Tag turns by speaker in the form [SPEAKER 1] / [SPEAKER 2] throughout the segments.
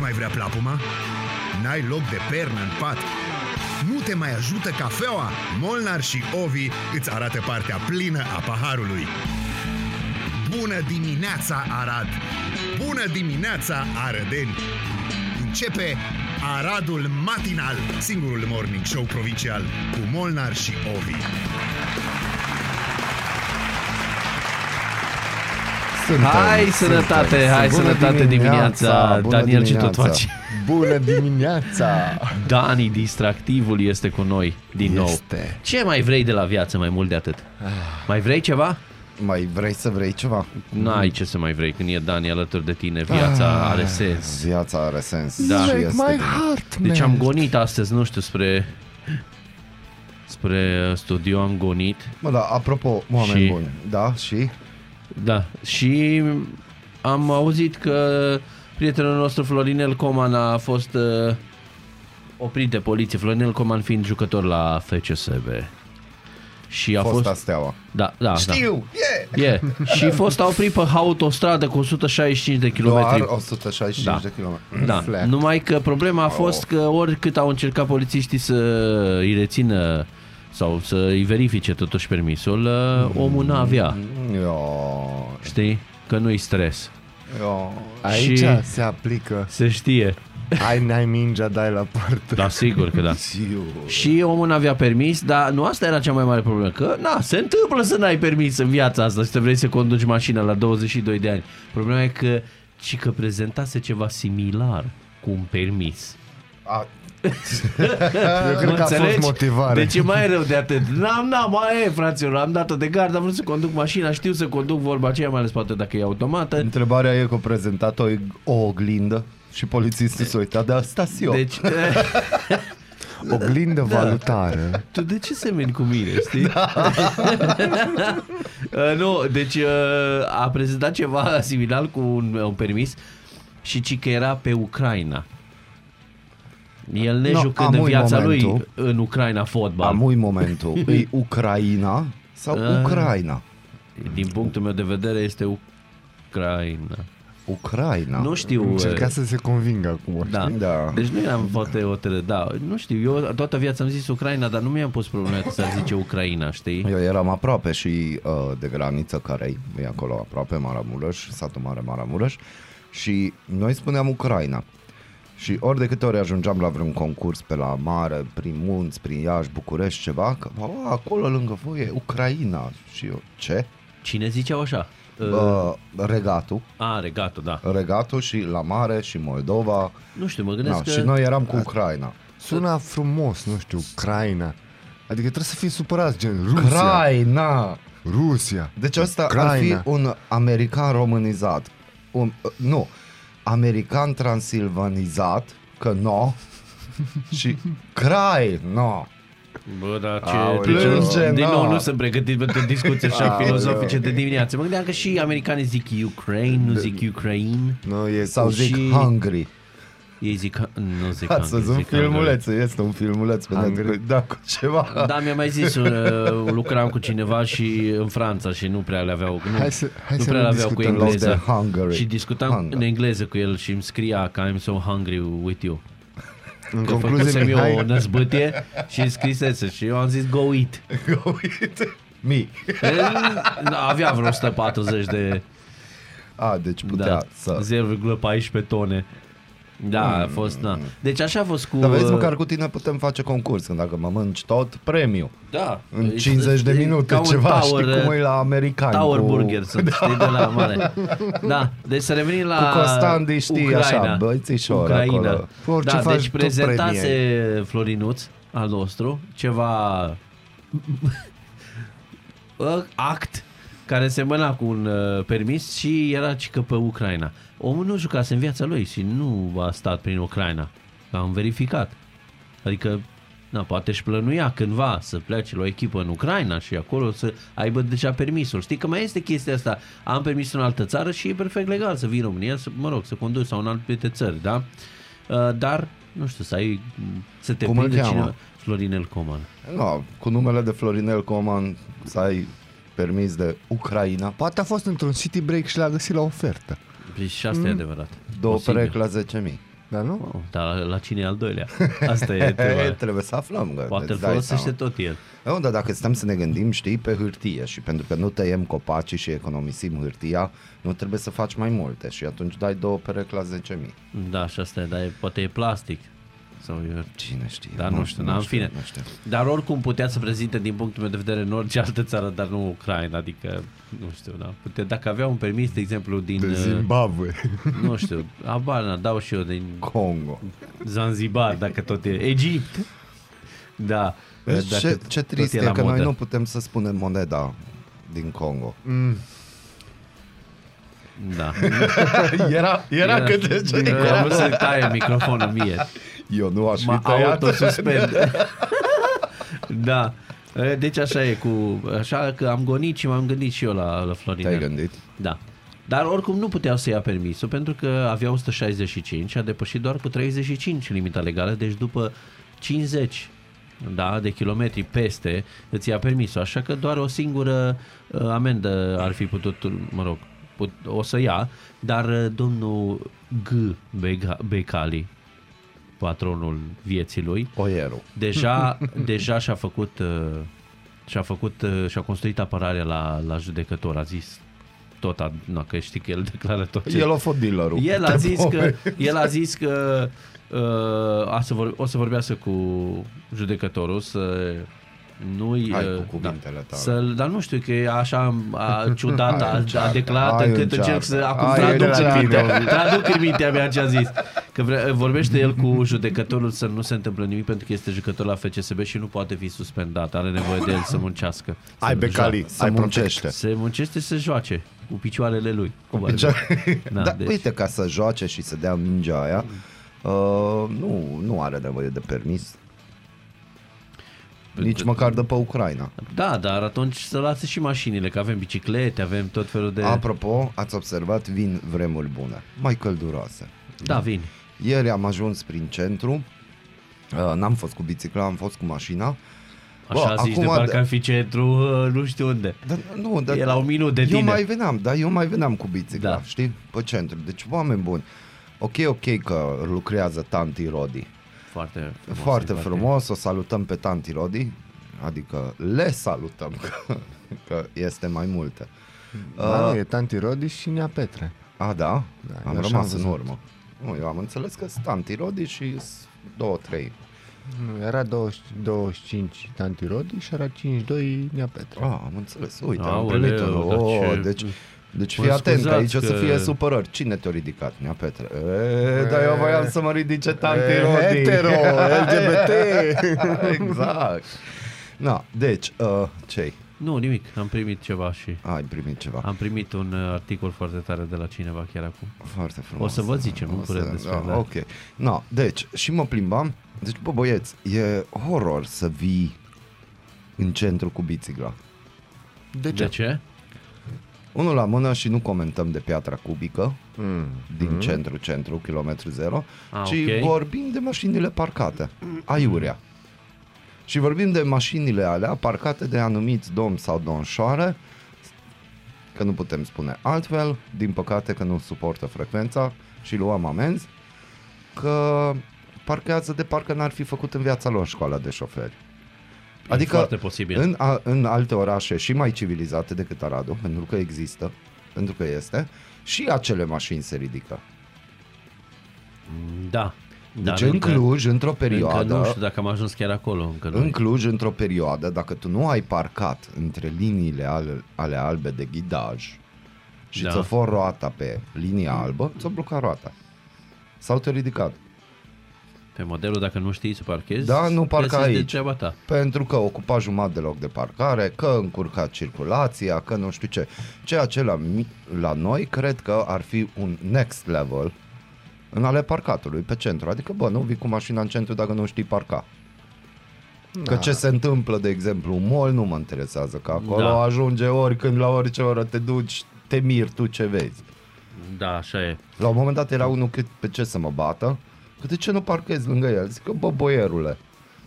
[SPEAKER 1] mai vrea plapuma? N-ai loc de pernă în pat? Nu te mai ajută cafeaua? Molnar și Ovi îți arată partea plină a paharului. Bună dimineața, Arad! Bună dimineața, Arădeni! Începe Aradul Matinal, singurul morning show provincial cu Molnar și Ovi.
[SPEAKER 2] Suntem,
[SPEAKER 3] Hai sănătate, hai
[SPEAKER 2] Bună
[SPEAKER 3] sănătate dimineața.
[SPEAKER 2] bună
[SPEAKER 3] Daniel, ce tot
[SPEAKER 2] dimineața.
[SPEAKER 3] faci?
[SPEAKER 2] Bună dimineața!
[SPEAKER 3] Dani, distractivul este cu noi din nou.
[SPEAKER 2] Este. Ah.
[SPEAKER 3] Ce mai vrei de la viață mai mult de atât? Mai vrei ceva?
[SPEAKER 2] Mai vrei să vrei ceva?
[SPEAKER 3] N-ai ce să mai vrei când e Dani alături de tine,
[SPEAKER 2] Ah,
[SPEAKER 3] viața are sens.
[SPEAKER 2] Viața are sens.
[SPEAKER 3] Da.
[SPEAKER 2] Și
[SPEAKER 3] Break
[SPEAKER 2] este bine.
[SPEAKER 4] heart,
[SPEAKER 3] Deci am gonit astăzi, nu știu, spre spre uh, studio am gonit.
[SPEAKER 2] Mă, da, apropo, oameni
[SPEAKER 3] Și-
[SPEAKER 2] buni, da, și?
[SPEAKER 3] Da, și am auzit că prietenul nostru Florinel Coman a fost uh, oprit de poliție, Florinel Coman fiind jucător la FCSB. Și a
[SPEAKER 2] Fosta
[SPEAKER 3] fost...
[SPEAKER 2] steaua.
[SPEAKER 3] Da, da,
[SPEAKER 2] Știu! Yeah!
[SPEAKER 3] da. E. Și a fost oprit pe autostradă cu 165 de km.
[SPEAKER 2] Doar 165
[SPEAKER 3] Da.
[SPEAKER 2] de km.
[SPEAKER 3] Da,
[SPEAKER 2] Fleac.
[SPEAKER 3] numai că problema a fost
[SPEAKER 2] Oh.
[SPEAKER 3] că oricât au încercat polițiștii să îi rețină sau să îi verifice totuși permisul, uh, omul n-avea,
[SPEAKER 2] Mm. Io,
[SPEAKER 3] știi? Că nu-i stres.
[SPEAKER 2] io.
[SPEAKER 3] Aici
[SPEAKER 2] Aici
[SPEAKER 3] Și-
[SPEAKER 2] se aplică
[SPEAKER 3] Se știe.
[SPEAKER 2] Ai n-ai mingea, dai la poartă
[SPEAKER 3] Da, sigur că da. Și omul n-avea permis, dar nu asta era cea mai mare problemă, că na, se întâmplă să n-ai permis în viața asta și să vrei să conduci mașina la 22 de ani. Problema e că și că prezentase ceva similar cu un permis.
[SPEAKER 2] A,
[SPEAKER 3] Eu
[SPEAKER 2] cred că a fost motivare.
[SPEAKER 3] Deci e mai rău de atât. N-am, n-am, mai e, fraților, am dat-o de gard, am vrut să conduc mașina, știu să conduc vorba aceea, mai ales poate dacă e automată.
[SPEAKER 2] întrebarea e că a prezentat o, o oglindă și polițistul s-a uitat, dar stați eu.
[SPEAKER 3] Deci, Da.
[SPEAKER 2] oglindă valutară.
[SPEAKER 3] tu de ce semeni cu mine, știi?
[SPEAKER 2] Da.
[SPEAKER 3] Uh, nu, deci uh, a prezentat ceva similar cu un, uh, un permis și ci că era pe Ucraina. El ne
[SPEAKER 2] No,
[SPEAKER 3] jucând
[SPEAKER 2] am
[SPEAKER 3] în
[SPEAKER 2] uit
[SPEAKER 3] viața lui
[SPEAKER 2] momentul.
[SPEAKER 3] în Ucraina fotbal.
[SPEAKER 2] Am uit momentul. E Ucraina sau
[SPEAKER 3] Ah.
[SPEAKER 2] Ucraina?
[SPEAKER 3] Din punctul meu de vedere este Ucraina.
[SPEAKER 2] Ucraina.
[SPEAKER 3] Nu știu.
[SPEAKER 4] Încerca
[SPEAKER 3] uh,
[SPEAKER 4] să se convingă acum.
[SPEAKER 3] Da.
[SPEAKER 2] Da.
[SPEAKER 3] Deci nu eram foarte hotărât, da. Nu știu, eu toată viața am zis Ucraina, dar nu mi-am pus problema că s-ar zice Ucraina, știi?
[SPEAKER 2] Eu eram aproape și uh, de graniță care e acolo aproape, Maramureș, satul mare Maramureș și noi spuneam Ucraina. Și ori de câte ori ajungeam la vreun concurs pe la mare, prin munți, prin Iași, București, ceva, că "A, acolo lângă voi e Ucraina. Și eu, ce?
[SPEAKER 3] Cine ziceau așa? Uh,
[SPEAKER 2] Uh, regatul,
[SPEAKER 3] a, regatul, da.
[SPEAKER 2] regatul și la mare și Moldova.
[SPEAKER 3] Nu știu, mă
[SPEAKER 2] Na,
[SPEAKER 3] gândesc
[SPEAKER 2] și
[SPEAKER 3] că...
[SPEAKER 2] noi eram cu Ucraina.
[SPEAKER 4] Sună frumos, nu știu, Ucraina. Adică trebuie să fii supărat, gen Rusia.
[SPEAKER 2] Ucraina!
[SPEAKER 4] Rusia.
[SPEAKER 2] Deci asta ar fi
[SPEAKER 4] Ucraina.
[SPEAKER 2] un american românizat. Un, uh, nu, american transilvanizat, că no, și crai, no.
[SPEAKER 3] Bă, dar ce...
[SPEAKER 2] Aoleu.
[SPEAKER 3] de ce-
[SPEAKER 2] Plânge,
[SPEAKER 3] din nou
[SPEAKER 2] na.
[SPEAKER 3] nu sunt pregătit pentru discuții așa filozofice de dimineață. Mă gândeam că și americanii zic Ukraine, nu zic Ukraine.
[SPEAKER 4] No, e
[SPEAKER 2] Sau zic
[SPEAKER 3] Și-
[SPEAKER 2] hungry.
[SPEAKER 3] Ei zic... Nu zic...
[SPEAKER 2] Ați
[SPEAKER 3] Anglia,
[SPEAKER 2] văzut
[SPEAKER 3] zic Anglia.
[SPEAKER 2] filmuleț, este un filmuleț pe
[SPEAKER 4] Hungry.
[SPEAKER 2] Netflix, da, cu ceva.
[SPEAKER 3] Da, mi-a mai zis, uh, lucram cu cineva și în Franța și nu prea le aveau, nu,
[SPEAKER 4] Hai să- hai
[SPEAKER 3] nu
[SPEAKER 4] să
[SPEAKER 3] prea
[SPEAKER 4] nu
[SPEAKER 3] le aveau cu
[SPEAKER 4] discutăm
[SPEAKER 2] la
[SPEAKER 3] engleza.
[SPEAKER 2] de Hungary.
[SPEAKER 3] Și discutam
[SPEAKER 2] Hunger.
[SPEAKER 3] în engleză cu el și îmi scria că I'm so hungry with you.
[SPEAKER 4] În
[SPEAKER 3] Că făcusem
[SPEAKER 4] concluzie,
[SPEAKER 3] eu o
[SPEAKER 4] Mihai,
[SPEAKER 3] năzbâtie și îmi scrisese și eu am zis go eat.
[SPEAKER 2] Mi.
[SPEAKER 3] El avea vreo 140 de
[SPEAKER 2] A, deci putea
[SPEAKER 3] da,
[SPEAKER 2] să... Mm.
[SPEAKER 3] 0,14 tone. Da, a fost, da. Deci așa a fost cu...
[SPEAKER 2] Dar vezi, măcar cu tine putem face concurs, când dacă mă mânci tot, premiu.
[SPEAKER 3] da,
[SPEAKER 2] În
[SPEAKER 3] E-
[SPEAKER 2] 50 de
[SPEAKER 3] e
[SPEAKER 2] minute,
[SPEAKER 3] ca un
[SPEAKER 2] ceva,
[SPEAKER 3] tower,
[SPEAKER 2] știi cum e la americani.
[SPEAKER 3] Tower
[SPEAKER 2] cu... Da.
[SPEAKER 3] Burger sunt, știi, de la mare. Da, deci să revenim la
[SPEAKER 2] Cu Costandi, știi,
[SPEAKER 3] Ucraina.
[SPEAKER 2] așa, băițișor
[SPEAKER 3] Ucraina.
[SPEAKER 2] acolo.
[SPEAKER 4] Orice
[SPEAKER 3] Da,
[SPEAKER 4] faci
[SPEAKER 3] deci
[SPEAKER 4] tu,
[SPEAKER 3] prezentase Florinuț al nostru ceva uh, act care semăna cu un uh, permis și era cică pe Ucraina. Omul nu jucase în viața lui și nu a stat prin Ucraina. Am verificat. Adică, na, poate își plănuia cândva să plece la o echipă în Ucraina și acolo să aibă deja permisul. Știi că mai este chestia asta. Am permis în altă țară și e perfect legal să vii în România, să, mă rog, să conduci sau în alte țări, da? Uh, Dar, nu știu, să ai, mm, să te
[SPEAKER 2] Cum îl
[SPEAKER 3] prindă
[SPEAKER 2] cheamă?
[SPEAKER 3] cineva. Florinel Coman.
[SPEAKER 2] No, Da, cu numele de Florinel Coman să ai permis de Ucraina.
[SPEAKER 4] poate a fost într-un city break și l-a găsit la ofertă.
[SPEAKER 3] Deci și asta e adevărat.
[SPEAKER 2] Mm. Două
[SPEAKER 3] Posibil.
[SPEAKER 2] perechi la 10.000.
[SPEAKER 4] Dar
[SPEAKER 3] Da.
[SPEAKER 4] nu?
[SPEAKER 3] Dar la, la cine e al doilea? Asta e
[SPEAKER 2] E,
[SPEAKER 3] întrebarea.
[SPEAKER 2] trebuie să aflăm. Că
[SPEAKER 3] Poate îl
[SPEAKER 2] îți dai
[SPEAKER 3] folosește
[SPEAKER 2] seama.
[SPEAKER 3] tot el.
[SPEAKER 2] Nu, dar dacă stăm să ne gândim, știi, pe hârtie și pentru că nu tăiem copacii și economisim hârtia, nu trebuie să faci mai multe și atunci dai două perechi la 10.000.
[SPEAKER 3] Da, și asta e, dar e, poate e plastic. Sau e...
[SPEAKER 2] Cine știe?
[SPEAKER 3] Dar nu, știu, dar în fine.
[SPEAKER 2] Da, Nu știu.
[SPEAKER 3] Dar oricum putea să prezinte din punctul meu de vedere în orice altă țară, dar nu Ucraina, adică nu știu, da. Putea, dacă avea un permis, de exemplu, din,
[SPEAKER 4] De Zimbabwe.
[SPEAKER 3] uh, nu știu, Abana, dau și eu, din
[SPEAKER 2] Congo.
[SPEAKER 3] Păi Zanzibar, dacă tot e, Egipt, da.
[SPEAKER 2] Vezi
[SPEAKER 3] Dacă
[SPEAKER 2] Păi ce,
[SPEAKER 3] tot
[SPEAKER 2] ce trist e,
[SPEAKER 3] la
[SPEAKER 2] că
[SPEAKER 3] modă.
[SPEAKER 2] noi nu putem să spunem moneda din Congo.
[SPEAKER 3] Da.
[SPEAKER 4] Era, era cât de ce
[SPEAKER 3] Era, am vrut să taie microfonul mie.
[SPEAKER 2] Eu nu aș
[SPEAKER 3] Mă
[SPEAKER 2] fi tăiat.
[SPEAKER 3] autosuspend. da. E, Deci așa e cu... Așa că am gonit și m-am gândit și eu la, la Florin.
[SPEAKER 2] Te-ai gândit?
[SPEAKER 3] Da. Dar oricum nu puteau să ia permisul pentru că avea 165 și a depășit doar cu 35 limita legală, deci după 50 da, de kilometri peste îți ia permisul, așa că doar o singură uh, amendă ar fi putut, mă rog, put, o să ia, dar uh, domnul G. Bega- Becali, patronul vieții lui,
[SPEAKER 2] Oierul.
[SPEAKER 3] deja, deja și-a făcut uh, și-a făcut uh, și-a construit apărarea la, la judecător, a zis tot, a, na, că știi că el declară tot ce...
[SPEAKER 2] El a fost dealerul.
[SPEAKER 3] el a
[SPEAKER 2] Te
[SPEAKER 3] zis că,
[SPEAKER 2] povesti.
[SPEAKER 3] el a zis că uh, a să vor, o să vorbească cu judecătorul să nu-i...
[SPEAKER 2] Hai cu
[SPEAKER 3] uh,
[SPEAKER 2] cuvintele
[SPEAKER 3] da,
[SPEAKER 2] tale.
[SPEAKER 3] să, dar nu știu, că e așa a, ciudat,
[SPEAKER 2] Hai în
[SPEAKER 3] a, a
[SPEAKER 2] ceartă,
[SPEAKER 3] declarat
[SPEAKER 2] hai în
[SPEAKER 3] încât
[SPEAKER 2] ceartă.
[SPEAKER 3] încerc să... Acum
[SPEAKER 2] Hai în
[SPEAKER 3] traduc în
[SPEAKER 2] ceartă.
[SPEAKER 3] mintea, traduc în mintea mea ce a zis. Că vre, vorbește el cu judecătorul să nu se întâmple nimic pentru că este jucător la FCSB și nu poate fi suspendat. Are nevoie de el să muncească. Să
[SPEAKER 4] Ai
[SPEAKER 3] joace.
[SPEAKER 4] becali,
[SPEAKER 2] Să
[SPEAKER 4] ai
[SPEAKER 2] muncește.
[SPEAKER 4] muncește.
[SPEAKER 3] Se muncește să joace cu picioarele lui. Cu
[SPEAKER 2] Da, Dar deci... uite, ca să joace și să dea mingea aia, uh, nu, nu are nevoie de permis. Nici măcar de pe Ucraina.
[SPEAKER 3] Da, dar atunci să lase și mașinile, că avem biciclete, avem tot felul de...
[SPEAKER 2] Apropo, ați observat, vin vremuri bune, mai călduroase.
[SPEAKER 3] Da, vin.
[SPEAKER 2] Ieri am ajuns prin centru, uh, n-am fost cu bicicla, am fost cu mașina.
[SPEAKER 3] Așa
[SPEAKER 2] Bă,
[SPEAKER 3] zici, de
[SPEAKER 2] acum
[SPEAKER 3] parcă
[SPEAKER 2] de-
[SPEAKER 3] ar fi centru, uh, nu știu unde.
[SPEAKER 2] Dar, nu, dar,
[SPEAKER 3] E la un minut de
[SPEAKER 2] eu
[SPEAKER 3] tine.
[SPEAKER 2] mai veneam, da, eu mai veneam cu bicicla,
[SPEAKER 3] Da.
[SPEAKER 2] da. știi, pe centru. Deci, oameni buni, ok, ok că lucrează tanti Rodi.
[SPEAKER 3] Foarte frumos.
[SPEAKER 2] Foarte
[SPEAKER 3] din partea.
[SPEAKER 2] frumos, o salutăm pe tanti Rodi, adică le salutăm, că, că este mai multe.
[SPEAKER 4] Da, nu, e Tanti Rodi și Nea Petre.
[SPEAKER 2] A, da?
[SPEAKER 4] Da,
[SPEAKER 2] am
[SPEAKER 4] eu așa
[SPEAKER 2] rămas
[SPEAKER 4] am
[SPEAKER 2] în
[SPEAKER 4] văzut.
[SPEAKER 2] urmă. Nu, eu am înțeles că sunt tanti Rodi și sunt două, trei.
[SPEAKER 4] Nu, era 20, 25 Tanti Rodi și era 52 Nea Petre.
[SPEAKER 2] Ah, am înțeles. Uite, am
[SPEAKER 3] Aoleu,
[SPEAKER 2] primit
[SPEAKER 3] dar
[SPEAKER 2] oh,
[SPEAKER 3] ce-
[SPEAKER 2] deci, deci
[SPEAKER 3] Mă
[SPEAKER 2] fii atent, că
[SPEAKER 3] scuzați
[SPEAKER 2] aici că... o să
[SPEAKER 3] că-
[SPEAKER 2] fie supărări. Cine te-a ridicat? Nea Petre. E, dar eu voiam să mă ridice tanti Rodi.
[SPEAKER 4] LGBT.
[SPEAKER 2] exact. Na, deci, uh, ce
[SPEAKER 3] Nu, nimic, am primit ceva și...
[SPEAKER 2] Ai primit ceva.
[SPEAKER 3] Am primit un uh, articol foarte tare de la cineva chiar acum.
[SPEAKER 2] Foarte frumos.
[SPEAKER 3] O să vă zicem în
[SPEAKER 2] O
[SPEAKER 3] curând despre
[SPEAKER 2] da,
[SPEAKER 3] asta.
[SPEAKER 2] Ok. No, deci, și mă plimbam. Deci, bă, băieți, e horror să vii în centru cu bicicla.
[SPEAKER 4] De
[SPEAKER 3] De
[SPEAKER 4] ce?
[SPEAKER 3] ce?
[SPEAKER 2] Unul la mână și nu comentăm de piatra cubică
[SPEAKER 4] Mm.
[SPEAKER 2] din mm. centru, centru, kilometru zero,
[SPEAKER 3] Mm-hmm. Ah,
[SPEAKER 2] ci
[SPEAKER 3] ok.
[SPEAKER 2] vorbim de mașinile parcate, aiurea. Și vorbim de mașinile alea parcate de anumiți domn sau domnșoare, că nu putem spune altfel, din păcate că nu suportă frecvența și luăm amenzi, că parchează de parcă n-ar fi făcut în viața lor școala de șoferi. Adică
[SPEAKER 3] foarte posibil.
[SPEAKER 2] În, a, în alte orașe și mai civilizate decât Aradul, pentru că există, pentru că este, și acele mașini se ridică.
[SPEAKER 3] Da.
[SPEAKER 2] Deci în Cluj, da. într-o
[SPEAKER 3] Încă nu
[SPEAKER 2] perioadă,
[SPEAKER 3] știu dacă am ajuns chiar acolo încă. Noi.
[SPEAKER 2] în Cluj, într-o perioadă, dacă tu nu ai parcat între liniile ale, ale albe de ghidaj și
[SPEAKER 3] Da.
[SPEAKER 2] da. ți-o for roata pe linia albă, ți-o bloca roata. Sau te-a ridicat.
[SPEAKER 3] Pe modelul, dacă nu știi să parchezi,
[SPEAKER 2] Da, nu parca
[SPEAKER 3] găsești de
[SPEAKER 2] aici.
[SPEAKER 3] treaba ta.
[SPEAKER 2] Pentru că ocupa jumătate de loc de parcare, că încurca circulația, că nu știu ce. Ceea ce la, mi- la noi cred că ar fi un next level în ale parcatului pe centru. Adică, bă, nu vii cu mașina în centru dacă nu știi parca. Că ce se întâmplă, de exemplu, în mall nu mă interesează, că acolo
[SPEAKER 3] Da.
[SPEAKER 2] da. ajunge oricând, la orice oră te duci, te miri tu ce vezi.
[SPEAKER 3] Da, așa e.
[SPEAKER 2] La un moment dat era unul cât pe ce să mă bată, că de ce nu parchezi lângă el? Zic că, bă, boierule,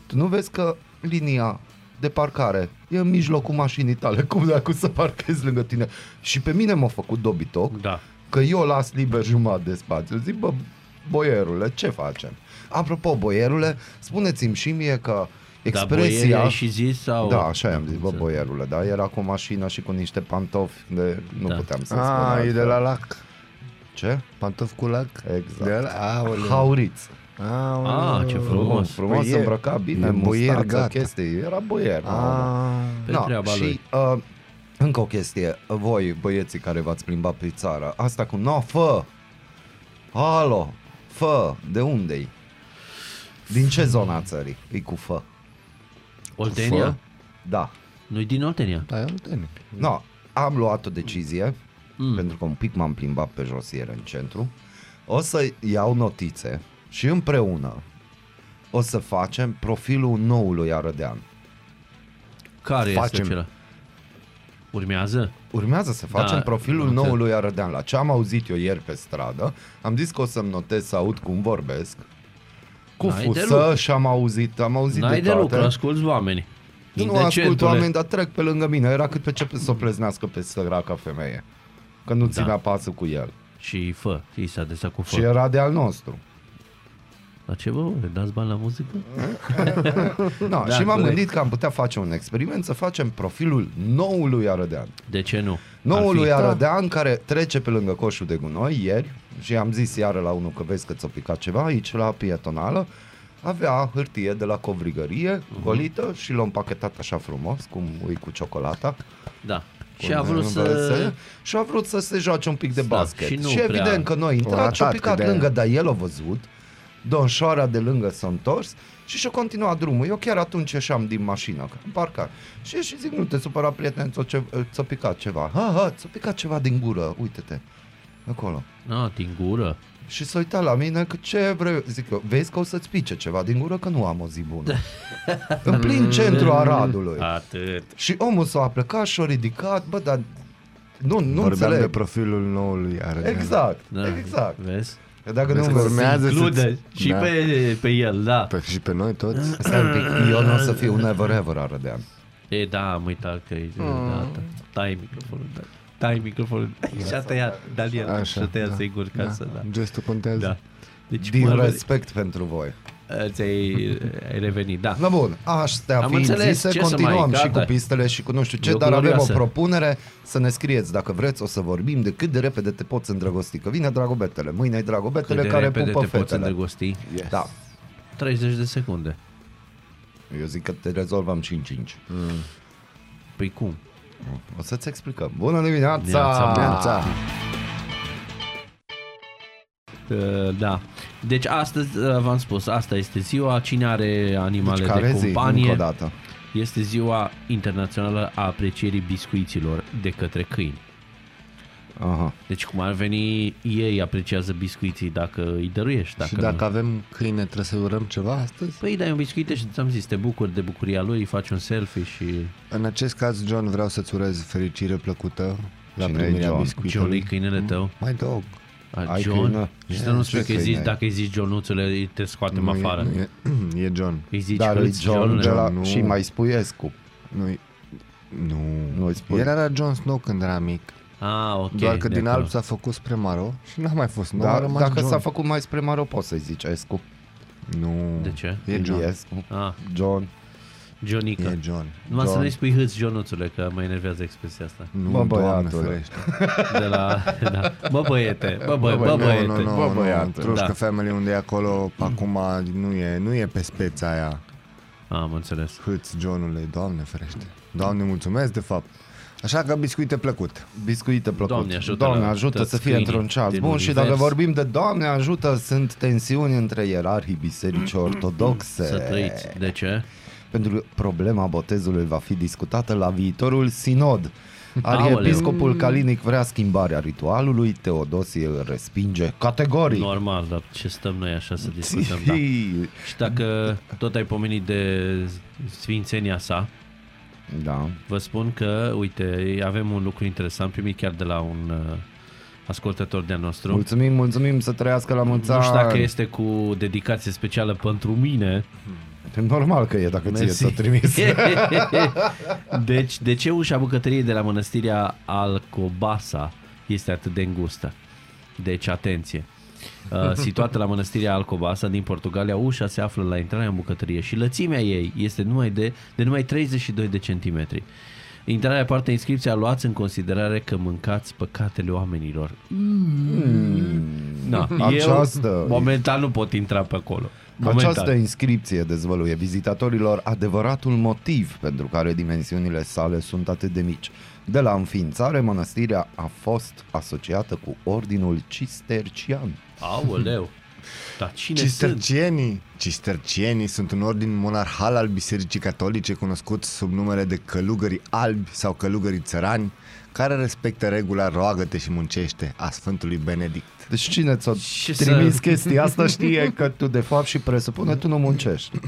[SPEAKER 2] tu nu vezi că linia de parcare e în mijlocul mașinii tale, cum dacă să parchezi lângă tine? Și pe mine m-a făcut dobitoc,
[SPEAKER 3] Da.
[SPEAKER 2] că eu las liber jumătate de spațiu. Zic, bă, boierule, ce facem? Apropo, boierule, spuneți-mi și mie că
[SPEAKER 3] Da,
[SPEAKER 2] expresia...
[SPEAKER 3] boieri ai și zis sau...
[SPEAKER 2] Da, așa i-am zis, bă,
[SPEAKER 3] Înțeleg.
[SPEAKER 2] boierule, da, era cu mașina și cu niște pantofi de nu
[SPEAKER 3] Da.
[SPEAKER 2] puteam să spun.
[SPEAKER 4] A, e
[SPEAKER 2] altfel.
[SPEAKER 4] de la lac.
[SPEAKER 2] Ce?
[SPEAKER 4] Pantof cu lac?
[SPEAKER 2] Exact.
[SPEAKER 4] De la... Aoleu.
[SPEAKER 2] Hauriț.
[SPEAKER 4] Aoleu.
[SPEAKER 3] Ah, ce
[SPEAKER 2] Frumos,
[SPEAKER 3] frumos.
[SPEAKER 2] frumos
[SPEAKER 4] Boier.
[SPEAKER 2] se îmbrăca bine,
[SPEAKER 4] E boier,
[SPEAKER 2] mustață,
[SPEAKER 4] gata.
[SPEAKER 2] chestii, era boier. mamă.
[SPEAKER 4] Ah.
[SPEAKER 3] Pe treaba
[SPEAKER 2] și
[SPEAKER 3] lui.
[SPEAKER 2] uh, încă o chestie, voi băieții care v-ați plimbat pe țară, asta cu no, fă, alo, fă, de unde-i? Din ce zona a țării? E cu fă.
[SPEAKER 3] Oltenia?
[SPEAKER 2] Da.
[SPEAKER 3] Nu-i din Oltenia.
[SPEAKER 4] Da, e Oltenia.
[SPEAKER 2] No, am luat o decizie, mm. pentru că un pic m-am plimbat pe josier în centru. O să iau notițe și împreună o să facem profilul noului arădean.
[SPEAKER 3] Care este
[SPEAKER 4] Facem.
[SPEAKER 3] acela? Urmează?
[SPEAKER 2] Urmează să facem
[SPEAKER 3] Da,
[SPEAKER 2] da, profilul
[SPEAKER 3] am înțeles.
[SPEAKER 2] noului Arădean. La ce am auzit eu ieri pe stradă, am zis că o să-mi notez să aud cum vorbesc, cu
[SPEAKER 3] N-ai de
[SPEAKER 2] fusă
[SPEAKER 3] lucru.
[SPEAKER 2] și am auzit, am auzit
[SPEAKER 3] N-ai
[SPEAKER 2] de
[SPEAKER 3] de
[SPEAKER 2] toate.
[SPEAKER 3] lucru, asculți oamenii.
[SPEAKER 2] nu ascult
[SPEAKER 3] Indecentule.
[SPEAKER 2] oameni, dar trec pe lângă mine. Era cât pe ce să o pleznească pe săraca femeie. Că nu da. ținea pasul cu el.
[SPEAKER 3] Și fă, i s-a desat cu
[SPEAKER 2] Și
[SPEAKER 3] fă.
[SPEAKER 2] era de al nostru.
[SPEAKER 3] La ce vă, mă, dați bani la muzică?
[SPEAKER 2] No, da, și m-am
[SPEAKER 3] corect.
[SPEAKER 2] gândit că am putea face un experiment, să facem profilul noului Arădean.
[SPEAKER 3] De ce nu? Ar fi.
[SPEAKER 2] Noului Arădean care trece pe lângă coșul de gunoi ieri și am zis iară la unul că vezi că ți-o picat ceva aici la pietonală avea hârtie de la covrigărie
[SPEAKER 3] Mhm.
[SPEAKER 2] golită și l-a împachetat așa frumos cum îi cu ciocolata
[SPEAKER 3] Da. Și
[SPEAKER 2] cum
[SPEAKER 3] a vrut
[SPEAKER 2] îi
[SPEAKER 3] să...
[SPEAKER 2] învățăie, și a vrut să se joace un pic de
[SPEAKER 3] Da,
[SPEAKER 2] basket
[SPEAKER 3] și nu
[SPEAKER 2] și
[SPEAKER 3] prea-
[SPEAKER 2] evident că noi intrat
[SPEAKER 4] ratat
[SPEAKER 2] și-a
[SPEAKER 4] că
[SPEAKER 2] picat
[SPEAKER 4] de-aia.
[SPEAKER 2] lângă dar el a văzut Donșoara de lângă s-a întors și și-a continuat drumul. Eu chiar atunci ieșeam din mașină, că am parcat. Și și zic, nu te supăra, prieten, ți-o, ce, ți-o picat ceva. Ha, ha, ți-o picat ceva din gură, uite-te, acolo.
[SPEAKER 3] A, din gură.
[SPEAKER 2] Și s-a uitat la mine că ce vrei, zic eu, vezi că o să-ți pice ceva din gură, că nu am o zi bună. În plin centru Aradului.
[SPEAKER 3] Atât.
[SPEAKER 2] Și omul s-a plecat și a ridicat, bă, dar nu, nu
[SPEAKER 4] Vorbeam
[SPEAKER 2] înțeleg.
[SPEAKER 4] de profilul noului Arădean.
[SPEAKER 2] Exact,
[SPEAKER 3] Da.
[SPEAKER 2] exact.
[SPEAKER 3] Vezi?
[SPEAKER 2] Că Dacă
[SPEAKER 4] Vezi
[SPEAKER 2] nu
[SPEAKER 4] că
[SPEAKER 2] vă-
[SPEAKER 4] urmează
[SPEAKER 3] Include
[SPEAKER 4] să-ți-
[SPEAKER 3] și
[SPEAKER 4] da.
[SPEAKER 3] pe, pe el, da.
[SPEAKER 4] Pe, și pe noi toți.
[SPEAKER 2] Stai un pic, eu nu o să fiu never ever arădean.
[SPEAKER 3] E, da, am uitat că e...
[SPEAKER 2] Hmm.
[SPEAKER 3] Da, da. Tai microfonul, da. Tai microfonul. Și-a tăiat, Daniel,
[SPEAKER 4] Așa,
[SPEAKER 3] și-a tăiat
[SPEAKER 4] da,
[SPEAKER 3] sigur ca să... Da.
[SPEAKER 4] Gestul contează.
[SPEAKER 3] da. Deci,
[SPEAKER 2] Din
[SPEAKER 3] mă,
[SPEAKER 2] respect pentru voi.
[SPEAKER 3] ți-ai ai revenit, da.
[SPEAKER 2] No, bun, astea
[SPEAKER 3] Am
[SPEAKER 2] fiind
[SPEAKER 3] înțeles,
[SPEAKER 2] zise,
[SPEAKER 3] ce să
[SPEAKER 2] continuăm
[SPEAKER 3] mai,
[SPEAKER 2] și
[SPEAKER 3] gata.
[SPEAKER 2] cu pistele și cu nu știu ce,
[SPEAKER 3] Eu
[SPEAKER 2] dar avem o
[SPEAKER 3] glorioasă.
[SPEAKER 2] propunere să ne scrieți dacă vreți, o să vorbim de cât de repede te poți îndrăgosti. Că vine dragobetele, mâine e dragobetele
[SPEAKER 3] Cât de
[SPEAKER 2] care
[SPEAKER 3] repede
[SPEAKER 2] pupă
[SPEAKER 3] te poți
[SPEAKER 2] fetele.
[SPEAKER 3] îndrăgosti?
[SPEAKER 4] Yes.
[SPEAKER 2] Da,
[SPEAKER 3] 30 de secunde.
[SPEAKER 2] eu zic că te rezolvăm 5-5.
[SPEAKER 3] Mm. Păi cum?
[SPEAKER 2] O să-ți explicăm. Bună dimineața!
[SPEAKER 3] Neața,
[SPEAKER 4] Neața.
[SPEAKER 3] Uh, da. Deci astăzi, uh, v-am spus, asta este ziua. Cine are animale
[SPEAKER 2] Deci care
[SPEAKER 3] de
[SPEAKER 2] zi? Încă o
[SPEAKER 3] companie
[SPEAKER 2] dată.
[SPEAKER 3] este ziua internațională a aprecierii biscuiților de către câini.
[SPEAKER 2] Aha.
[SPEAKER 3] Deci cum ar veni, ei apreciază biscuiții dacă îi dăruiești. Dacă
[SPEAKER 4] și
[SPEAKER 3] nu.
[SPEAKER 4] dacă avem câine, trebuie să urăm ceva astăzi?
[SPEAKER 3] Păi îi dai un biscuit și ți-am zis, te bucuri de bucuria lui, îi faci un selfie și...
[SPEAKER 4] În acest caz, John, vreau să-ți urez fericire plăcută la
[SPEAKER 2] Cine e John?
[SPEAKER 4] primirea
[SPEAKER 3] John, e
[SPEAKER 4] biscuitului.
[SPEAKER 3] câinele tău?
[SPEAKER 4] My dog.
[SPEAKER 3] A,
[SPEAKER 2] Mm. Ai
[SPEAKER 3] John?
[SPEAKER 2] câine?
[SPEAKER 3] Și să
[SPEAKER 2] Ia,
[SPEAKER 3] nu
[SPEAKER 2] ce
[SPEAKER 3] spui că îi
[SPEAKER 2] câine
[SPEAKER 3] zici,
[SPEAKER 2] ai?
[SPEAKER 3] dacă îi zici Johnuțule, te scoatem afară.
[SPEAKER 4] Nu e, nu e, e John.
[SPEAKER 3] Îi zici,
[SPEAKER 2] Dar e
[SPEAKER 3] "Hâți,
[SPEAKER 2] John, de
[SPEAKER 3] Johnule."
[SPEAKER 2] la...
[SPEAKER 4] nu.
[SPEAKER 2] și mai spui Escu.
[SPEAKER 4] Nu e, nu.
[SPEAKER 2] Nu îi spui.
[SPEAKER 4] El era Jon Snow când era mic.
[SPEAKER 3] Ah, ok.
[SPEAKER 4] Doar că
[SPEAKER 3] de
[SPEAKER 4] din
[SPEAKER 3] acolo.
[SPEAKER 4] alb s-a făcut spre maro și n-a mai fost. Da,
[SPEAKER 2] Dar
[SPEAKER 4] a rămas
[SPEAKER 2] dacă
[SPEAKER 4] John.
[SPEAKER 2] s-a făcut mai spre Maro, poți să-i zici Escu.
[SPEAKER 4] Nu.
[SPEAKER 3] De ce?
[SPEAKER 4] E John.
[SPEAKER 2] Iliescu.
[SPEAKER 3] Ah,
[SPEAKER 2] John.
[SPEAKER 3] Johnică.
[SPEAKER 4] E John.
[SPEAKER 3] Numai să
[SPEAKER 2] John.
[SPEAKER 3] nu-i spui hâți, Johnuțule, că mă enervează expresia asta.
[SPEAKER 4] Nu,
[SPEAKER 2] Bă,
[SPEAKER 4] bă, doamne
[SPEAKER 2] băiatule.
[SPEAKER 4] ferește.
[SPEAKER 3] De la... Da. Bă, băiete, bă, bă, bă,
[SPEAKER 4] nu,
[SPEAKER 3] băiete.
[SPEAKER 4] nu, nu,
[SPEAKER 2] bă,
[SPEAKER 4] nu,
[SPEAKER 2] băiatul.
[SPEAKER 4] Trușcă
[SPEAKER 3] Da.
[SPEAKER 4] Family unde e acolo, acum nu e, nu e pe speța aia.
[SPEAKER 3] Am înțeles.
[SPEAKER 4] Hâți, Johnule, doamne ferește. Doamne, mulțumesc de fapt. Așa că biscuite plăcut.
[SPEAKER 2] Biscuite plăcut.
[SPEAKER 3] Doamne ajută
[SPEAKER 2] Doamne
[SPEAKER 3] la
[SPEAKER 2] ajută să
[SPEAKER 3] toți
[SPEAKER 2] fie
[SPEAKER 3] câinii
[SPEAKER 2] într-un ceas
[SPEAKER 3] din
[SPEAKER 2] bun și dacă
[SPEAKER 3] univers.
[SPEAKER 2] vorbim de Doamne ajută, sunt tensiuni între ierarhii bisericii ortodoxe.
[SPEAKER 3] Să trăiți. De ce?
[SPEAKER 2] Pentru că problema botezului va fi discutată la viitorul sinod. Arhiepiscopul Calinic vrea schimbarea ritualului, Teodosie îl respinge
[SPEAKER 4] Păi.
[SPEAKER 2] categoric.
[SPEAKER 3] Normal, dar ce stăm noi așa să discutăm, da.
[SPEAKER 2] Zi-
[SPEAKER 3] Și dacă tot ai pomenit de sfințenia sa,
[SPEAKER 2] Da.
[SPEAKER 3] vă spun că, uite, avem un lucru interesant primit chiar de la un uh, ascultător de-al nostru.
[SPEAKER 2] Mulțumim, mulțumim să trăiască la mulți
[SPEAKER 3] Nu știu dacă
[SPEAKER 2] ani.
[SPEAKER 3] este cu dedicație specială pentru mine,
[SPEAKER 2] Normal că e dacă ție
[SPEAKER 3] Mersi.
[SPEAKER 2] s-a trimis.
[SPEAKER 3] deci, de ce ușa bucătăriei de la mănăstirea Alcobasa este atât de îngustă? Deci, atenție! Uh, situată la mănăstirea Alcobasa din Portugalia, ușa se află la intrarea în bucătărie și lățimea ei este numai de, de numai 32 de centimetri. Intrarea parte inscripția luați în considerare că mâncați păcatele oamenilor. Na,
[SPEAKER 2] Mm. Această-
[SPEAKER 3] eu momentan nu pot intra pe acolo. Momentan.
[SPEAKER 2] Această inscripție dezvăluie vizitatorilor adevăratul motiv pentru care dimensiunile sale sunt atât de mici. De la înființare, mănăstirea a fost asociată cu ordinul cistercian.
[SPEAKER 3] Aoleu! Dar cine sunt?
[SPEAKER 4] Cistercienii. Cistercienii sunt un ordin monarhal al Bisericii Catolice cunoscut sub numele de călugării albi sau călugării țărani, care respectă regula roagă-te și muncește a Sfântului Benedict.
[SPEAKER 2] Deci cine ți-a
[SPEAKER 3] Ce să-
[SPEAKER 2] trimis chestia asta știe că tu de fapt și presupune tu nu muncești.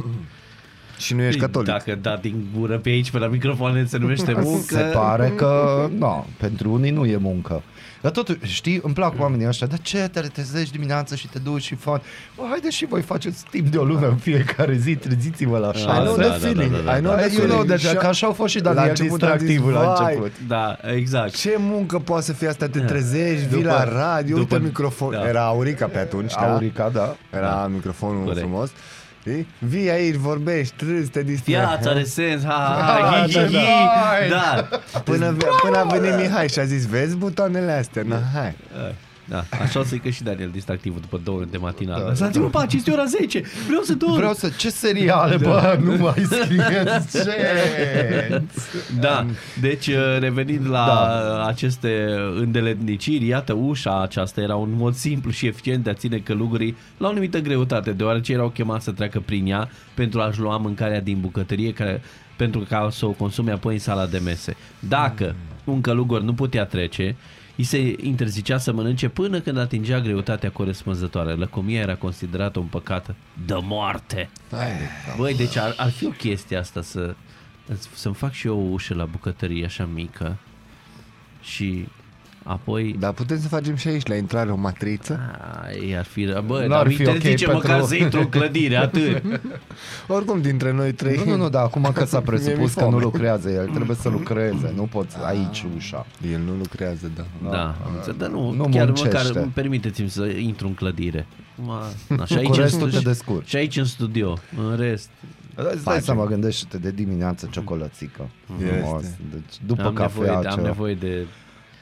[SPEAKER 4] Și nu ești catolic.
[SPEAKER 3] Dacă da din gură pe aici, pe la microfoane, se numește muncă.
[SPEAKER 2] Se pare că, no, pentru unii nu e muncă. Dar totuși, știi, îmi plac oamenii ăștia, dar ce, te trezești dimineața și te duci și faci, bă, haide și voi faceți timp de o lună în fiecare zi, treziți-vă la
[SPEAKER 3] Da,
[SPEAKER 4] I
[SPEAKER 2] șase.
[SPEAKER 4] know
[SPEAKER 3] da,
[SPEAKER 4] that
[SPEAKER 3] da,
[SPEAKER 4] feeling.
[SPEAKER 3] da, da, da.
[SPEAKER 4] I know that
[SPEAKER 2] You know
[SPEAKER 4] feeling.
[SPEAKER 2] that,
[SPEAKER 4] Și-
[SPEAKER 2] că deci, așa au fost și Daniel
[SPEAKER 4] la început am zis,
[SPEAKER 2] distractivul la
[SPEAKER 4] "Vai,
[SPEAKER 2] început.
[SPEAKER 3] Da, exact.
[SPEAKER 4] Ce muncă poate să fie asta? Te trezești, vii
[SPEAKER 3] Da. După-
[SPEAKER 4] la radio,
[SPEAKER 3] după-
[SPEAKER 4] uite microfon.
[SPEAKER 3] da.
[SPEAKER 4] Era Aurica pe atunci, da?
[SPEAKER 2] Aurica, da.
[SPEAKER 4] Era microfonul
[SPEAKER 3] Corect.
[SPEAKER 4] frumos. Știi? Vii aici, vorbești, râzi, te distrai.
[SPEAKER 3] Viața are sens, ha, ha, hi,
[SPEAKER 4] da,
[SPEAKER 3] hi, hi,
[SPEAKER 4] da.
[SPEAKER 3] da.
[SPEAKER 4] Până, până a venit Mihai și a zis, vezi butoanele astea, na, hai.
[SPEAKER 3] Da, așa o să-i că și Daniel distractivul după două ore de matinal. Da, Lăsați-mă da. pace, este ora 10, vreau să dorm.
[SPEAKER 2] Vreau să, ce seriale,
[SPEAKER 4] Da.
[SPEAKER 2] bă, nu mai scrieți, ce?
[SPEAKER 3] Da, deci uh, revenind la da. aceste îndeletniciri, iată ușa aceasta era un mod simplu și eficient de a ține călugării la o anumită greutate, deoarece erau chemați să treacă prin ea pentru a-și lua mâncarea din bucătărie care, pentru ca să o consume apoi în sala de mese. Dacă un călugăr nu putea trece, îi se interzicea să mănânce până când atingea greutatea corespunzătoare. Lăcomia era considerată un păcat de moarte. Băi, deci ar, ar fi o chestie asta să îți- să-mi fac și eu o ușă la bucătărie așa mică și apoi da.
[SPEAKER 4] Dar putem să facem și aici, la intrare, o matriță?
[SPEAKER 3] ai, ar fi bă,
[SPEAKER 2] N-ar
[SPEAKER 3] dar
[SPEAKER 2] fi
[SPEAKER 3] mi interzice
[SPEAKER 2] ok
[SPEAKER 3] măcar
[SPEAKER 2] pentru-
[SPEAKER 3] să
[SPEAKER 2] Da,
[SPEAKER 3] intru în clădire, atât.
[SPEAKER 4] Oricum, dintre noi trei.
[SPEAKER 2] Nu, nu, nu, dar acum că s-a presupus
[SPEAKER 4] Mi-e
[SPEAKER 2] că nu
[SPEAKER 4] foame.
[SPEAKER 2] lucrează el, trebuie să lucreze, nu poți aici ușa.
[SPEAKER 4] El nu lucrează, da.
[SPEAKER 3] da, da, dar nu,
[SPEAKER 2] nu
[SPEAKER 3] nu chiar
[SPEAKER 2] muncește.
[SPEAKER 3] măcar îmi permiteți-mi să intru în clădire. Ma, na, și, aici
[SPEAKER 2] Cu
[SPEAKER 3] în
[SPEAKER 2] restul te
[SPEAKER 3] studio,
[SPEAKER 2] descurci.
[SPEAKER 3] și aici în studio, în rest.
[SPEAKER 2] Dar Îți dai seama, gândește-te de dimineață ciocolățică.
[SPEAKER 4] Este.
[SPEAKER 2] Frumos. Deci, după
[SPEAKER 3] am,
[SPEAKER 2] cafea,
[SPEAKER 3] nevoie, am
[SPEAKER 2] acea
[SPEAKER 3] nevoie de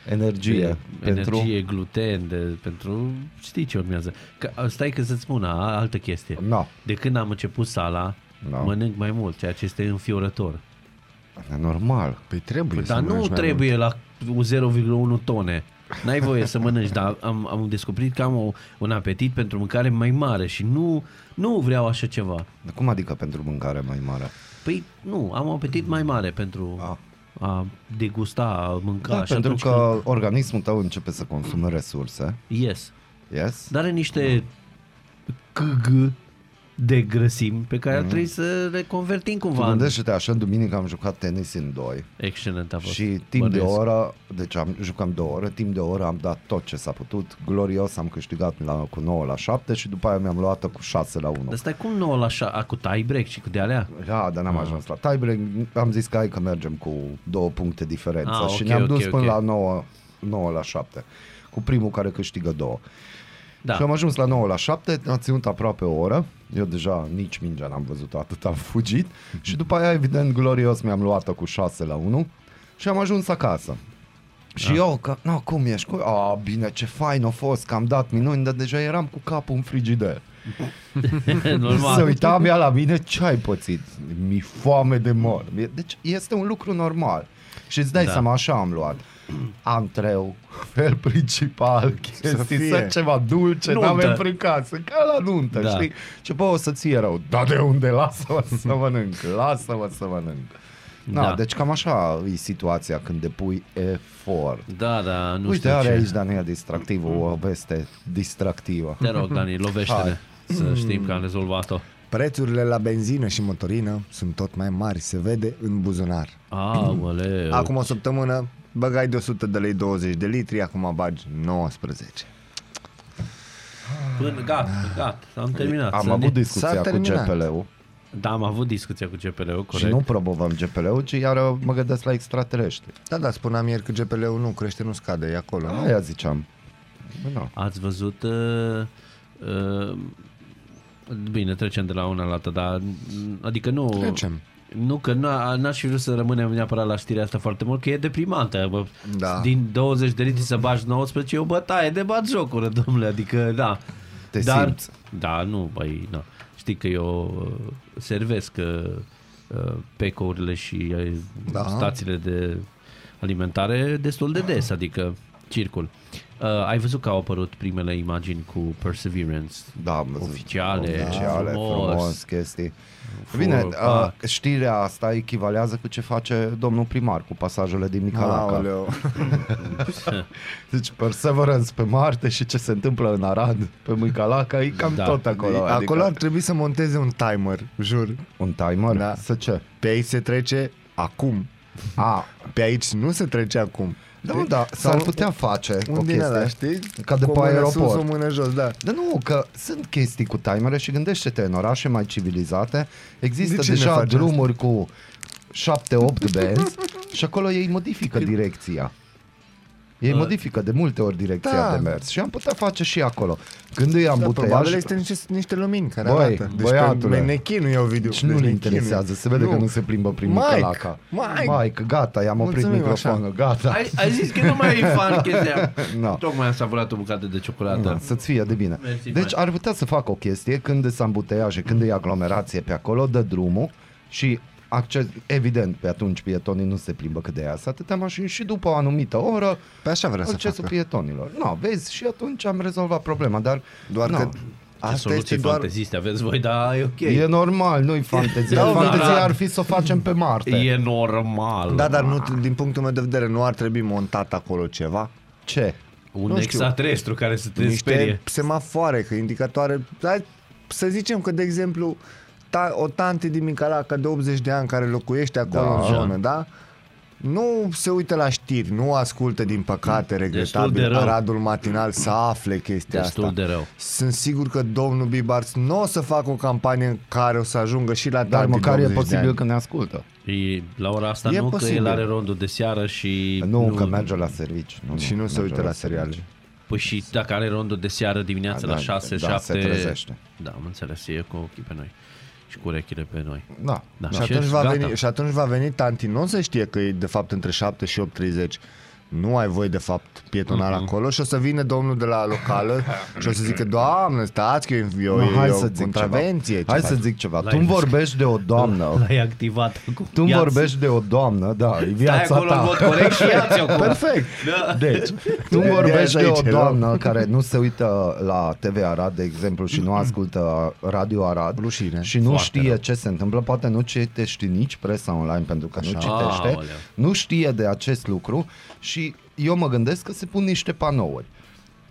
[SPEAKER 2] energie.
[SPEAKER 3] de energie, gluten, de, pentru știi ce urmează. Că, stai că să-ți spun a, altă chestie.
[SPEAKER 2] No.
[SPEAKER 3] De când am început sala,
[SPEAKER 2] Da.
[SPEAKER 3] da. mănânc mai mult, ceea ce este înfiorător.
[SPEAKER 2] E normal.
[SPEAKER 4] Păi trebuie să
[SPEAKER 3] Dar nu
[SPEAKER 4] mănânci mai
[SPEAKER 3] trebuie la 0,1 tone. N-ai voie să mănânci, dar am, am descoperit că am o, un apetit pentru mâncare mai mare și nu, nu vreau așa ceva.
[SPEAKER 2] Dar Cum adică pentru mâncare mai mare?
[SPEAKER 3] Păi nu, am un apetit mai mare pentru a,
[SPEAKER 2] A.
[SPEAKER 3] a degusta, a mânca.
[SPEAKER 2] Ah. Da,
[SPEAKER 3] și
[SPEAKER 2] pentru
[SPEAKER 3] atunci
[SPEAKER 2] că organismul tău începe să consume resurse.
[SPEAKER 3] Când... Yes.
[SPEAKER 2] Yes?
[SPEAKER 3] Dar are niște câg de grăsimi pe care ar trebui să le convertim
[SPEAKER 2] Mm. Tu
[SPEAKER 3] cumva. în-
[SPEAKER 2] gândește-te, așa, duminică am jucat tenis în doi.
[SPEAKER 3] Excelent a fost.
[SPEAKER 2] Și timp de
[SPEAKER 3] Bănuiesc.
[SPEAKER 2] o oră, deci am jucam două ore, timp de o oră am dat tot ce s-a putut, glorios am câștigat la, cu 9 la 7 și după aia mi-am luat cu 6 la 1.
[SPEAKER 3] Dar stai cum 9 la 6, cu tie break și cu de alea?
[SPEAKER 2] Da,
[SPEAKER 3] Ah.
[SPEAKER 2] dar n-am ajuns la tiebreak, am zis că hai că mergem cu două puncte diferență
[SPEAKER 3] Ah,
[SPEAKER 2] și
[SPEAKER 3] ok,
[SPEAKER 2] ne-am
[SPEAKER 3] ok,
[SPEAKER 2] dus
[SPEAKER 3] ok.
[SPEAKER 2] până la 9, 9 la 7, cu primul care câștigă două.
[SPEAKER 3] Da.
[SPEAKER 2] Și am ajuns la 9 la 7, a ținut aproape o oră, eu deja nici mingea n-am văzut, atât am fugit și după aia evident glorios mi-am luat-o cu 6 la 1 și am ajuns acasă. Și
[SPEAKER 3] Ah.
[SPEAKER 2] da. eu, că, no, cum ești? Cu... A, bine, ce fain a fost, că am dat minuni, dar deja eram cu capul în frigider. Se
[SPEAKER 3] Normal.
[SPEAKER 2] uita ea la mine, ce ai pățit? Mi foame de mor. Mi- Deci este un lucru normal. Și îți dai da.
[SPEAKER 3] Da.
[SPEAKER 2] seama, așa am luat. Antreu, fel principal, chestii,
[SPEAKER 4] fie.
[SPEAKER 2] să ceva dulce,
[SPEAKER 3] Nuntă.
[SPEAKER 2] n-avem prin casă, ca la nuntă, da.
[SPEAKER 3] Da.
[SPEAKER 2] știi? Ce bă, o să ție rău, da de unde, lasă-mă să mănânc, lasă-mă să mănânc. Na, da.
[SPEAKER 3] Da.
[SPEAKER 2] deci cam așa e situația când depui efort.
[SPEAKER 3] Da, da, nu
[SPEAKER 2] Uite,
[SPEAKER 3] știu
[SPEAKER 2] are
[SPEAKER 3] ce.
[SPEAKER 2] aici Daniel distractivul, o veste distractivă.
[SPEAKER 3] Te rog, Dani, lovește-ne. Să știm că am rezolvat-o.
[SPEAKER 4] mult. Prețurile la benzină și motorină sunt tot mai mari, se vede în buzunar.
[SPEAKER 3] Aoleu.
[SPEAKER 4] Acum o săptămână băgai de 100 de lei 20 de litri, acum bagi 19.
[SPEAKER 3] Până, gata, gata, am terminat.
[SPEAKER 2] Am
[SPEAKER 3] Să
[SPEAKER 2] avut
[SPEAKER 3] ne-
[SPEAKER 2] discuția cu
[SPEAKER 4] terminat.
[SPEAKER 2] GPL-ul.
[SPEAKER 3] Da, am avut discuția cu CPL-ul,
[SPEAKER 2] Corect.
[SPEAKER 3] corect.
[SPEAKER 2] Și nu promovăm GPL-ul, ci iar mă gândesc la extraterestri.
[SPEAKER 4] Da, da, spuneam ieri că GPL-ul nu crește, nu scade, e acolo. nu?
[SPEAKER 2] Aia ziceam. Bă, da.
[SPEAKER 3] Ați văzut... Uh, uh, bine, trecem de la una la alta, dar... Adică nu...
[SPEAKER 4] Trecem.
[SPEAKER 3] Nu, că n-a, n-aș fi vrut să rămânem neapărat la știrea asta foarte mult, că e deprimantă. Bă.
[SPEAKER 4] Da.
[SPEAKER 3] Din 20 de litri să bagi 19, e o bătaie de bat jocură, domnule, adică da.
[SPEAKER 2] Te simți.
[SPEAKER 3] Da, nu, băi, nu. Știi că eu uh, servesc uh, uh, pecourile și uh, da.
[SPEAKER 4] Da.
[SPEAKER 3] stațiile de alimentare destul de des, adică circul. Uh, ai văzut că au apărut primele imagini cu Perseverance
[SPEAKER 2] Da, am văzut.
[SPEAKER 3] Oficiale,
[SPEAKER 2] oficiale
[SPEAKER 3] frumos.
[SPEAKER 2] frumos. frumos chestii. Bine, a,
[SPEAKER 3] pac.
[SPEAKER 2] știrea asta echivalează cu ce face domnul primar cu pasajele din Micalaca.
[SPEAKER 4] Aoleu.
[SPEAKER 2] Deci Perseverance pe Marte și ce se întâmplă în Arad pe Micalaca e cam
[SPEAKER 3] Da.
[SPEAKER 2] da. tot acolo.
[SPEAKER 4] Acolo,
[SPEAKER 2] adică
[SPEAKER 4] ar trebui să monteze un timer, jur.
[SPEAKER 2] un timer?
[SPEAKER 4] Da.
[SPEAKER 2] Da. Să ce?
[SPEAKER 4] Pe aici se trece acum.
[SPEAKER 2] A,
[SPEAKER 4] Pe aici nu se trece acum.
[SPEAKER 2] da, mă, da, s-ar putea face o
[SPEAKER 4] Deci Un din ăla,
[SPEAKER 2] chestie.
[SPEAKER 4] știi?
[SPEAKER 2] Ca de
[SPEAKER 4] Cu
[SPEAKER 2] pe
[SPEAKER 4] o mână Sus,
[SPEAKER 2] aeroport.
[SPEAKER 4] o mână jos, da.
[SPEAKER 2] Dar nu, că sunt chestii cu timere și gândește-te, în orașe mai civilizate există
[SPEAKER 4] De ce ne
[SPEAKER 2] deja
[SPEAKER 4] faci
[SPEAKER 2] drumuri cu 7-8 benzi și acolo ei modifică direcția. Ei modifică de multe ori direcția
[SPEAKER 4] Da.
[SPEAKER 2] de mers și am putea face și acolo. Când îi am
[SPEAKER 4] Da, probabil
[SPEAKER 2] buteiaj,
[SPEAKER 4] este niște, niște lumini care
[SPEAKER 2] Băi,
[SPEAKER 4] arată. Deci
[SPEAKER 2] băiatule.
[SPEAKER 4] pe, ne chinuie Ovidiu.
[SPEAKER 2] deci nu
[SPEAKER 4] Deci
[SPEAKER 2] le
[SPEAKER 4] ne
[SPEAKER 2] interesează,
[SPEAKER 4] chinuie.
[SPEAKER 2] se vede că nu se plimbă prin
[SPEAKER 4] Mike,
[SPEAKER 2] Micalaca.
[SPEAKER 4] Mike.
[SPEAKER 2] Mike, gata, i-am oprit
[SPEAKER 4] Mulțumim, așa.
[SPEAKER 2] microfonul, gata.
[SPEAKER 3] Ai, ai zis că nu mai e fan chestia.
[SPEAKER 2] No.
[SPEAKER 3] Tocmai am savurat o bucată de ciocolată.
[SPEAKER 2] Da, să-ți fie de bine.
[SPEAKER 3] Mersi,
[SPEAKER 2] deci
[SPEAKER 3] Mike.
[SPEAKER 2] ar putea să facă o chestie când sunt ambuteiaje, când e aglomerație pe acolo, dă drumul și acces, evident, pe atunci pietonii nu se plimbă cât de iasă atâtea mașini și după o anumită oră
[SPEAKER 4] Pe așa vrea să
[SPEAKER 2] accesul
[SPEAKER 4] facă.
[SPEAKER 2] pietonilor. Nu, vezi, și atunci am rezolvat problema, dar
[SPEAKER 4] Doar
[SPEAKER 2] na,
[SPEAKER 4] că
[SPEAKER 3] Ce
[SPEAKER 4] asta este
[SPEAKER 3] soluții
[SPEAKER 4] doar...
[SPEAKER 3] fanteziste aveți voi, dar e ok.
[SPEAKER 2] e normal, nu-i fantezie.
[SPEAKER 4] Da,
[SPEAKER 2] Fantezia
[SPEAKER 3] da.
[SPEAKER 2] ar fi să o facem pe Marte.
[SPEAKER 3] E normal.
[SPEAKER 4] Da, dar nu, din punctul meu de vedere nu ar trebui montat acolo ceva.
[SPEAKER 2] Ce?
[SPEAKER 3] Un
[SPEAKER 4] știu.
[SPEAKER 3] extraterestru care să te
[SPEAKER 4] niște
[SPEAKER 3] sperie.
[SPEAKER 4] semafoare, că indicatoare. Dar să zicem că, de exemplu, ta, o tante din Micalaca de 80 de ani care locuiește acolo
[SPEAKER 2] Da.
[SPEAKER 4] da. în zonă, da? Nu se uită la știri, nu ascultă, din păcate,
[SPEAKER 3] de
[SPEAKER 4] regretabil,
[SPEAKER 3] rău.
[SPEAKER 4] Aradul matinal să afle chestia
[SPEAKER 3] Destul
[SPEAKER 4] asta.
[SPEAKER 3] de rău.
[SPEAKER 4] Sunt sigur că domnul Bibarț nu o să facă o campanie în care o să ajungă și la
[SPEAKER 2] Dar
[SPEAKER 4] tanti
[SPEAKER 2] măcar
[SPEAKER 4] de
[SPEAKER 2] e
[SPEAKER 4] 80 Da, de
[SPEAKER 2] posibil
[SPEAKER 4] ani.
[SPEAKER 2] că ne ascultă.
[SPEAKER 3] E, la ora asta
[SPEAKER 4] E
[SPEAKER 3] nu,
[SPEAKER 4] posibil.
[SPEAKER 3] că el are rondul de seară și...
[SPEAKER 2] Nu, că merge la servici. Nu,
[SPEAKER 4] Și nu se
[SPEAKER 2] merge
[SPEAKER 4] uită la
[SPEAKER 2] servici.
[SPEAKER 4] seriale.
[SPEAKER 3] Păi și dacă are rondul de seară dimineața
[SPEAKER 2] Da,
[SPEAKER 3] la
[SPEAKER 2] da,
[SPEAKER 3] 6,
[SPEAKER 2] da,
[SPEAKER 3] 7...
[SPEAKER 2] se trezește.
[SPEAKER 3] Da, am înțeles, e cu ochii pe noi și cu urechile pe noi.
[SPEAKER 2] Da.
[SPEAKER 3] Da,
[SPEAKER 4] Și atunci, va
[SPEAKER 3] gata.
[SPEAKER 4] veni, și atunci va veni tanti, nu o să știe că e de fapt între 7 și 8.30. Nu ai voie de fapt pietonal
[SPEAKER 2] Mhm.
[SPEAKER 4] mm-hmm. acolo și o să vină domnul de la locală și o să zică, doamnă, stați că e, e,
[SPEAKER 2] Nu,
[SPEAKER 4] e,
[SPEAKER 2] hai
[SPEAKER 4] e
[SPEAKER 2] să
[SPEAKER 4] o
[SPEAKER 2] zic
[SPEAKER 4] contravenție.
[SPEAKER 2] ceva. Hai
[SPEAKER 4] ceva.
[SPEAKER 2] să zic ceva.
[SPEAKER 3] La
[SPEAKER 2] Tu îmi
[SPEAKER 3] Ivescu.
[SPEAKER 2] vorbești de o doamnă.
[SPEAKER 3] L-ai activat acum.
[SPEAKER 2] Tu îmi
[SPEAKER 3] Ia-ți-
[SPEAKER 2] vorbești de o doamnă, da, e
[SPEAKER 3] Stai
[SPEAKER 2] viața
[SPEAKER 3] acolo în mod
[SPEAKER 2] ta.
[SPEAKER 3] corect și ia-ți acum.
[SPEAKER 4] Perfect.
[SPEAKER 3] Da.
[SPEAKER 2] Deci, tu îmi
[SPEAKER 4] De-
[SPEAKER 2] vorbești
[SPEAKER 4] de
[SPEAKER 2] de o
[SPEAKER 4] aici, nu?
[SPEAKER 2] doamnă care nu se uită la TV Arad, de exemplu, și nu ascultă Radio Arad
[SPEAKER 4] Rușine.
[SPEAKER 2] și nu
[SPEAKER 3] Foarte
[SPEAKER 2] știe
[SPEAKER 3] rău.
[SPEAKER 2] ce se întâmplă, poate nu citești nici presa online pentru că nu
[SPEAKER 4] Așa.
[SPEAKER 2] citește,
[SPEAKER 3] Aoleu.
[SPEAKER 2] nu știe de acest lucru și eu mă gândesc că se pun niște panouri.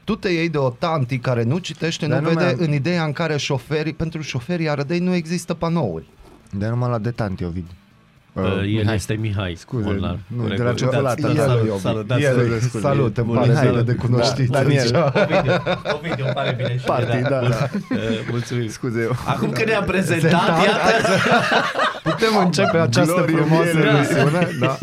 [SPEAKER 2] Tu te iei de o tanti care nu citește,
[SPEAKER 4] Dar
[SPEAKER 2] nu
[SPEAKER 4] nu
[SPEAKER 2] vede
[SPEAKER 4] mai am-
[SPEAKER 2] în ideea în care șoferii, pentru șoferii arădei nu există panouri.
[SPEAKER 4] De numai la de tanti, Ovid.
[SPEAKER 2] Ă, Oh,
[SPEAKER 3] Uh, el este Mihai.
[SPEAKER 4] Scuze,
[SPEAKER 3] Molnar.
[SPEAKER 4] nu,
[SPEAKER 3] Corect.
[SPEAKER 4] de la ciocolată.
[SPEAKER 3] Da,
[SPEAKER 4] El,
[SPEAKER 3] salut,
[SPEAKER 2] Iobi.
[SPEAKER 3] salut, da,
[SPEAKER 2] El,
[SPEAKER 3] salut.
[SPEAKER 2] Iobi. Salut, îmi
[SPEAKER 3] Bun,
[SPEAKER 2] pare
[SPEAKER 3] Mihai.
[SPEAKER 2] bine de cunoștință.
[SPEAKER 4] Da, Daniel.
[SPEAKER 2] zicea.
[SPEAKER 3] Ovidiu, Ovidiu, îmi pare bine și
[SPEAKER 4] Party,
[SPEAKER 3] mie,
[SPEAKER 4] da,
[SPEAKER 3] Bun.
[SPEAKER 4] da.
[SPEAKER 3] Uh, Mulțumim.
[SPEAKER 4] Scuze.
[SPEAKER 3] Acum că ne-am prezentat, iată,
[SPEAKER 2] Putem începe această
[SPEAKER 4] Glorie
[SPEAKER 2] frumoasă
[SPEAKER 4] vierii.
[SPEAKER 2] emisiune. Da.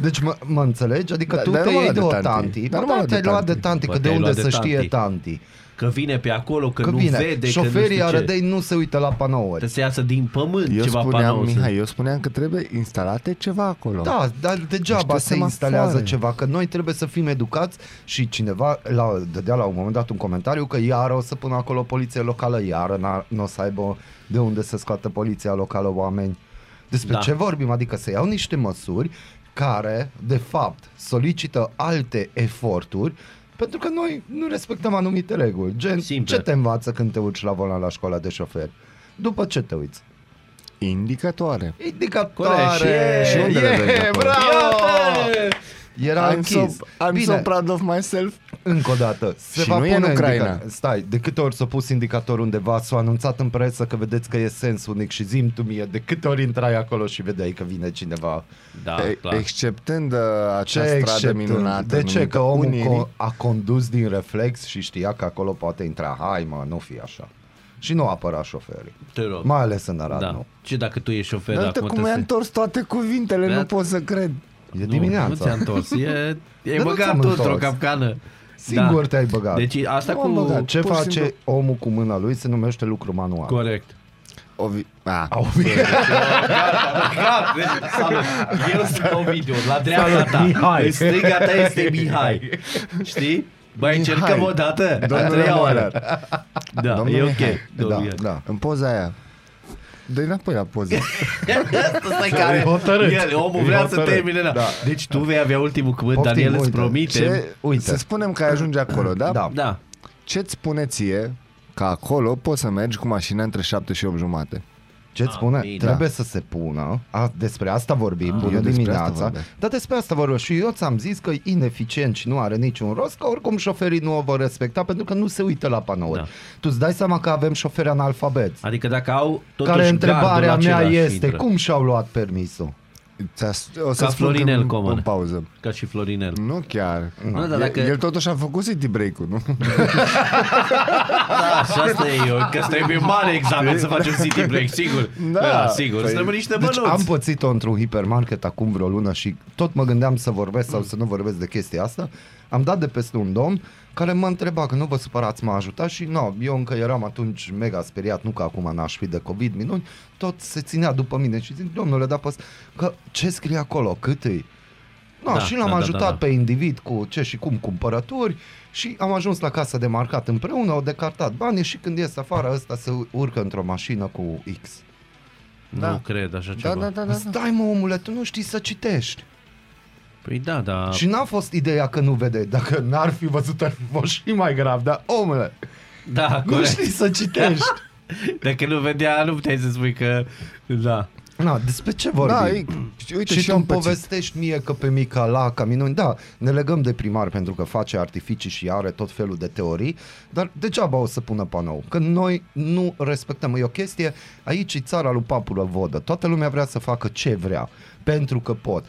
[SPEAKER 2] Deci mă, mă înțelegi? Adică
[SPEAKER 4] Da,
[SPEAKER 2] tu
[SPEAKER 4] dar
[SPEAKER 2] te
[SPEAKER 4] nu mă
[SPEAKER 2] iei de
[SPEAKER 4] lua de
[SPEAKER 2] o
[SPEAKER 4] tanti.
[SPEAKER 2] tanti.
[SPEAKER 4] Dar
[SPEAKER 2] Dar
[SPEAKER 4] nu mă
[SPEAKER 2] nu
[SPEAKER 4] lua de
[SPEAKER 2] te-ai luat
[SPEAKER 4] tanti.
[SPEAKER 2] de tanti,
[SPEAKER 3] Bă,
[SPEAKER 2] că de
[SPEAKER 3] te-ai
[SPEAKER 2] unde
[SPEAKER 3] luat de
[SPEAKER 2] să știe
[SPEAKER 3] tanti.
[SPEAKER 2] tanti?
[SPEAKER 3] că vine pe acolo, că,
[SPEAKER 2] Că
[SPEAKER 3] nu
[SPEAKER 2] vine,
[SPEAKER 3] vede, că nu
[SPEAKER 2] șoferii
[SPEAKER 3] știu ce.
[SPEAKER 2] arădei nu se uită la panouri.
[SPEAKER 3] Trebuie să iasă din pământ
[SPEAKER 4] Eu
[SPEAKER 3] ceva
[SPEAKER 4] spuneam,
[SPEAKER 3] panouri.
[SPEAKER 4] Mihai, eu spuneam că trebuie instalate ceva acolo.
[SPEAKER 2] Da, dar degeaba
[SPEAKER 4] Niște
[SPEAKER 2] se instalează
[SPEAKER 4] semafoare.
[SPEAKER 2] ceva, că noi trebuie să fim educați și cineva la, dădea la un moment dat un comentariu că iară o să pună acolo poliție locală, iară nu o să aibă de unde să scoată poliția locală oameni. Despre
[SPEAKER 3] Da.
[SPEAKER 2] da. ce vorbim? Adică să iau niște măsuri care, de fapt, solicită alte eforturi pentru că noi nu respectăm anumite reguli. Gen,
[SPEAKER 3] Simple.
[SPEAKER 2] ce te învață când te urci la volan la școala de șofer? După ce te uiți?
[SPEAKER 4] Indicatoare.
[SPEAKER 3] Corect. Și-
[SPEAKER 2] Indicatoare!
[SPEAKER 4] și unde le
[SPEAKER 2] Yeah,
[SPEAKER 4] vezi acolo?
[SPEAKER 2] bravo!
[SPEAKER 3] Iată!
[SPEAKER 2] Era
[SPEAKER 4] I'm so,
[SPEAKER 2] închis.
[SPEAKER 4] I'm
[SPEAKER 2] Bine,
[SPEAKER 4] so proud of myself.
[SPEAKER 2] încă o dată. Se
[SPEAKER 4] Și
[SPEAKER 2] va
[SPEAKER 4] nu e
[SPEAKER 2] pune
[SPEAKER 4] în Ucraina.
[SPEAKER 2] indica- Stai, de câte ori s-a pus indicator undeva, s-a anunțat în presă că vedeți că e sens unic și zim tu mie de câte ori intrai acolo și vedeai că vine cineva.
[SPEAKER 3] Da,
[SPEAKER 4] E-
[SPEAKER 3] clar.
[SPEAKER 4] Exceptând uh,
[SPEAKER 2] Ah, Ce
[SPEAKER 4] acea stradă
[SPEAKER 2] exceptăm?
[SPEAKER 4] minunată.
[SPEAKER 2] De ce?
[SPEAKER 4] numită
[SPEAKER 2] Că omul
[SPEAKER 4] Unirii.
[SPEAKER 2] co- a condus din reflex și știa că acolo poate intra. Hai mă, nu fi așa. Și nu apăra șoferii.
[SPEAKER 3] Te rog.
[SPEAKER 2] Mai ales în Arad,
[SPEAKER 3] da.
[SPEAKER 2] nu.
[SPEAKER 3] Ce dacă tu ești șofer
[SPEAKER 4] Dar uite
[SPEAKER 3] acum
[SPEAKER 4] cum ai
[SPEAKER 3] trebuie să-
[SPEAKER 4] întors toate cuvintele,
[SPEAKER 3] Da.
[SPEAKER 4] nu pot să cred.
[SPEAKER 2] E
[SPEAKER 3] Nu,
[SPEAKER 2] dimineața.
[SPEAKER 3] Nu ți-a întors. E, e
[SPEAKER 2] nu
[SPEAKER 3] băgat
[SPEAKER 2] ți-am
[SPEAKER 3] tu într-o
[SPEAKER 2] întors.
[SPEAKER 3] capcană.
[SPEAKER 2] Singur te-ai băgat.
[SPEAKER 3] Deci asta
[SPEAKER 2] Om,
[SPEAKER 3] cu...
[SPEAKER 2] băgat. Ce
[SPEAKER 4] pur și
[SPEAKER 2] face
[SPEAKER 4] simplu-
[SPEAKER 2] omul cu mâna lui se numește lucru manual.
[SPEAKER 3] Corect. deci,
[SPEAKER 4] Ovi... A,
[SPEAKER 3] Ah,
[SPEAKER 2] Au
[SPEAKER 3] Gata, deci, salut. Eu sunt Ovidiu, la dreapta ta.
[SPEAKER 5] Mihai.
[SPEAKER 3] Stânga ta este Mihai. Știi? Băi,
[SPEAKER 4] Mihai.
[SPEAKER 3] încercăm o dată, a
[SPEAKER 4] Domnule
[SPEAKER 3] treia
[SPEAKER 4] Morar.
[SPEAKER 3] oară. Da,
[SPEAKER 4] Domnule
[SPEAKER 3] e
[SPEAKER 4] Mihai.
[SPEAKER 3] ok.
[SPEAKER 2] da,
[SPEAKER 3] domnul Mihai.
[SPEAKER 2] da.
[SPEAKER 4] în poza aia. Dă-i înapoi la poză.
[SPEAKER 3] Asta e care...
[SPEAKER 5] E hotărât.
[SPEAKER 3] El, omul
[SPEAKER 5] E
[SPEAKER 3] vrea să
[SPEAKER 5] hotărât.
[SPEAKER 3] termine. Da. Deci tu vei avea ultimul cuvânt,
[SPEAKER 2] Poftim,
[SPEAKER 3] Daniel, îți
[SPEAKER 2] uite.
[SPEAKER 3] promite.
[SPEAKER 4] Ce,
[SPEAKER 2] Uite.
[SPEAKER 4] Să spunem că ai ajunge acolo, da?
[SPEAKER 2] Da.
[SPEAKER 3] Da.
[SPEAKER 4] Ce-ți spune ție că acolo poți să mergi cu mașina între 7 și 8 jumate?
[SPEAKER 2] Ce-ți spune?
[SPEAKER 3] bine.
[SPEAKER 2] Trebuie să se pună. A, despre asta vorbim, bună
[SPEAKER 4] eu despre asta
[SPEAKER 2] dimineața.
[SPEAKER 4] vorbesc.
[SPEAKER 2] Dar despre asta vorbesc. Și eu ți-am zis că e ineficient și nu are niciun rost, că oricum șoferii nu o vor respecta pentru că nu se uită la panouri.
[SPEAKER 3] Da.
[SPEAKER 2] Da. Tu îți dai seama că avem șoferi analfabeti.
[SPEAKER 3] Adică dacă au totuși
[SPEAKER 2] care întrebarea
[SPEAKER 3] gardul
[SPEAKER 2] mea
[SPEAKER 3] același
[SPEAKER 2] este,
[SPEAKER 3] intră.
[SPEAKER 2] cum și-au luat permisul?
[SPEAKER 4] Ți-a- O
[SPEAKER 3] Ca
[SPEAKER 4] spun
[SPEAKER 3] Florinel
[SPEAKER 4] când-
[SPEAKER 3] Coman.
[SPEAKER 4] În pauză.
[SPEAKER 3] Ca și Florinel.
[SPEAKER 4] Nu chiar.
[SPEAKER 3] Nu, dar
[SPEAKER 4] El-
[SPEAKER 3] dacă-
[SPEAKER 4] El totuși a făcut city break-ul, nu?
[SPEAKER 3] Da, și asta e eu, că îți trebuie mare examen să facem city break, sigur.
[SPEAKER 4] Da.
[SPEAKER 3] sigur. Îți
[SPEAKER 4] Păi,
[SPEAKER 3] trebuie niște
[SPEAKER 2] Deci
[SPEAKER 3] bănuți.
[SPEAKER 2] am pățit-o într-un hipermarket acum vreo lună și tot mă gândeam să vorbesc sau să nu vorbesc de chestia asta. Am dat de peste un domn care mă întreba că nu vă supărați, m-a ajutat și nu, eu încă eram atunci mega speriat, nu că acum n-aș fi de COVID, minuni, tot se ținea după mine și zic, domnule, da, păs, că ce scrie acolo, cât e? No,
[SPEAKER 3] Da,
[SPEAKER 2] da, și l-am
[SPEAKER 3] da,
[SPEAKER 2] da,
[SPEAKER 3] da,
[SPEAKER 2] ajutat
[SPEAKER 3] da,
[SPEAKER 2] da,
[SPEAKER 3] da.
[SPEAKER 2] da. pe individ cu ce și cum cumpărături și am ajuns la casa de marcat împreună, au decartat banii și când ies afară ăsta se urcă într-o mașină cu X.
[SPEAKER 3] Nu
[SPEAKER 4] Da.
[SPEAKER 3] cred așa ceva.
[SPEAKER 4] Da, da, da, da. da.
[SPEAKER 2] Stai mă omule, tu nu știi să citești.
[SPEAKER 3] Păi da, da.
[SPEAKER 2] Și n-a fost ideea că nu vede. Dacă n-ar fi văzut, ar fi fost și mai grav. Dar omule,
[SPEAKER 3] Da,
[SPEAKER 2] nu
[SPEAKER 3] corect.
[SPEAKER 2] știi să citești.
[SPEAKER 3] Dacă nu vedea, nu puteai să spui că... Da.
[SPEAKER 2] Na, despre ce vorbim?
[SPEAKER 4] Da, e, și uite,
[SPEAKER 2] și,
[SPEAKER 4] și
[SPEAKER 2] tu
[SPEAKER 4] eu am
[SPEAKER 2] îmi
[SPEAKER 4] pățit.
[SPEAKER 2] povestești mie că pe mica la ca minuni, da, ne legăm de primar pentru că face artificii și are tot felul de teorii, dar degeaba o să pună panou, că noi nu respectăm. E o chestie, aici e țara lui Papură Vodă, toată lumea vrea să facă ce vrea, pentru că pot.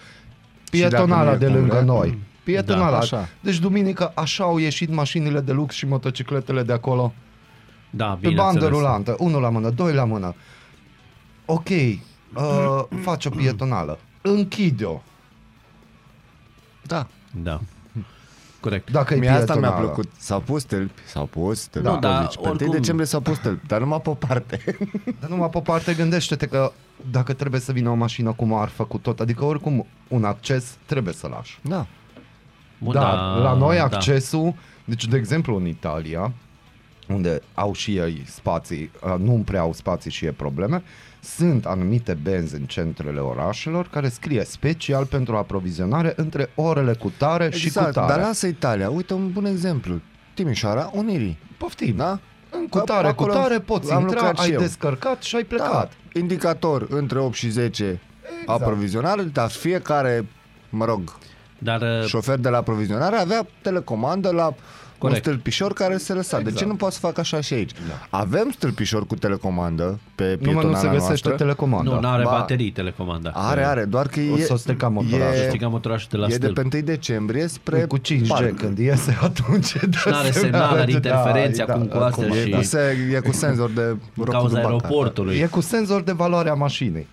[SPEAKER 4] dacă nu
[SPEAKER 2] Pietonala
[SPEAKER 4] e
[SPEAKER 2] de
[SPEAKER 4] cum
[SPEAKER 2] lângă
[SPEAKER 4] vrea.
[SPEAKER 2] noi, pietonala.
[SPEAKER 4] Da,
[SPEAKER 2] Da,
[SPEAKER 4] așa.
[SPEAKER 2] Deci duminică așa au ieșit mașinile de lux și motocicletele de acolo
[SPEAKER 3] Da,
[SPEAKER 2] pe
[SPEAKER 3] bine
[SPEAKER 2] bandă rulantă, unul la mână, doi la mână. Ok, uh, faci o pietonală, închide-o,
[SPEAKER 4] Da.
[SPEAKER 3] Da. Corect.
[SPEAKER 2] dacă e
[SPEAKER 4] Mie asta mi-a
[SPEAKER 2] pietonală.
[SPEAKER 4] plăcut. S-au pus tâlpi, s-au pus tâlpi.
[SPEAKER 3] Da, dar
[SPEAKER 4] Deci, pe 1
[SPEAKER 3] oricum-
[SPEAKER 4] decembrie s-au pus tâlpi, dar numai pe o parte.
[SPEAKER 2] Dar numai pe o parte gândește-te că dacă trebuie să vină o mașină cu marfă, cu tot, adică oricum un acces trebuie să lași.
[SPEAKER 4] Da.
[SPEAKER 3] Bun,
[SPEAKER 2] da,
[SPEAKER 3] da,
[SPEAKER 2] la noi
[SPEAKER 3] da.
[SPEAKER 2] accesul, deci de exemplu în Italia, unde au și ei spații, uh, nu prea au spații și e probleme, sunt anumite benzi în centrele orașelor care scrie special pentru aprovizionare între orele cu tare și cu tare.
[SPEAKER 4] Exact. Dar lasă Italia. Uite un bun exemplu. Timișoara, Unirii.
[SPEAKER 2] Poftim,
[SPEAKER 4] Da?
[SPEAKER 2] în cu tare, cu
[SPEAKER 4] Acolo
[SPEAKER 2] tare
[SPEAKER 4] am-
[SPEAKER 2] poți
[SPEAKER 4] am
[SPEAKER 2] intra,
[SPEAKER 4] lucrat și
[SPEAKER 2] ai
[SPEAKER 4] eu.
[SPEAKER 2] descărcat și ai
[SPEAKER 4] Da.
[SPEAKER 2] plecat.
[SPEAKER 4] Indicator între 8 și 10 exact. aprovizionare, dar fiecare, mă rog,
[SPEAKER 3] Dar uh,
[SPEAKER 4] șofer de la aprovizionare avea telecomandă la Corect. un
[SPEAKER 3] Corect.
[SPEAKER 4] stâlpișor care se lăsa. Exact. De ce nu poți să fac așa și aici? Da. Avem stâlpișor cu telecomandă pe
[SPEAKER 2] Nu, mă,
[SPEAKER 4] pietonala
[SPEAKER 2] nu se găsește
[SPEAKER 4] noastră.
[SPEAKER 2] telecomanda.
[SPEAKER 3] nu, n-are
[SPEAKER 4] Ba.
[SPEAKER 3] baterii telecomanda.
[SPEAKER 4] Are, are, doar că
[SPEAKER 2] O
[SPEAKER 4] e,
[SPEAKER 2] să o strica motorajul.
[SPEAKER 4] e,
[SPEAKER 3] Știi motorașul de la
[SPEAKER 4] e de
[SPEAKER 3] stâlp.
[SPEAKER 4] pe 1 decembrie spre
[SPEAKER 2] Păi cu 5G
[SPEAKER 4] parc.
[SPEAKER 2] când iese atunci Da,
[SPEAKER 3] Și n-are semnal, are interferențe acum cu astea
[SPEAKER 4] E, cu,
[SPEAKER 3] și
[SPEAKER 4] se, e cu senzor de
[SPEAKER 3] din cauza aeroportului.
[SPEAKER 2] E cu senzor de valoare a mașinii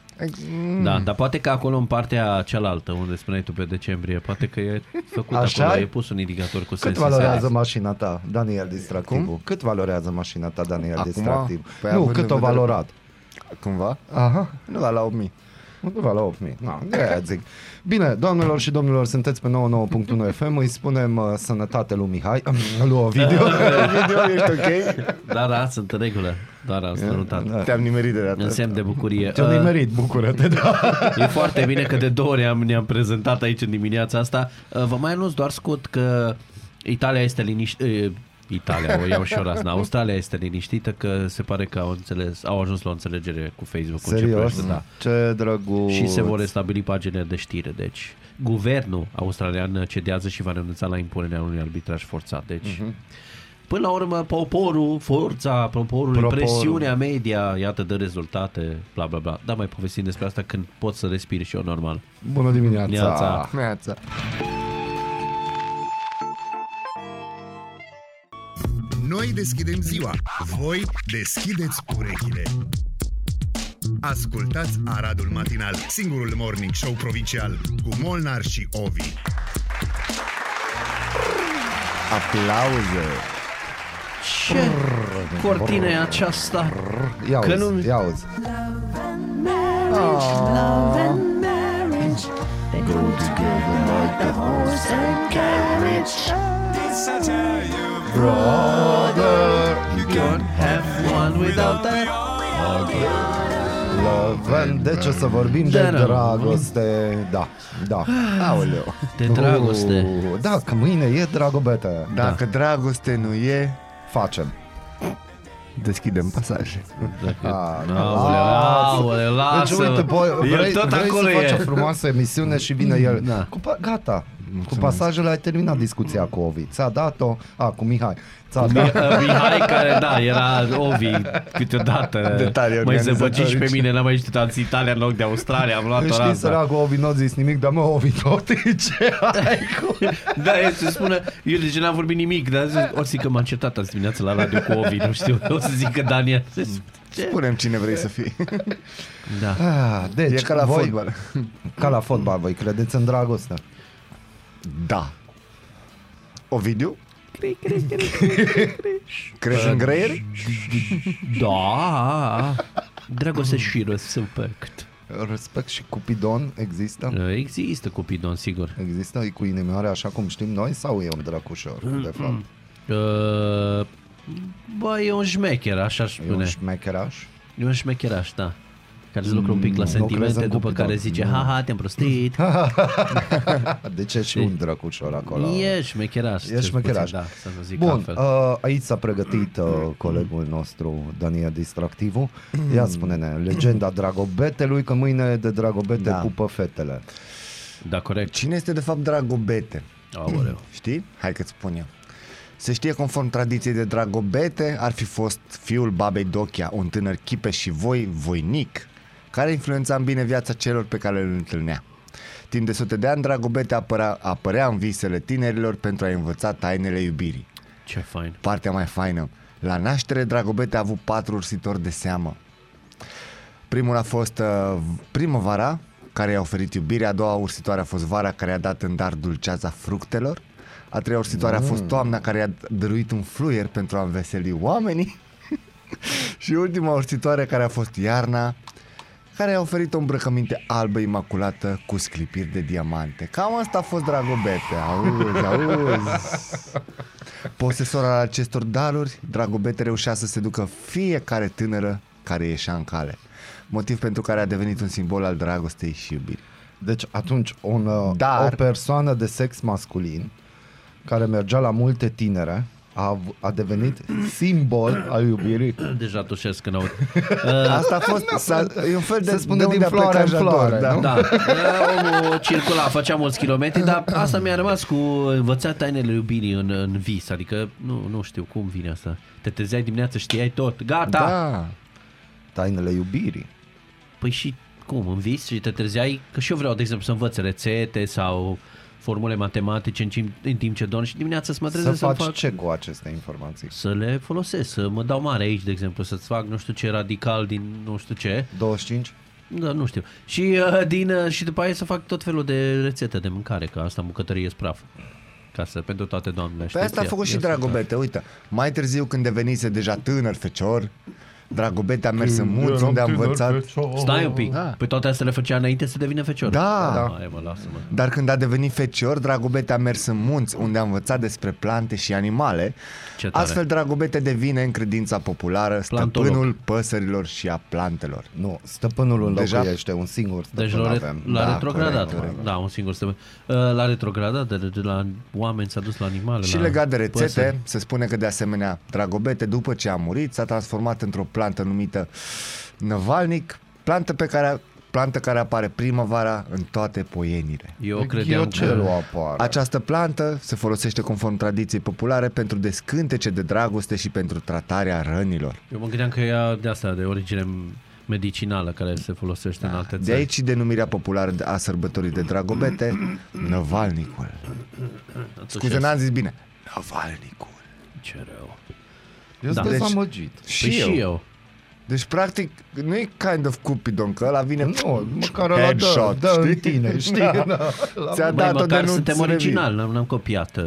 [SPEAKER 3] Da, dar poate că acolo în partea cealaltă unde spuneai tu pe decembrie, poate că e făcut
[SPEAKER 2] Așa
[SPEAKER 3] acolo,
[SPEAKER 2] e?
[SPEAKER 3] e pus un indicator cu
[SPEAKER 2] Cât
[SPEAKER 3] sens.
[SPEAKER 2] valorează mașina ta, Daniel Distractivul? Cât valorează mașina ta, Daniel
[SPEAKER 4] Acum?
[SPEAKER 2] Distractiv?
[SPEAKER 4] Păi
[SPEAKER 2] nu,
[SPEAKER 4] având
[SPEAKER 2] cât
[SPEAKER 4] în
[SPEAKER 2] o
[SPEAKER 4] vedere-
[SPEAKER 2] valorat
[SPEAKER 4] Cumva?
[SPEAKER 2] Aha,
[SPEAKER 4] Nu, dar la 8000.
[SPEAKER 2] undeva la 8.000 no, de zic. Bine, doamnelor și domnilor, sunteți pe 99.1 FM Îi spunem uh, sănătate lui Mihai Lui Ovidiu
[SPEAKER 4] Video, ești ok?
[SPEAKER 3] Da, da, sunt în regulă. Doar am strănutat.
[SPEAKER 4] Te-am nimerit de
[SPEAKER 3] În
[SPEAKER 4] data.
[SPEAKER 3] semn de bucurie.
[SPEAKER 2] Te-am
[SPEAKER 3] Uh,
[SPEAKER 2] nimerit, bucură-te da.
[SPEAKER 3] E foarte bine că de două ori am, ne-am prezentat aici în dimineața asta. Uh, Vă mai anunț doar scurt că Italia este liniștită. Italia, o iau și o razna. Australia este liniștită că se pare că au, înțeles, au ajuns la o înțelegere cu Facebook. în ce
[SPEAKER 2] Serios?
[SPEAKER 3] privește, da.
[SPEAKER 2] Ce drăguț
[SPEAKER 3] Și se vor restabili pagine de știre. Deci, guvernul australian cedează și va renunța la impunerea unui arbitraj forțat. Deci,
[SPEAKER 2] Mhm.
[SPEAKER 3] până la urmă, poporul, forța poporului,
[SPEAKER 2] Proporul.
[SPEAKER 3] presiunea media, iată, dă rezultate, bla, bla, bla. Dar mai povestim despre asta când pot să respir și eu normal.
[SPEAKER 2] Bună dimineața
[SPEAKER 3] Neața.
[SPEAKER 4] Neața.
[SPEAKER 1] Noi deschidem ziua, voi deschideți urechile. Ascultați Aradul Matinal, singurul morning show provincial cu Molnar și Ovi.
[SPEAKER 4] Aplauze!
[SPEAKER 3] Ce cortina e aceasta?
[SPEAKER 2] Ia
[SPEAKER 3] Că
[SPEAKER 2] auzi,
[SPEAKER 3] nu-
[SPEAKER 2] ia auzi.
[SPEAKER 5] Love and marriage, they go together like the horse and carriage.
[SPEAKER 3] Have one without that.
[SPEAKER 2] Love. Deci o să vorbim de
[SPEAKER 3] Da, da.
[SPEAKER 2] dragoste. Da, da. Aoleu.
[SPEAKER 3] De dragoste.
[SPEAKER 2] Uh, Da, că mâine e dragobete.
[SPEAKER 4] Dacă da. dragoste nu e,
[SPEAKER 2] Facem.
[SPEAKER 4] deschidem pasaje.
[SPEAKER 3] Dacă-
[SPEAKER 2] Ah,
[SPEAKER 3] Aoleu, aoleu,
[SPEAKER 2] Deci,
[SPEAKER 3] lasă-mă.
[SPEAKER 2] uite, bă,
[SPEAKER 3] El
[SPEAKER 2] vrei,
[SPEAKER 3] tot
[SPEAKER 2] vrei
[SPEAKER 3] acolo
[SPEAKER 2] să faci
[SPEAKER 3] e.
[SPEAKER 2] o frumoasă emisiune și vine el.
[SPEAKER 3] Da.
[SPEAKER 2] Cu, pa- gata. Cu pasajele ai terminat discuția cu Ovi. Ți-a dat-o? A, cu Mihai. Ți-a dat
[SPEAKER 3] Mi- Mihai care, da, era Ovi câteodată
[SPEAKER 4] Detalii
[SPEAKER 3] Mai zăbăci și
[SPEAKER 4] organizatorice.
[SPEAKER 3] pe mine, n-am mai știut alți Italia în loc de Australia Am luat-o
[SPEAKER 2] Știi,
[SPEAKER 3] raza.
[SPEAKER 2] săracul Ovi nu a zis nimic, dar mă, Ovi, tot ce ai cu...
[SPEAKER 3] Da, el se spune, eu deci n-am vorbit nimic, dar zic, ori zic că m-am certat azi dimineață la radio cu Ovi, nu știu, o să zic că Daniel.
[SPEAKER 4] Spunem cine vrei să fii.
[SPEAKER 3] Da.
[SPEAKER 2] Ah, deci,
[SPEAKER 4] e ca la
[SPEAKER 2] voi,
[SPEAKER 4] fotbal.
[SPEAKER 2] Ca la fotbal, voi credeți în dragoste?
[SPEAKER 4] Da. Ovidiu? Crezi în greier?
[SPEAKER 3] Da. Dragoste și respect.
[SPEAKER 2] Respect și Cupidon există?
[SPEAKER 3] Există Cupidon, sigur.
[SPEAKER 2] Există? E cu inimioare așa cum știm noi sau e un drăcușor,
[SPEAKER 4] Mm,
[SPEAKER 2] de fapt?
[SPEAKER 3] Uh, Bă, e un șmecher, așa aș
[SPEAKER 2] E un
[SPEAKER 3] spune.
[SPEAKER 2] șmecheraș?
[SPEAKER 3] E un șmecheraș, da. Care
[SPEAKER 2] Mm,
[SPEAKER 3] se lucră un pic la
[SPEAKER 2] nu crezi
[SPEAKER 3] sentimente,
[SPEAKER 2] în
[SPEAKER 3] după
[SPEAKER 2] Cupidon.
[SPEAKER 3] care zice,
[SPEAKER 2] Nu.
[SPEAKER 3] ha-ha, te-am prostit.
[SPEAKER 2] De ce și un drăcușor acolo?
[SPEAKER 3] E șmecheraș.
[SPEAKER 2] E șmecheraș.
[SPEAKER 3] Da, să nu zic
[SPEAKER 2] Bun,
[SPEAKER 3] altfel.
[SPEAKER 2] uh, aici s-a pregătit uh, colegul nostru Daniel Distractivu. Ia spune-ne, legenda Dragobetelui, că mâine de Dragobete da.
[SPEAKER 4] Da.
[SPEAKER 2] pupă fetele.
[SPEAKER 3] Da, corect.
[SPEAKER 4] Cine este de fapt Dragobete?
[SPEAKER 3] Aoleu.
[SPEAKER 4] Știi? Hai că-ți spun eu. Se știe conform tradiției de Dragobete ar fi fost fiul babei Dochia, un tânăr chipe și voi, voinic, care influența în bine viața celor pe care îl întâlnea. Timp de sute de ani, Dragobete apărea, apărea în visele tinerilor pentru a învăța tainele iubirii.
[SPEAKER 3] Ce fain.
[SPEAKER 4] Partea mai faină. La naștere, Dragobete a avut patru ursitori de seamă. Primul a fost uh, primăvara, care i-a oferit iubirea, a doua ursitoare a fost vara, care i-a dat în dar dulceața fructelor, a treia ursitoare a fost toamna, care i-a dăruit un fluier pentru a înveseli oamenii și ultima ursitoare, care a fost iarna, care i-a oferit o îmbrăcăminte albă imaculată cu sclipiri de diamante. Cam asta a fost Dragobete, auzi, auzi. Posesor al acestor daruri, Dragobete reușea să seducă fiecare tânără care ieșea în cale. Motiv pentru care a devenit un simbol al dragostei și iubirii.
[SPEAKER 2] Deci atunci un, uh,
[SPEAKER 4] Dar-
[SPEAKER 2] o persoană de sex masculin care mergea la multe tinere a, av- a devenit simbol al iubirii.
[SPEAKER 3] Deja tușesc când aud.
[SPEAKER 4] Asta a fost, s-a, e un fel de,
[SPEAKER 2] Se spune
[SPEAKER 4] de
[SPEAKER 2] din
[SPEAKER 4] unde a
[SPEAKER 2] floare
[SPEAKER 4] plecat
[SPEAKER 2] în
[SPEAKER 4] Jadot,
[SPEAKER 2] floare,
[SPEAKER 4] da?
[SPEAKER 2] nu?
[SPEAKER 3] Da, eh, omul circula, făcea mulți kilometri, dar asta mi-a rămas cu învățat tainele iubirii în, în vis, adică nu, nu știu cum vine asta. Te trezeai dimineața, știai tot, gata! Da.
[SPEAKER 4] da.
[SPEAKER 2] Tainele iubirii.
[SPEAKER 3] Păi și cum, în vis și te trezeai, că și eu vreau, de exemplu, să învăț rețete sau formule matematice în, timp, în timp ce dorm și dimineața să mă
[SPEAKER 2] Să
[SPEAKER 3] trezesc să
[SPEAKER 2] faci
[SPEAKER 3] fac
[SPEAKER 2] ce cu aceste informații?
[SPEAKER 3] să le folosesc, să mă dau mare aici, de exemplu, să-ți fac nu știu ce radical din nu știu ce.
[SPEAKER 2] 25?
[SPEAKER 3] Da, nu știu. Și, uh, din, uh, și după aia să fac tot felul de rețete de mâncare, că asta în bucătărie e spraf. Ca să, pentru toate doamnele.
[SPEAKER 4] Pe Păi asta a făcut și Dragobete, uite. Mai târziu, când devenise deja tânăr fecior, Dragobete a mers în munți unde a învățat...
[SPEAKER 3] Stai un pic. Da.
[SPEAKER 4] Da.
[SPEAKER 3] Pe toate astea le făcea înainte să devină fecior.
[SPEAKER 4] Da.
[SPEAKER 3] da. Hai, mă, lasă-mă.
[SPEAKER 4] Dar când a devenit fecior, Dragobete a mers în munți, unde a învățat despre plante și animale.
[SPEAKER 3] Ce tare.
[SPEAKER 4] Astfel, Dragobete devine în credința populară
[SPEAKER 3] Plantolog.
[SPEAKER 4] stăpânul păsărilor și a plantelor.
[SPEAKER 2] Nu, stăpânul
[SPEAKER 4] Deja-
[SPEAKER 2] înlocuiește, un singur stăpân
[SPEAKER 3] Deci l-a, re-
[SPEAKER 2] avem.
[SPEAKER 3] l-a
[SPEAKER 4] Da,
[SPEAKER 3] retrogradat.
[SPEAKER 4] corect, corect.
[SPEAKER 3] Da, un singur stăpân. Uh, L-a retrogradat de, de la oameni, s-a dus la animale.
[SPEAKER 4] Și
[SPEAKER 3] la
[SPEAKER 4] legat de rețete,
[SPEAKER 3] păsări.
[SPEAKER 4] se spune că de asemenea Dragobete, după ce a murit, s-a transformat într-o plantă numită năvalnic, plantă pe care plantă care apare primăvara în toate poienile.
[SPEAKER 3] Eu credeam
[SPEAKER 2] Ghiocelul
[SPEAKER 3] că...
[SPEAKER 2] apare.
[SPEAKER 4] Această plantă se folosește conform tradiției populare pentru descântece de dragoste și pentru tratarea rănilor.
[SPEAKER 3] Eu mă gândeam că ea de asta, de origine medicinală, care se folosește
[SPEAKER 2] Da.
[SPEAKER 3] în alte
[SPEAKER 4] De
[SPEAKER 3] țări.
[SPEAKER 4] aici și denumirea populară a sărbătorii de Dragobete, Năvalnicul. Scuze, n-am zis bine. Năvalnicul.
[SPEAKER 3] Ce rău.
[SPEAKER 2] Eu
[SPEAKER 3] da.
[SPEAKER 2] sunt
[SPEAKER 3] Deci-
[SPEAKER 2] dezamăgit.
[SPEAKER 4] Și,
[SPEAKER 3] Păi
[SPEAKER 4] eu.
[SPEAKER 3] și eu.
[SPEAKER 4] Deci, practic, nu e kind of Cupidon, că ăla vine...
[SPEAKER 2] Nu, măcar ăla dă,
[SPEAKER 4] headshot,
[SPEAKER 2] dă în
[SPEAKER 4] știi?
[SPEAKER 2] tine, știi? Da.
[SPEAKER 4] Ți-a
[SPEAKER 3] Băi,
[SPEAKER 4] dat-o de
[SPEAKER 3] măcar
[SPEAKER 4] nu
[SPEAKER 3] suntem
[SPEAKER 4] ți revii.
[SPEAKER 3] original, n-am, n-am copiat uh,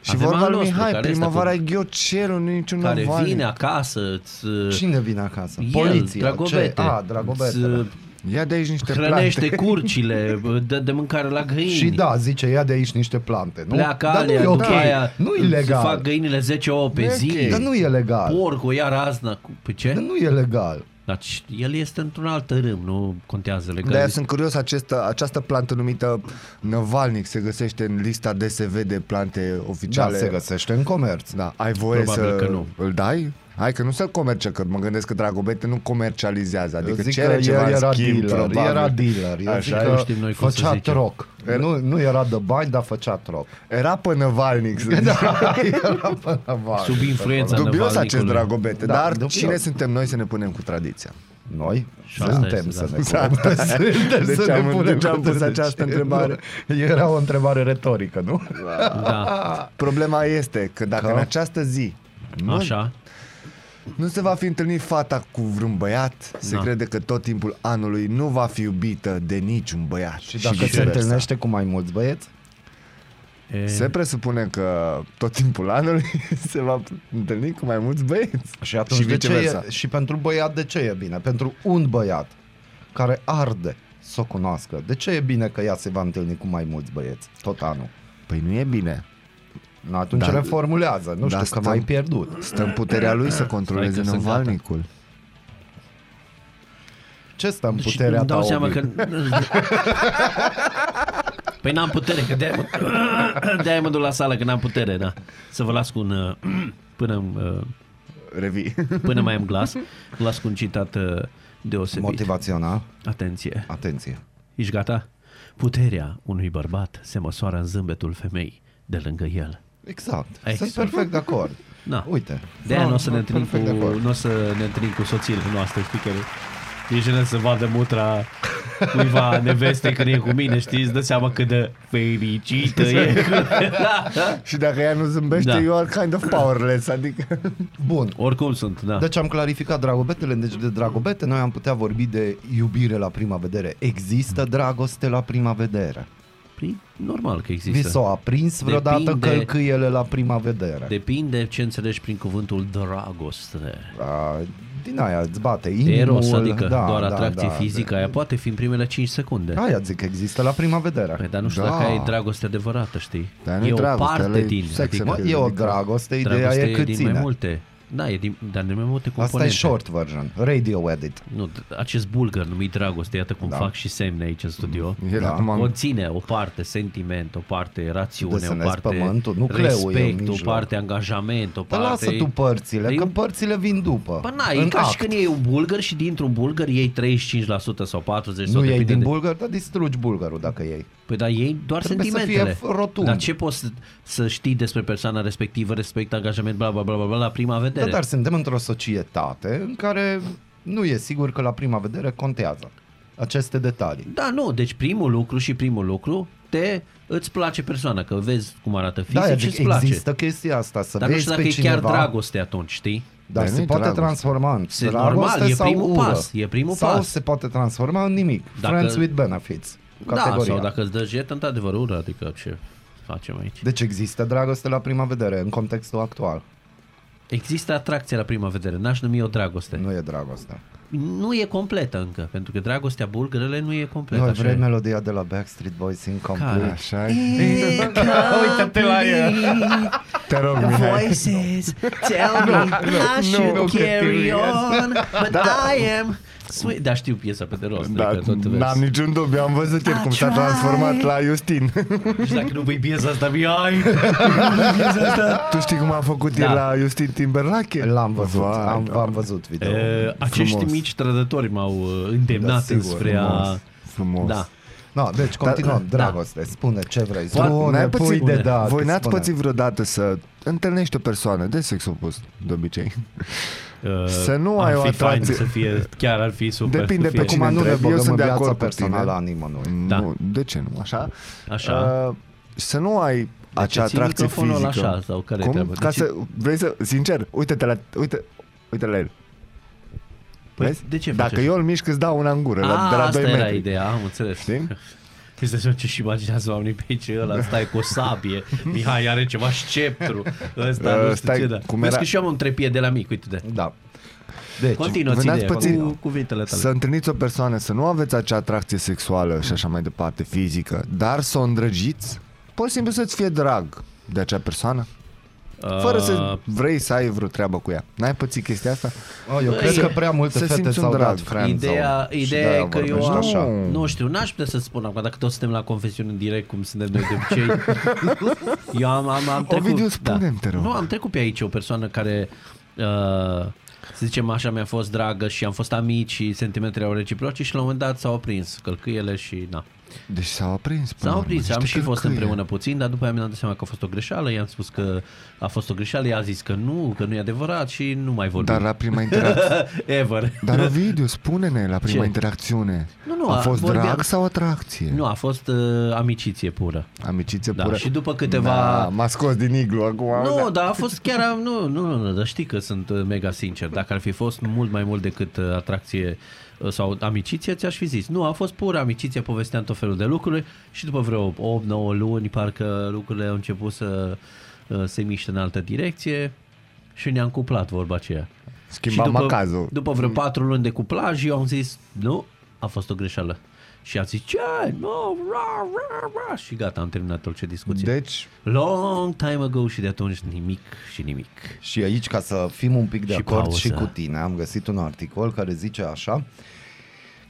[SPEAKER 4] Și
[SPEAKER 3] Avem
[SPEAKER 4] vorba
[SPEAKER 3] al
[SPEAKER 4] lui
[SPEAKER 3] nostru,
[SPEAKER 4] Mihai,
[SPEAKER 3] care este
[SPEAKER 4] primăvara e
[SPEAKER 3] acum,
[SPEAKER 4] ghiocelul, nu e niciun
[SPEAKER 3] care
[SPEAKER 4] naval.
[SPEAKER 3] vine acasă, îți, uh,
[SPEAKER 2] Cine vine acasă?
[SPEAKER 3] Deci, el,
[SPEAKER 2] Poliția.
[SPEAKER 3] Dragobete,
[SPEAKER 2] Ce? A, Dragobete. da.
[SPEAKER 3] îți uh,
[SPEAKER 4] Ia de aici niște
[SPEAKER 3] hrănește
[SPEAKER 4] plante.
[SPEAKER 3] curcile, dă de mâncare la găini.
[SPEAKER 2] Și da, zice, ia de aici niște plante. Nu?
[SPEAKER 3] pleacă
[SPEAKER 2] Dar nu
[SPEAKER 3] alea,
[SPEAKER 2] e
[SPEAKER 3] după
[SPEAKER 2] ok.
[SPEAKER 3] aia
[SPEAKER 2] Nu e
[SPEAKER 3] îți
[SPEAKER 2] legal.
[SPEAKER 3] fac găinile 10 ouă pe
[SPEAKER 4] Nu e
[SPEAKER 3] zi.
[SPEAKER 4] ok.
[SPEAKER 2] Dar nu e legal.
[SPEAKER 3] Porcul ia razna. Cu- Pe
[SPEAKER 2] Dar
[SPEAKER 3] ce?
[SPEAKER 2] nu e legal.
[SPEAKER 3] Dar c- el este într-un alt râm, nu contează
[SPEAKER 4] De aia
[SPEAKER 3] legal.
[SPEAKER 4] sunt curios, această, această plantă numită năvalnic se găsește în lista DSV de plante
[SPEAKER 2] Da,
[SPEAKER 4] oficiale.
[SPEAKER 2] se găsește în comerț.
[SPEAKER 4] Da, ai voie
[SPEAKER 3] Probabil
[SPEAKER 4] să
[SPEAKER 3] că nu.
[SPEAKER 4] îl dai? Hai că nu să-l comerce, că mă gândesc că Dragobete nu comercializează,
[SPEAKER 2] Eu
[SPEAKER 4] adică
[SPEAKER 2] zic
[SPEAKER 4] cere
[SPEAKER 2] că
[SPEAKER 4] ceva
[SPEAKER 2] el era
[SPEAKER 4] în schimb,
[SPEAKER 2] dealer,
[SPEAKER 4] probabil.
[SPEAKER 2] era dealer, eu
[SPEAKER 4] Așa,
[SPEAKER 2] zic
[SPEAKER 3] nu
[SPEAKER 2] că
[SPEAKER 3] știm noi cum să
[SPEAKER 2] făcea
[SPEAKER 3] zicem.
[SPEAKER 2] troc. Nu, nu era de bani, dar făcea troc.
[SPEAKER 4] Era pe Năvalnic.
[SPEAKER 2] Da.
[SPEAKER 4] să zic.
[SPEAKER 2] era până vară.
[SPEAKER 3] Sub influența
[SPEAKER 4] Dubios acest
[SPEAKER 3] năvalnicului.
[SPEAKER 4] Dragobete,
[SPEAKER 2] Da,
[SPEAKER 4] dar
[SPEAKER 2] dubios.
[SPEAKER 4] cine suntem noi să ne punem cu tradiția?
[SPEAKER 2] Noi
[SPEAKER 3] asta
[SPEAKER 2] suntem
[SPEAKER 3] este,
[SPEAKER 2] să ne
[SPEAKER 4] da.
[SPEAKER 2] punem. Suntem
[SPEAKER 4] Deci
[SPEAKER 2] să ne
[SPEAKER 4] am-
[SPEAKER 2] punem
[SPEAKER 4] deci am
[SPEAKER 2] cu
[SPEAKER 4] pus
[SPEAKER 2] de ce.
[SPEAKER 4] această întrebare.
[SPEAKER 2] Nu. Era o întrebare retorică, nu?
[SPEAKER 3] Da,
[SPEAKER 4] Problema este că dacă
[SPEAKER 2] Că?
[SPEAKER 4] în această zi nu,
[SPEAKER 3] așa.
[SPEAKER 4] nu se va fi întâlnit fata cu vreun băiat, se
[SPEAKER 3] Da.
[SPEAKER 4] crede că tot timpul anului nu va fi iubită de niciun băiat.
[SPEAKER 2] Și dacă se
[SPEAKER 4] viceversa.
[SPEAKER 2] întâlnește cu mai mulți băieți?
[SPEAKER 3] E,
[SPEAKER 4] Se presupune că tot timpul anului se va întâlni cu mai mulți băieți.
[SPEAKER 2] Și atunci de ce
[SPEAKER 4] viceversa.
[SPEAKER 2] e, și pentru băiat de ce e bine? Pentru un băiat care arde să o cunoască. De ce e bine că ea se va întâlni cu mai mulți băieți tot anul?
[SPEAKER 4] Păi nu e bine.
[SPEAKER 2] No, atunci
[SPEAKER 4] Da.
[SPEAKER 2] da, reformulează. Nu
[SPEAKER 4] Da,
[SPEAKER 2] știu
[SPEAKER 4] stăm-
[SPEAKER 2] că mai pierdut.
[SPEAKER 4] Stă în puterea lui să controleze
[SPEAKER 3] Stai că sunt
[SPEAKER 4] năvalnicul.
[SPEAKER 2] Ce stă în
[SPEAKER 3] și
[SPEAKER 2] puterea
[SPEAKER 3] îmi
[SPEAKER 2] ta?
[SPEAKER 3] dau seama
[SPEAKER 2] Obi?
[SPEAKER 3] că... Păi n-am putere, că de-aia mă, de-aia mă duc la sală, că n-am putere, da. Să vă las cu un... uh, Până, uh,
[SPEAKER 4] Revii.
[SPEAKER 3] până mai am glas, vă las cu un citat uh, deosebit.
[SPEAKER 2] Motivațional.
[SPEAKER 3] Atenție.
[SPEAKER 2] Atenție.
[SPEAKER 3] Ești gata? Puterea unui bărbat se măsoară în zâmbetul femei de lângă el.
[SPEAKER 2] Exact. Sunt
[SPEAKER 3] Excellent.
[SPEAKER 2] perfect de acord.
[SPEAKER 3] Na.
[SPEAKER 2] Uite.
[SPEAKER 3] De aia
[SPEAKER 2] Da,
[SPEAKER 3] nu o să ne
[SPEAKER 2] da,
[SPEAKER 3] întâlnim cu,
[SPEAKER 2] perfect de acord.
[SPEAKER 3] n-o să ne întâlnim cu soțiile noastre, știi că e jenă să vadă mutra cuiva neveste când e cu mine, știi, îți dă seama cât de fericită e. da,
[SPEAKER 2] Exact.
[SPEAKER 3] da.
[SPEAKER 4] Și dacă ea nu zâmbește,
[SPEAKER 3] Da.
[SPEAKER 4] you are kind of powerless, adică...
[SPEAKER 2] Bun.
[SPEAKER 3] Oricum sunt, da.
[SPEAKER 2] Deci am clarificat dragobetele, deci de dragobete noi am putea vorbi de iubire la prima vedere. Există dragoste la prima vedere.
[SPEAKER 3] Păi, normal că
[SPEAKER 2] Vi
[SPEAKER 3] există.
[SPEAKER 2] s-au aprins vreodată
[SPEAKER 3] Depinde-
[SPEAKER 2] călcâiele la prima vedere.
[SPEAKER 3] Depinde ce înțelegi prin cuvântul dragoste.
[SPEAKER 2] A, din aia îți bate inimul.
[SPEAKER 3] Eros, adică
[SPEAKER 2] da,
[SPEAKER 3] doar
[SPEAKER 2] da,
[SPEAKER 3] atracție
[SPEAKER 2] da,
[SPEAKER 3] fizică, aia poate fi în primele 5 secunde.
[SPEAKER 2] Aia zic, există la prima vedere.
[SPEAKER 3] Păi, dar nu știu
[SPEAKER 4] Da.
[SPEAKER 3] da. dacă ai dragoste adevărată, știi?
[SPEAKER 4] Dar nu-i
[SPEAKER 3] e o
[SPEAKER 4] dragoste, ăla
[SPEAKER 3] parte
[SPEAKER 4] e
[SPEAKER 3] din...
[SPEAKER 4] sex
[SPEAKER 2] Mă,
[SPEAKER 3] adică,
[SPEAKER 4] appeal.
[SPEAKER 2] e o
[SPEAKER 4] adică
[SPEAKER 2] dragoste, ideea
[SPEAKER 3] dragoste
[SPEAKER 2] e cât
[SPEAKER 3] din
[SPEAKER 2] ține.
[SPEAKER 3] mai multe. Da, e din, dar din mai multe componente.
[SPEAKER 2] Asta e short version, radio edit.
[SPEAKER 3] Nu, d- acest bulgăr numit dragoste, iată cum
[SPEAKER 2] Da.
[SPEAKER 3] da. fac și semne aici în studio.
[SPEAKER 4] El
[SPEAKER 2] Da.
[SPEAKER 4] acum-
[SPEAKER 3] Conține o parte sentiment, o parte rațiune, o
[SPEAKER 2] Desenezi
[SPEAKER 3] parte
[SPEAKER 2] pământul, nucleul e în
[SPEAKER 3] respect, o
[SPEAKER 2] mijloc.
[SPEAKER 3] parte angajament, o
[SPEAKER 2] Dar
[SPEAKER 3] parte...
[SPEAKER 2] Păi lasă tu părțile,
[SPEAKER 3] E
[SPEAKER 2] că
[SPEAKER 3] un-
[SPEAKER 2] părțile vin după.
[SPEAKER 3] Bă, na, Păi e
[SPEAKER 2] în
[SPEAKER 3] ca și
[SPEAKER 2] act.
[SPEAKER 3] când iei un bulgăr și dintr-un bulgăr iei 35% sau 40% sau
[SPEAKER 2] Nu iei
[SPEAKER 3] depinde
[SPEAKER 2] din
[SPEAKER 3] păi de...
[SPEAKER 2] bulgar, dar distrugi bulgarul dacă iei.
[SPEAKER 3] Păi dar ei doar
[SPEAKER 2] Trebuie să
[SPEAKER 3] sentimentele.
[SPEAKER 2] fie f- rotund.
[SPEAKER 3] Dar ce poți să- să știi despre persoana respectivă, respect, angajament, bla bla bla bla, bla la prima vedere?
[SPEAKER 2] Da, dar suntem într-o societate în care nu e sigur că la prima vedere contează aceste detalii.
[SPEAKER 3] Da, nu, deci primul lucru și primul lucru te îți place persoana, că vezi cum arată fizic
[SPEAKER 2] Da,
[SPEAKER 3] și
[SPEAKER 2] adică
[SPEAKER 3] îți place.
[SPEAKER 2] există chestia asta, să
[SPEAKER 3] Dar nu
[SPEAKER 2] vezi
[SPEAKER 3] știu dacă
[SPEAKER 2] pe
[SPEAKER 3] e
[SPEAKER 2] cineva,
[SPEAKER 3] chiar dragoste atunci, știi?
[SPEAKER 2] dar
[SPEAKER 4] Dar
[SPEAKER 2] se
[SPEAKER 4] nu-i
[SPEAKER 2] poate
[SPEAKER 4] dragoste.
[SPEAKER 2] transforma în
[SPEAKER 3] Se-
[SPEAKER 2] dragoste
[SPEAKER 3] normal, e
[SPEAKER 2] sau
[SPEAKER 3] primul
[SPEAKER 2] ură.
[SPEAKER 3] pas, e primul
[SPEAKER 2] sau
[SPEAKER 3] pas.
[SPEAKER 2] se poate transforma în nimic.
[SPEAKER 3] Dacă-
[SPEAKER 2] Friends with benefits. Categoria.
[SPEAKER 3] Da, sau dacă îți dă jet, într-adevăr, ură, adică ce facem aici?
[SPEAKER 2] Deci există dragoste la prima vedere în contextul actual.
[SPEAKER 3] Există atracție la prima vedere, n-aș numi o dragoste. Nu,
[SPEAKER 2] Nu e dragoste.
[SPEAKER 3] nu e completă încă, pentru că dragostea bulgărele nu e completă.
[SPEAKER 2] Noi
[SPEAKER 3] așa
[SPEAKER 2] vrei
[SPEAKER 3] e.
[SPEAKER 2] melodia de la Backstreet Boys
[SPEAKER 3] Care?
[SPEAKER 2] incomplete.
[SPEAKER 4] Așa e.
[SPEAKER 2] Uite-te la ea!
[SPEAKER 4] Te rog, Mihai.
[SPEAKER 5] Voices tell me I should carry on, but I am.
[SPEAKER 3] Sweet- Da, știu piesa pe de rost.
[SPEAKER 4] Da,
[SPEAKER 3] adică tot
[SPEAKER 4] n-am
[SPEAKER 3] vers.
[SPEAKER 4] niciun dubiu, am văzut ieri cum s-a transformat la Justin.
[SPEAKER 3] Și dacă nu vei piesa asta, mi-ai...
[SPEAKER 4] tu știi cum a făcut
[SPEAKER 3] Da.
[SPEAKER 4] el la Justin Timberlake?
[SPEAKER 2] L-am văzut,
[SPEAKER 4] Vai,
[SPEAKER 2] am,
[SPEAKER 4] da.
[SPEAKER 2] v-am văzut video.
[SPEAKER 3] Uh, acești
[SPEAKER 4] Frumos.
[SPEAKER 3] mici trădători m-au uh, îndemnat
[SPEAKER 2] Da, sigur,
[SPEAKER 3] înspre a...
[SPEAKER 4] Frumos. Frumos.
[SPEAKER 3] Da.
[SPEAKER 2] No, deci continuăm, dragoste, spune ce vrei.
[SPEAKER 4] da. Voi-
[SPEAKER 2] Spune,
[SPEAKER 4] n-ai
[SPEAKER 3] păi
[SPEAKER 2] pui
[SPEAKER 4] pățit-
[SPEAKER 2] de dat.
[SPEAKER 4] Voi n-ați
[SPEAKER 2] spune.
[SPEAKER 4] pățit vreodată să întâlnești o persoană de sex opus, de obicei.
[SPEAKER 3] Uh,
[SPEAKER 4] Să nu
[SPEAKER 3] ar
[SPEAKER 4] ai o
[SPEAKER 3] fi fain
[SPEAKER 4] atracție.
[SPEAKER 3] să fie, chiar ar fi super.
[SPEAKER 4] Depinde
[SPEAKER 3] să fie.
[SPEAKER 4] pe cine
[SPEAKER 2] Acum nu ne
[SPEAKER 4] întreb, eu
[SPEAKER 2] băgăm în
[SPEAKER 4] sunt de
[SPEAKER 2] viața
[SPEAKER 4] acord cu
[SPEAKER 2] personală
[SPEAKER 4] tine.
[SPEAKER 2] a nimănui.
[SPEAKER 3] Da.
[SPEAKER 4] Nu, de ce nu? Așa?
[SPEAKER 3] Așa.
[SPEAKER 4] Uh, să nu ai acea
[SPEAKER 3] ții
[SPEAKER 4] atracție
[SPEAKER 3] microfonul
[SPEAKER 4] fizică.
[SPEAKER 3] așa sau care e
[SPEAKER 4] Cum?
[SPEAKER 3] treaba? De
[SPEAKER 4] Ca
[SPEAKER 3] ce-
[SPEAKER 4] să, vrei să, sincer, uite-te la, uite, uite la el.
[SPEAKER 3] Păi,
[SPEAKER 4] Vezi?
[SPEAKER 3] de ce faci
[SPEAKER 4] Dacă
[SPEAKER 3] așa?
[SPEAKER 4] eu îl mișc, îți dau una în gură,
[SPEAKER 3] A,
[SPEAKER 4] la, de la
[SPEAKER 3] asta
[SPEAKER 4] 2
[SPEAKER 3] era
[SPEAKER 4] metri.
[SPEAKER 3] ideea, am înțeles.
[SPEAKER 4] Știi?
[SPEAKER 3] Îți dai seama ce-și imaginează oamenii pe aici, ăla stai cu o sabie, Mihai are ceva sceptru, ăsta
[SPEAKER 4] Uh,
[SPEAKER 3] nu știu
[SPEAKER 4] stai,
[SPEAKER 3] ce, da.
[SPEAKER 4] cum
[SPEAKER 3] Vezi
[SPEAKER 4] era-
[SPEAKER 3] că și eu am un trepie de la mic, uite de.
[SPEAKER 2] Da. Deci,
[SPEAKER 3] Continuă
[SPEAKER 4] veneați
[SPEAKER 3] ideea
[SPEAKER 4] puțin.
[SPEAKER 3] cu cuvintele tale.
[SPEAKER 4] Să întâlniți o persoană, să nu aveți acea atracție sexuală și așa mai departe, fizică, dar să o îndrăgiți, pur și simplu să-ți fie drag de acea persoană, fără să
[SPEAKER 3] Uh,
[SPEAKER 4] vrei să ai vreo treabă cu ea. N-ai pățit chestia asta?
[SPEAKER 2] oh, eu
[SPEAKER 3] Băi,
[SPEAKER 2] cred că prea multe
[SPEAKER 4] să
[SPEAKER 2] fete
[SPEAKER 4] simți un
[SPEAKER 2] s-au dat
[SPEAKER 4] drag.
[SPEAKER 2] friendzone
[SPEAKER 3] Ideea,
[SPEAKER 2] și
[SPEAKER 3] ideea
[SPEAKER 2] de-aia
[SPEAKER 3] e că eu
[SPEAKER 2] vorbești
[SPEAKER 3] am,
[SPEAKER 2] așa.
[SPEAKER 3] nu știu, n-aș putea să spun acum, dacă tot suntem la confesiune în direct, cum suntem noi de obicei. eu am, am, am trecut, da.
[SPEAKER 4] Ovidiu, spune-mi, te rog.
[SPEAKER 3] Nu, am trecut pe aici o persoană care, uh, să zicem așa, mi-a fost dragă și am fost amici și sentimentele au reciproce și la un moment dat s-au aprins călcâiele și na.
[SPEAKER 4] Deci s-au aprins. până
[SPEAKER 3] S-au
[SPEAKER 4] la urmă, Deci
[SPEAKER 3] aprins,
[SPEAKER 4] niște
[SPEAKER 3] am și fost
[SPEAKER 4] călcâie.
[SPEAKER 3] împreună puțin, dar după aia mi-am dat seama că a fost o greșeală, i-am spus că a fost o greșeală, i-a zis că nu, că nu e adevărat și nu mai vorbim.
[SPEAKER 4] Dar la prima interacțiune...
[SPEAKER 3] Ever.
[SPEAKER 4] Dar Ovidiu, spune-ne la prima
[SPEAKER 3] Ce?
[SPEAKER 4] interacțiune.
[SPEAKER 3] Nu, nu,
[SPEAKER 4] a
[SPEAKER 3] a-
[SPEAKER 4] fost
[SPEAKER 3] vorbeam-
[SPEAKER 4] drag sau atracție?
[SPEAKER 3] Nu, a fost uh, amiciție pură.
[SPEAKER 4] Amiciție
[SPEAKER 3] Da,
[SPEAKER 4] pură.
[SPEAKER 3] și după câteva-
[SPEAKER 4] Da, m-a scos din iglu acum.
[SPEAKER 3] Nu,
[SPEAKER 4] da.
[SPEAKER 3] dar a fost chiar, am- nu, nu, nu, nu, dar știi că sunt uh, mega sincer. Dacă ar fi fost mult mai mult decât uh, atracție uh, sau amiciție, ți-aș fi zis. Nu, a fost pură amiciție, povesteam tot felul de lucruri și după vreo 8-9 luni, parcă lucrurile au început să uh, se miște în altă direcție și ne-am cuplat vorba aceea.
[SPEAKER 4] Schimbam
[SPEAKER 3] și după,
[SPEAKER 4] acazul.
[SPEAKER 3] După vreo patru luni de cuplaj, eu am zis, nu, a fost o greșeală. Și a zis, ce? Nu, ra, ra, ra. Și gata, am terminat orice discuție.
[SPEAKER 4] Deci,
[SPEAKER 3] Long time ago și de atunci nimic și nimic.
[SPEAKER 2] Și aici, ca să fim un pic de
[SPEAKER 3] Și
[SPEAKER 2] acord
[SPEAKER 3] pauză.
[SPEAKER 2] și cu tine, am găsit un articol care zice așa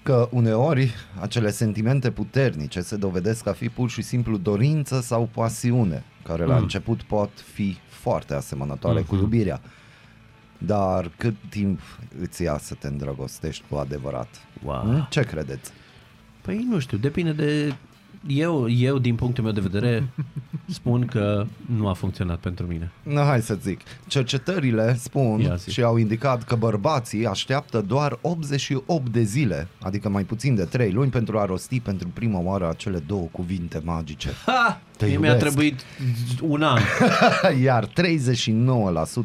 [SPEAKER 2] că uneori acele sentimente puternice se dovedesc a fi pur și simplu dorință sau pasiune, care la început pot fi foarte asemănătoare cu iubirea. Dar cât timp îți ia să te îndrăgostești cu adevărat?
[SPEAKER 3] Wow.
[SPEAKER 2] Hmm? Ce credeți?
[SPEAKER 3] Păi nu știu, depinde de... Eu, eu din punctul meu de vedere, spun că nu a funcționat pentru mine.
[SPEAKER 2] Na, hai să zic. Cercetările spun
[SPEAKER 3] Ia zi.
[SPEAKER 2] și au indicat că bărbații așteaptă doar 88 de zile, adică mai puțin de 3 luni, pentru a rosti pentru prima oară acele două cuvinte magice.
[SPEAKER 3] Ha!
[SPEAKER 2] Te
[SPEAKER 3] Mie mi-a
[SPEAKER 2] iubesc.
[SPEAKER 3] trebuit un an.
[SPEAKER 2] Iar 39%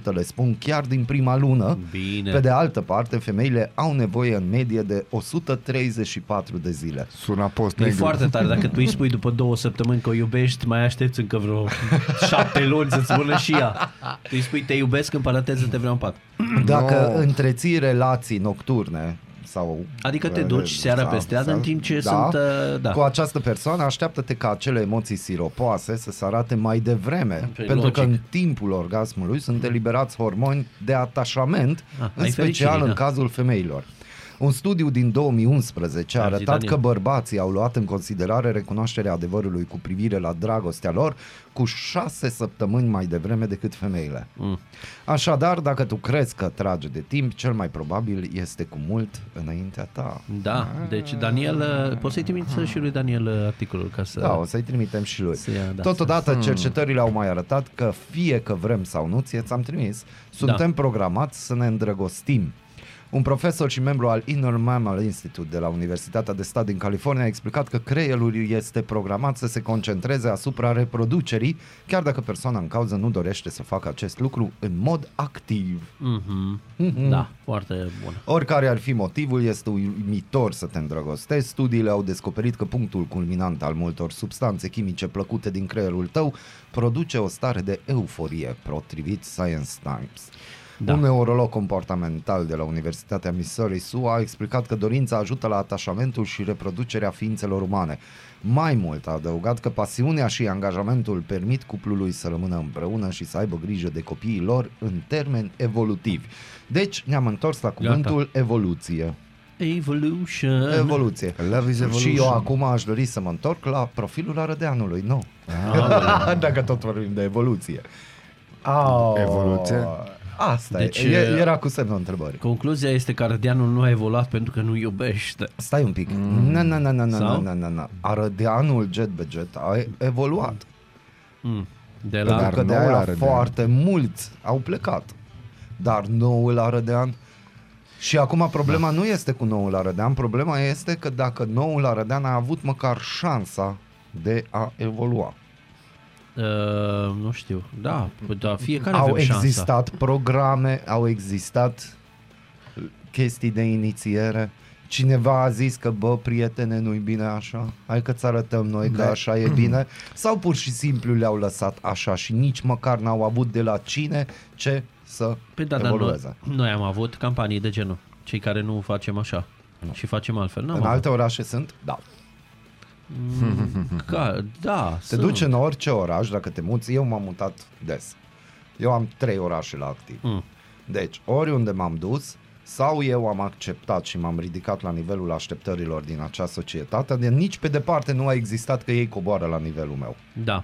[SPEAKER 2] le spun chiar din prima lună.
[SPEAKER 3] Bine.
[SPEAKER 2] Pe de altă parte, femeile au nevoie în medie de 134 de zile.
[SPEAKER 4] sună post
[SPEAKER 3] E
[SPEAKER 4] negru.
[SPEAKER 3] foarte tare, dacă tu îi spui după două săptămâni că o iubești, mai aștepți încă vreo șapte luni să-ți spună și ea. Tu îi spui te iubesc, în paranteză te vreau în pat.
[SPEAKER 2] Dacă
[SPEAKER 4] No.
[SPEAKER 2] întreții relații nocturne sau
[SPEAKER 3] Adică te duci seara
[SPEAKER 2] Sau-
[SPEAKER 3] peste ad
[SPEAKER 2] sau-
[SPEAKER 3] în timp ce
[SPEAKER 2] da.
[SPEAKER 3] sunt... uh, Da.
[SPEAKER 2] Cu această persoană așteaptă-te ca acele emoții siropoase să se arate mai devreme,
[SPEAKER 3] Păi,
[SPEAKER 2] pentru
[SPEAKER 3] logic. Mm-hmm.
[SPEAKER 2] că în timpul orgasmului sunt eliberați hormoni de atașament,
[SPEAKER 3] Ah, ai
[SPEAKER 2] în special
[SPEAKER 3] fericirii,
[SPEAKER 2] în
[SPEAKER 3] da.
[SPEAKER 2] cazul femeilor. Un studiu din 2011 a
[SPEAKER 3] Mergi,
[SPEAKER 2] arătat
[SPEAKER 3] Daniel.
[SPEAKER 2] că bărbații au luat în considerare recunoașterea adevărului cu privire la dragostea lor cu șase săptămâni mai devreme decât femeile.
[SPEAKER 3] Mm.
[SPEAKER 2] Așadar, dacă tu crezi că trage de timp, cel mai probabil este cu mult înaintea ta.
[SPEAKER 3] Da, deci Daniel, poți să-i trimiți și lui Daniel uh, articolul ca să...
[SPEAKER 2] Da, o să-i trimitem și lui.
[SPEAKER 3] Să ia, da,
[SPEAKER 2] Totodată, cercetările au mai arătat că fie că vrem sau nu, ție ți-am trimis, suntem
[SPEAKER 3] Da.
[SPEAKER 2] programați să ne îndrăgostim. Un profesor și membru al Inner Mammal Institute de la Universitatea de Stat din California a explicat că creierul este programat să se concentreze asupra reproducerii, chiar dacă persoana în cauză nu dorește să facă acest lucru în mod activ.
[SPEAKER 3] Mhm. Da, foarte bună.
[SPEAKER 2] Oricare ar fi motivul, este uimitor să te îndrăgostești. Studiile au descoperit că punctul culminant al multor substanțe chimice plăcute din creierul tău produce o stare de euforie, potrivit Science Times. Da.
[SPEAKER 3] Da.
[SPEAKER 2] Un neurolog comportamental de la Universitatea Missouri SUA a explicat că dorința ajută la atașamentul și reproducerea ființelor umane. Mai mult a adăugat că pasiunea și angajamentul permit cuplului să rămână împreună și să aibă grijă de copiii lor în termeni evolutivi. Deci ne-am întors la cuvântul evoluție.
[SPEAKER 3] Evolution.
[SPEAKER 2] Evoluție.
[SPEAKER 4] Love is evolution.
[SPEAKER 2] Și eu acum aș dori să mă întorc la profilul arădeanului nou. Dacă tot vorbim de evoluție. Au,
[SPEAKER 4] Evoluție?
[SPEAKER 2] Asta
[SPEAKER 3] Deci,
[SPEAKER 2] deci, e, E- era cu semnul întrebării.
[SPEAKER 3] Concluzia este că Ardeanul nu a evoluat pentru că nu iubește.
[SPEAKER 2] Stai un pic. Na, na, na, na, na, na,
[SPEAKER 3] Sau?
[SPEAKER 2] na, na, na. Arădeanul jet be jet a e- evoluat.
[SPEAKER 3] Mm. De
[SPEAKER 2] Pentru
[SPEAKER 3] la...
[SPEAKER 4] Dar
[SPEAKER 2] că de
[SPEAKER 4] noul
[SPEAKER 2] aia
[SPEAKER 4] arădean.
[SPEAKER 2] foarte mulți au plecat. Dar noul arădean... Și acum problema da. nu este cu noul arădean, problema este că dacă noul arădean a avut măcar șansa de a evolua.
[SPEAKER 3] Uh, nu știu. Da, p- da fiecare
[SPEAKER 2] au
[SPEAKER 3] avem șansa.
[SPEAKER 2] existat programe, au existat chestii de inițiere, cineva a zis că, bă, prietene, nu-i bine așa, hai că-ți arătăm noi că așa e bine, sau pur și simplu le-au lăsat așa și nici măcar n-au avut de la cine ce să
[SPEAKER 3] Păi da, dar noi,
[SPEAKER 2] evolueze.
[SPEAKER 3] noi am avut campanii de genul. Cei care nu facem așa. Și facem altfel. N-am
[SPEAKER 2] în
[SPEAKER 3] avut.
[SPEAKER 2] alte orașe sunt? Da.
[SPEAKER 3] Ca, da.
[SPEAKER 2] Te duci în orice oraș, dacă te muți, eu m-am mutat des. Eu am trei orașe la activ. Mm. Deci, oriunde m-am dus, sau eu am acceptat și m-am ridicat la nivelul așteptărilor din acea societate, de nici pe departe nu a existat că ei coboară la nivelul meu.
[SPEAKER 3] Da.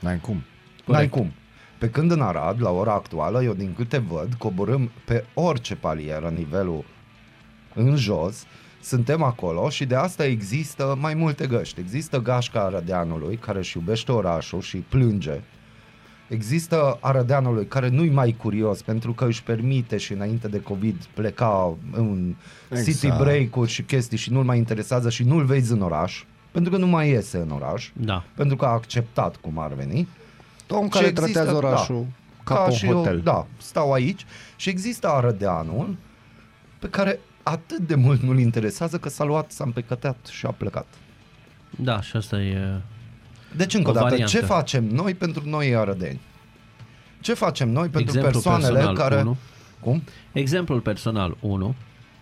[SPEAKER 4] N-ai cum.
[SPEAKER 2] N-ai cum. Pe când în Arad, la ora actuală, eu din câte văd, coborâm pe orice palieră nivelul în jos, suntem acolo și de asta există mai multe găști. Există gașca Arădeanului care își iubește orașul și plânge. Există Arădeanului care nu-i mai curios pentru că își permite și înainte de COVID pleca în exact. city
[SPEAKER 4] Exact.
[SPEAKER 2] break-uri și chestii și nu-l mai interesează și nu-l vezi în oraș pentru că nu mai iese în oraș
[SPEAKER 3] Da.
[SPEAKER 2] pentru că a acceptat cum ar veni.
[SPEAKER 4] Om
[SPEAKER 2] Și
[SPEAKER 4] care
[SPEAKER 2] există, da.
[SPEAKER 4] tratează orașul ca pe un
[SPEAKER 2] și
[SPEAKER 4] hotel.
[SPEAKER 2] Eu, da, stau aici și există Arădeanul pe care atât de mult nu-l interesează că s-a luat, s-a împecătat și a plecat.
[SPEAKER 3] Da, și asta e...
[SPEAKER 2] Deci încă o
[SPEAKER 3] O
[SPEAKER 2] dată,
[SPEAKER 3] variantă.
[SPEAKER 2] ce facem noi pentru noi arădeni? Ce facem noi pentru
[SPEAKER 3] Exemplu
[SPEAKER 2] persoanele
[SPEAKER 3] personal,
[SPEAKER 2] care...
[SPEAKER 3] unul.
[SPEAKER 2] Cum?
[SPEAKER 3] Exemplul personal 1.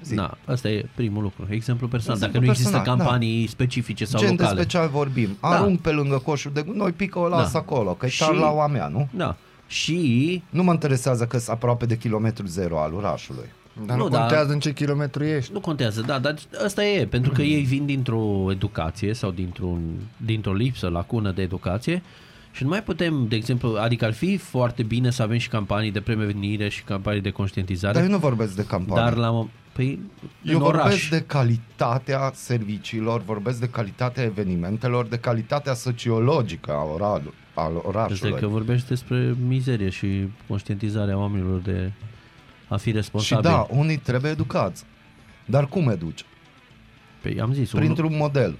[SPEAKER 2] Zi.
[SPEAKER 3] Da, asta e primul lucru. Exemplu personal.
[SPEAKER 2] Exemplu
[SPEAKER 3] Dacă nu există
[SPEAKER 2] personal, da.
[SPEAKER 3] campanii specifice sau
[SPEAKER 2] Gen
[SPEAKER 3] locale.
[SPEAKER 2] despre ce vorbim.
[SPEAKER 3] Da.
[SPEAKER 2] Arunc pe lângă coșul de gunoi, pică o las
[SPEAKER 3] Da.
[SPEAKER 2] acolo, că e
[SPEAKER 3] Și-
[SPEAKER 2] la mea, nu?
[SPEAKER 3] Da. Și
[SPEAKER 2] Nu mă interesează că sunt aproape de kilometru zero al orașului.
[SPEAKER 4] Dar nu,
[SPEAKER 3] Nu,
[SPEAKER 2] da.
[SPEAKER 4] nu
[SPEAKER 3] dar-
[SPEAKER 4] contează în ce kilometru ești.
[SPEAKER 3] Nu contează, da, dar asta e, pentru că ei vin dintr-o educație sau dintr-un, dintr-o lipsă, lacună de educație și nu mai putem, de exemplu, adică ar fi foarte bine să avem și campanii de prevenire și campanii de conștientizare,
[SPEAKER 2] Dar eu nu vorbesc de campanie.
[SPEAKER 3] dar la... mo- Păi,
[SPEAKER 2] Eu
[SPEAKER 3] în
[SPEAKER 2] vorbesc
[SPEAKER 3] oraș.
[SPEAKER 2] de calitatea serviciilor, vorbesc de calitatea evenimentelor, de calitatea sociologică a, oral, al
[SPEAKER 3] Este
[SPEAKER 2] orașului.
[SPEAKER 3] că vorbești despre mizerie și conștientizarea oamenilor de a fi
[SPEAKER 2] Și
[SPEAKER 3] responsabili.
[SPEAKER 2] da, unii trebuie educați. Dar cum educi?
[SPEAKER 3] Păi am zis, un
[SPEAKER 2] Printr-un model.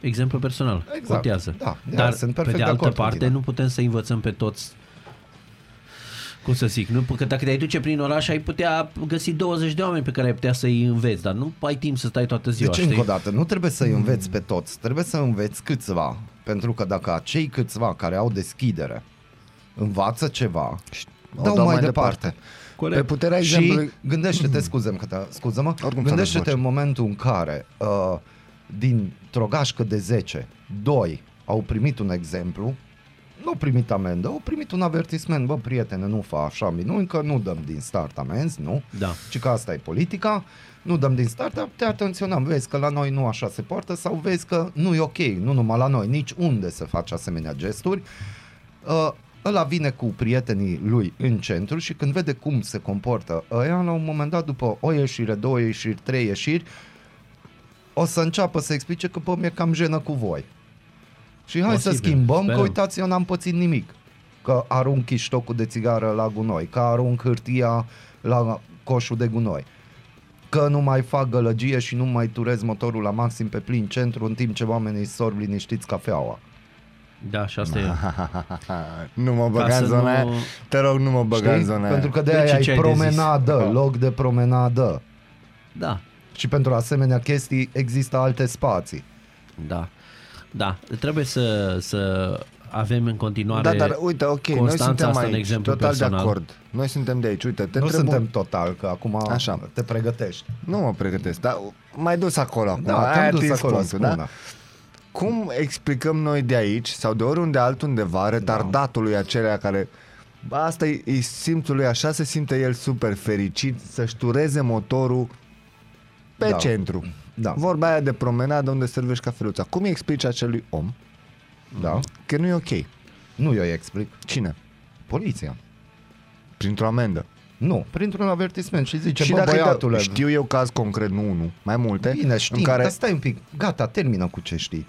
[SPEAKER 3] exemplu personal,
[SPEAKER 2] Exact,
[SPEAKER 3] contează.
[SPEAKER 2] da, da,
[SPEAKER 3] Dar
[SPEAKER 2] sunt
[SPEAKER 3] pe
[SPEAKER 2] perfect
[SPEAKER 3] de
[SPEAKER 2] de
[SPEAKER 3] altă
[SPEAKER 2] acord cu
[SPEAKER 3] parte
[SPEAKER 2] tine.
[SPEAKER 3] nu putem să învățăm pe toți cum să zic, nu? Că dacă te-ai duce prin oraș ai putea găsi 20 de oameni pe care ai putea să-i înveți, dar nu ai timp să stai toată ziua,
[SPEAKER 2] Deci,
[SPEAKER 3] știi? Mm.
[SPEAKER 2] încă o dată, nu trebuie să-i înveți pe toți, trebuie să înveți câțiva. Pentru că dacă acei câțiva care au deschidere învață ceva,
[SPEAKER 4] o
[SPEAKER 2] dau mai, mai departe.
[SPEAKER 4] Pe puterea exemplului...
[SPEAKER 2] Și gândește-te, scuză-mă, că te, scuză-mă
[SPEAKER 4] Oricum s-a
[SPEAKER 2] gândește-te
[SPEAKER 4] dezvoce.
[SPEAKER 2] în momentul în care uh, dintr-o gașcă de 10, 2 au primit un exemplu, nu au primit amendă, au primit un avertisment, bă, prietene, nu fa așa, nu, încă nu dăm din start amenzi, nu?
[SPEAKER 3] Da.
[SPEAKER 2] Ci că asta e politica, nu dăm din start, dar te atenționăm, vezi că la noi nu așa se poartă sau vezi că nu e ok, nu numai la noi, nici unde să faci asemenea gesturi. Uh, ăla vine cu prietenii lui în centru și când vede cum se comportă ăia, la un moment dat, după o ieșire, două ieșiri, trei ieșiri, o să înceapă să explice că, bă, mi-e cam jenă cu voi. Și hai Posibil, să
[SPEAKER 3] Posibil,
[SPEAKER 2] schimbăm, că
[SPEAKER 3] sperăm.
[SPEAKER 2] uitați, eu n-am pățit nimic. Că arunc chiștocul de țigară la gunoi, că arunc hârtia la coșul de gunoi, că nu mai fac gălăgie și nu mai turez motorul la maxim pe plin centru în timp ce oamenii sorb liniștiți cafeaua.
[SPEAKER 3] Da, și asta e.
[SPEAKER 4] nu mă
[SPEAKER 3] Ca
[SPEAKER 4] băga
[SPEAKER 3] să
[SPEAKER 4] în zona
[SPEAKER 3] nu-
[SPEAKER 4] aia. Te rog, nu mă băga în
[SPEAKER 2] Știi?
[SPEAKER 4] zona aia.
[SPEAKER 2] Pentru că de
[SPEAKER 3] Deci,
[SPEAKER 2] aia
[SPEAKER 3] ce
[SPEAKER 2] e
[SPEAKER 3] ai de zis?
[SPEAKER 2] promenadă,
[SPEAKER 4] Da.
[SPEAKER 2] loc de promenadă.
[SPEAKER 3] Da,
[SPEAKER 2] Și pentru asemenea chestii există alte spații.
[SPEAKER 3] da. Da, trebuie să, să avem în continuare
[SPEAKER 4] Da, dar uite, ok, noi
[SPEAKER 3] Constanța
[SPEAKER 4] suntem
[SPEAKER 3] asta în
[SPEAKER 4] aici,
[SPEAKER 3] exemplu
[SPEAKER 4] total
[SPEAKER 3] personal.
[SPEAKER 4] de acord. Noi suntem de aici, uite, te
[SPEAKER 2] nu
[SPEAKER 4] întreb un-
[SPEAKER 2] suntem total, că acum
[SPEAKER 4] Așa.
[SPEAKER 2] te pregătești.
[SPEAKER 4] Nu mă pregătesc, dar m-ai dus acolo acum.
[SPEAKER 2] Da,
[SPEAKER 4] aia
[SPEAKER 2] te-am dus
[SPEAKER 4] te-ai
[SPEAKER 2] acolo,
[SPEAKER 4] spus,
[SPEAKER 2] spune. Da?
[SPEAKER 4] Cum explicăm noi de aici sau de oriunde altundeva retardatului
[SPEAKER 2] Da.
[SPEAKER 4] acelea care Bă, asta e, e simțul lui, așa se simte el super fericit să-și tureze motorul pe
[SPEAKER 2] Da.
[SPEAKER 4] centru.
[SPEAKER 2] Da.
[SPEAKER 4] Vorba aia de promenadă unde servești cafeluța. Cum îi explici acelui om
[SPEAKER 2] da.
[SPEAKER 4] că nu e ok?
[SPEAKER 2] Nu eu îi explic.
[SPEAKER 4] Cine?
[SPEAKER 2] Poliția.
[SPEAKER 4] Printr-o amendă.
[SPEAKER 2] Nu, printr-un avertisment și zice,
[SPEAKER 4] și
[SPEAKER 2] și bă,
[SPEAKER 4] dacă îi dă-
[SPEAKER 2] băiatule,
[SPEAKER 4] știu eu caz concret, nu unul, mai multe,
[SPEAKER 2] bine, știm,
[SPEAKER 4] în care
[SPEAKER 2] dar stai un pic, gata, termină cu ce știi.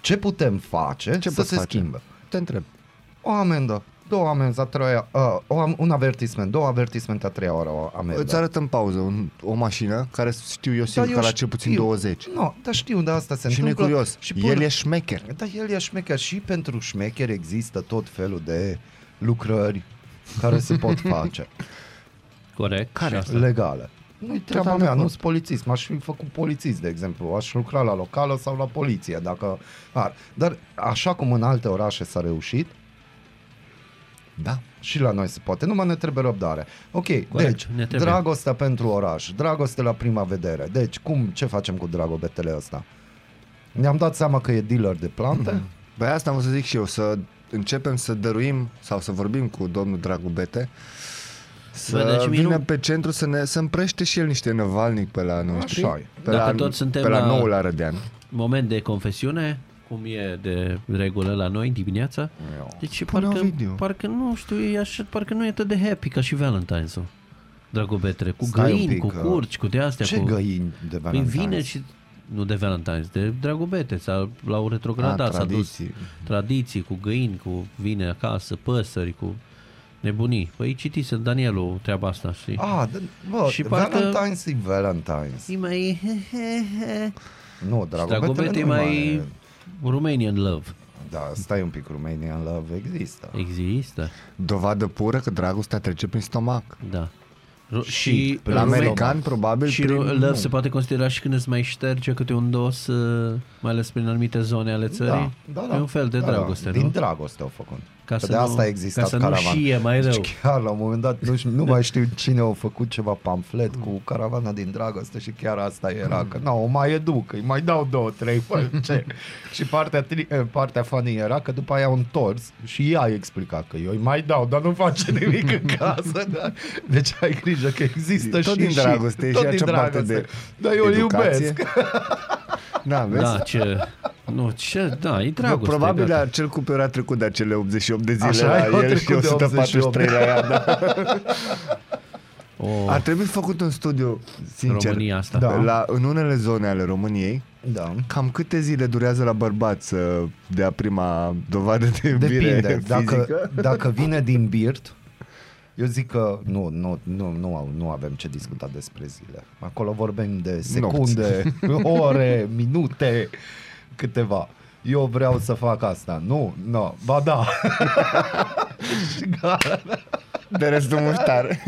[SPEAKER 2] Ce putem face ce
[SPEAKER 4] ce
[SPEAKER 2] să
[SPEAKER 4] poți
[SPEAKER 2] se
[SPEAKER 4] face?
[SPEAKER 2] schimbă?
[SPEAKER 4] Te întreb.
[SPEAKER 2] O amendă, două amenzi, a treia, a, o am- un avertisment, două avertismente, a treia oră o amendă.
[SPEAKER 4] Îți arăt în pauză un, o mașină care știu eu
[SPEAKER 2] Dar
[SPEAKER 4] sigur că
[SPEAKER 2] eu
[SPEAKER 4] la cel puțin
[SPEAKER 2] știu.
[SPEAKER 4] 20.
[SPEAKER 2] Nu, dar știu, dar asta se
[SPEAKER 4] Și nu e
[SPEAKER 2] întâmplă.
[SPEAKER 4] curios.
[SPEAKER 2] Și
[SPEAKER 4] Și
[SPEAKER 2] pur-
[SPEAKER 4] El e șmecher.
[SPEAKER 2] Dar el e șmecher și pentru șmecher există tot felul de lucrări care se pot face
[SPEAKER 3] corect.
[SPEAKER 4] Care?
[SPEAKER 3] Și asta.
[SPEAKER 2] legale. Nu-i treaba mea, nu sunt polițist. M-aș fi făcut polițist, de exemplu. Aș lucra la locală sau la poliție, dacă ar. Dar așa cum în alte orașe s-a reușit,
[SPEAKER 4] Da.
[SPEAKER 2] și la noi se poate, numai ne trebuie răbdare. Ok, deci,
[SPEAKER 3] ne trebuie.
[SPEAKER 2] dragostea pentru oraș, dragoste la prima vedere. Deci, cum, ce facem cu dragobetele ăsta? Ne-am dat seama că e dealer de plante, mm-hmm.
[SPEAKER 4] Băi, asta am să zic și eu, să începem să dăruim sau să vorbim cu domnul Dragubete să
[SPEAKER 3] Bă, deci mie
[SPEAKER 4] vină
[SPEAKER 3] nu-
[SPEAKER 4] pe centru să ne să împrește și el niște năvalnic pe la noștri.
[SPEAKER 2] Așa e.
[SPEAKER 4] Pe
[SPEAKER 3] Dacă
[SPEAKER 4] la,
[SPEAKER 3] tot suntem uh,
[SPEAKER 4] pe la,
[SPEAKER 3] la-
[SPEAKER 4] noul Arădean.
[SPEAKER 3] Moment de confesiune, cum e de regulă la noi dimineața. Deci
[SPEAKER 4] Pune
[SPEAKER 3] parcă,
[SPEAKER 4] Ovidiu.
[SPEAKER 3] parcă nu știu, e așa, parcă nu e atât de happy ca și Valentine's-ul. Dragobetre, cu
[SPEAKER 2] Stai un
[SPEAKER 3] găini,
[SPEAKER 2] pic,
[SPEAKER 3] cu
[SPEAKER 2] că-
[SPEAKER 3] curci, cu de astea.
[SPEAKER 2] ce
[SPEAKER 3] cu...
[SPEAKER 2] găini de
[SPEAKER 3] Păi
[SPEAKER 2] Valentine's?
[SPEAKER 3] vine și nu de Valentine's, de Dragobete, sau l-au retrogradat,
[SPEAKER 4] A,
[SPEAKER 3] s-a dus
[SPEAKER 4] tradiții.
[SPEAKER 3] tradiții cu găini, cu vine acasă, păsări, cu nebunii. Păi citise Danielu treaba asta, știi?
[SPEAKER 2] Ah, de, bă, și
[SPEAKER 3] Și
[SPEAKER 2] Valentine's
[SPEAKER 3] parcă-
[SPEAKER 2] e Valentine's.
[SPEAKER 3] E mai...
[SPEAKER 2] Nu, dragobetele
[SPEAKER 3] Dragobete e
[SPEAKER 2] nu mai...
[SPEAKER 3] mai... Romanian love.
[SPEAKER 2] Da, stai un pic, Romanian Love există.
[SPEAKER 3] Există,
[SPEAKER 4] Dovadă pură că dragostea trece prin stomac.
[SPEAKER 3] da. Ro- și
[SPEAKER 4] la
[SPEAKER 3] Romani-
[SPEAKER 4] american, probabil,
[SPEAKER 3] și
[SPEAKER 4] prin-
[SPEAKER 3] ro-
[SPEAKER 4] nu.
[SPEAKER 3] love se poate considera și când îți mai șterge câte un dos, uh, mai ales prin anumite zone ale țării.
[SPEAKER 2] Da, da, da.
[SPEAKER 3] E un fel de
[SPEAKER 2] da,
[SPEAKER 3] dragoste,
[SPEAKER 2] da.
[SPEAKER 3] nu?
[SPEAKER 2] Din dragoste au făcut.
[SPEAKER 3] Ca
[SPEAKER 2] Că
[SPEAKER 3] să
[SPEAKER 2] de
[SPEAKER 3] nu-
[SPEAKER 2] asta a existat
[SPEAKER 3] ca să nu
[SPEAKER 2] caravan.
[SPEAKER 3] și e mai rău.
[SPEAKER 2] Deci chiar la un moment dat, nu, știu- nu mai știu cine a făcut ceva pamflet cu caravana din dragoste și chiar asta era, că nu, o mai educ, îi mai dau două, trei, bă, ce? și partea, tri, eh, partea funny era că după aia au întors și ea a explicat că eu îi mai dau, dar nu face nimic în casă. Da? Deci ai grijă că există
[SPEAKER 4] Tot
[SPEAKER 2] și
[SPEAKER 4] din
[SPEAKER 2] și,
[SPEAKER 4] dragoste, e
[SPEAKER 2] tot
[SPEAKER 4] și
[SPEAKER 2] din
[SPEAKER 4] acea parte
[SPEAKER 2] dragoste.
[SPEAKER 4] de
[SPEAKER 2] Dar eu îl
[SPEAKER 4] educație.
[SPEAKER 2] iubesc.
[SPEAKER 4] Da, vezi?
[SPEAKER 3] Da, ce... Nu, ce... Da, e
[SPEAKER 4] Bă,
[SPEAKER 3] dragoste.
[SPEAKER 4] probabil
[SPEAKER 3] gata.
[SPEAKER 4] la cel cu pe ora trecut de acele 88 de zile
[SPEAKER 2] Așa,
[SPEAKER 4] la
[SPEAKER 2] au
[SPEAKER 4] el și
[SPEAKER 2] trecut de
[SPEAKER 4] 143 la ea, da.
[SPEAKER 3] O...
[SPEAKER 4] Ar trebui făcut un studiu, sincer,
[SPEAKER 3] România asta.
[SPEAKER 4] Da. La, în unele zone ale României,
[SPEAKER 2] Da.
[SPEAKER 4] cam câte zile durează la bărbat să dea prima dovadă de iubire
[SPEAKER 2] Depinde,
[SPEAKER 4] fizică?
[SPEAKER 2] dacă, dacă vine din birt, eu zic că nu, nu, nu, nu, au- nu avem ce discuta despre zile. Acolo vorbim de secunde, ore, minute, câteva. Eu vreau să fac asta. Nu, nu, no, ba da. Și gata.
[SPEAKER 4] De restul muștar.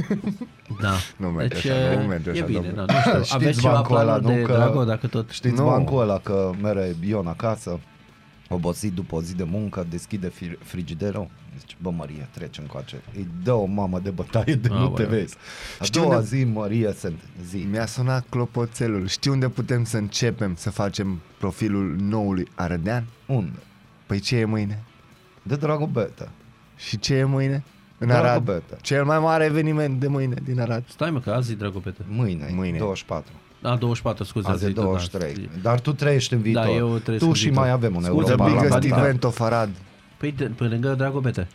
[SPEAKER 3] Da.
[SPEAKER 4] Nu merge
[SPEAKER 3] deci,
[SPEAKER 4] așa, nu
[SPEAKER 3] e-
[SPEAKER 4] merge
[SPEAKER 3] e
[SPEAKER 4] așa,
[SPEAKER 3] bine,
[SPEAKER 4] domnule.
[SPEAKER 3] da, nu știu,
[SPEAKER 2] Știți
[SPEAKER 3] aveți ceva
[SPEAKER 2] bancul ăla,
[SPEAKER 3] planuri
[SPEAKER 2] nu?
[SPEAKER 3] de
[SPEAKER 2] Că-
[SPEAKER 3] Drago, dacă tot...
[SPEAKER 2] Știți
[SPEAKER 4] Nu.
[SPEAKER 2] no. bancul ăla că mere Ion acasă, obosit după o zi de muncă, deschide fir- frigiderul, zice, bă Maria, treci încoace. Îi dă o mamă de bătaie de
[SPEAKER 3] Ah,
[SPEAKER 2] nu
[SPEAKER 3] bă,
[SPEAKER 2] te
[SPEAKER 3] da.
[SPEAKER 2] vezi. A
[SPEAKER 4] Știu
[SPEAKER 2] doua
[SPEAKER 4] unde-
[SPEAKER 2] zi, Maria, sunt zi.
[SPEAKER 4] Mi-a sunat clopoțelul. Știi unde putem să începem să facem profilul noului Arădean?
[SPEAKER 2] Unde?
[SPEAKER 4] Păi ce e mâine?
[SPEAKER 2] De dragobete.
[SPEAKER 4] Și ce e mâine? În
[SPEAKER 2] Dragul
[SPEAKER 4] Arad.
[SPEAKER 2] Bete.
[SPEAKER 4] Cel mai mare eveniment de mâine din Arad.
[SPEAKER 3] Stai mă, că azi e Dragopete.
[SPEAKER 2] Mâine,
[SPEAKER 4] Mâine.
[SPEAKER 2] Mâine. 24.
[SPEAKER 3] A, 24, scuze.
[SPEAKER 2] Azi e
[SPEAKER 3] zis tu, da.
[SPEAKER 2] 23. Dar tu trăiești în viitor.
[SPEAKER 3] eu trăiesc
[SPEAKER 2] tu
[SPEAKER 3] în
[SPEAKER 2] și
[SPEAKER 3] viitor.
[SPEAKER 2] mai avem un
[SPEAKER 3] Scuze,
[SPEAKER 4] The
[SPEAKER 3] Bă, la
[SPEAKER 4] biggest
[SPEAKER 3] Bagdad.
[SPEAKER 2] europarlamentar.
[SPEAKER 4] event of Arad.
[SPEAKER 3] Păi, de, pe lângă Dragopete.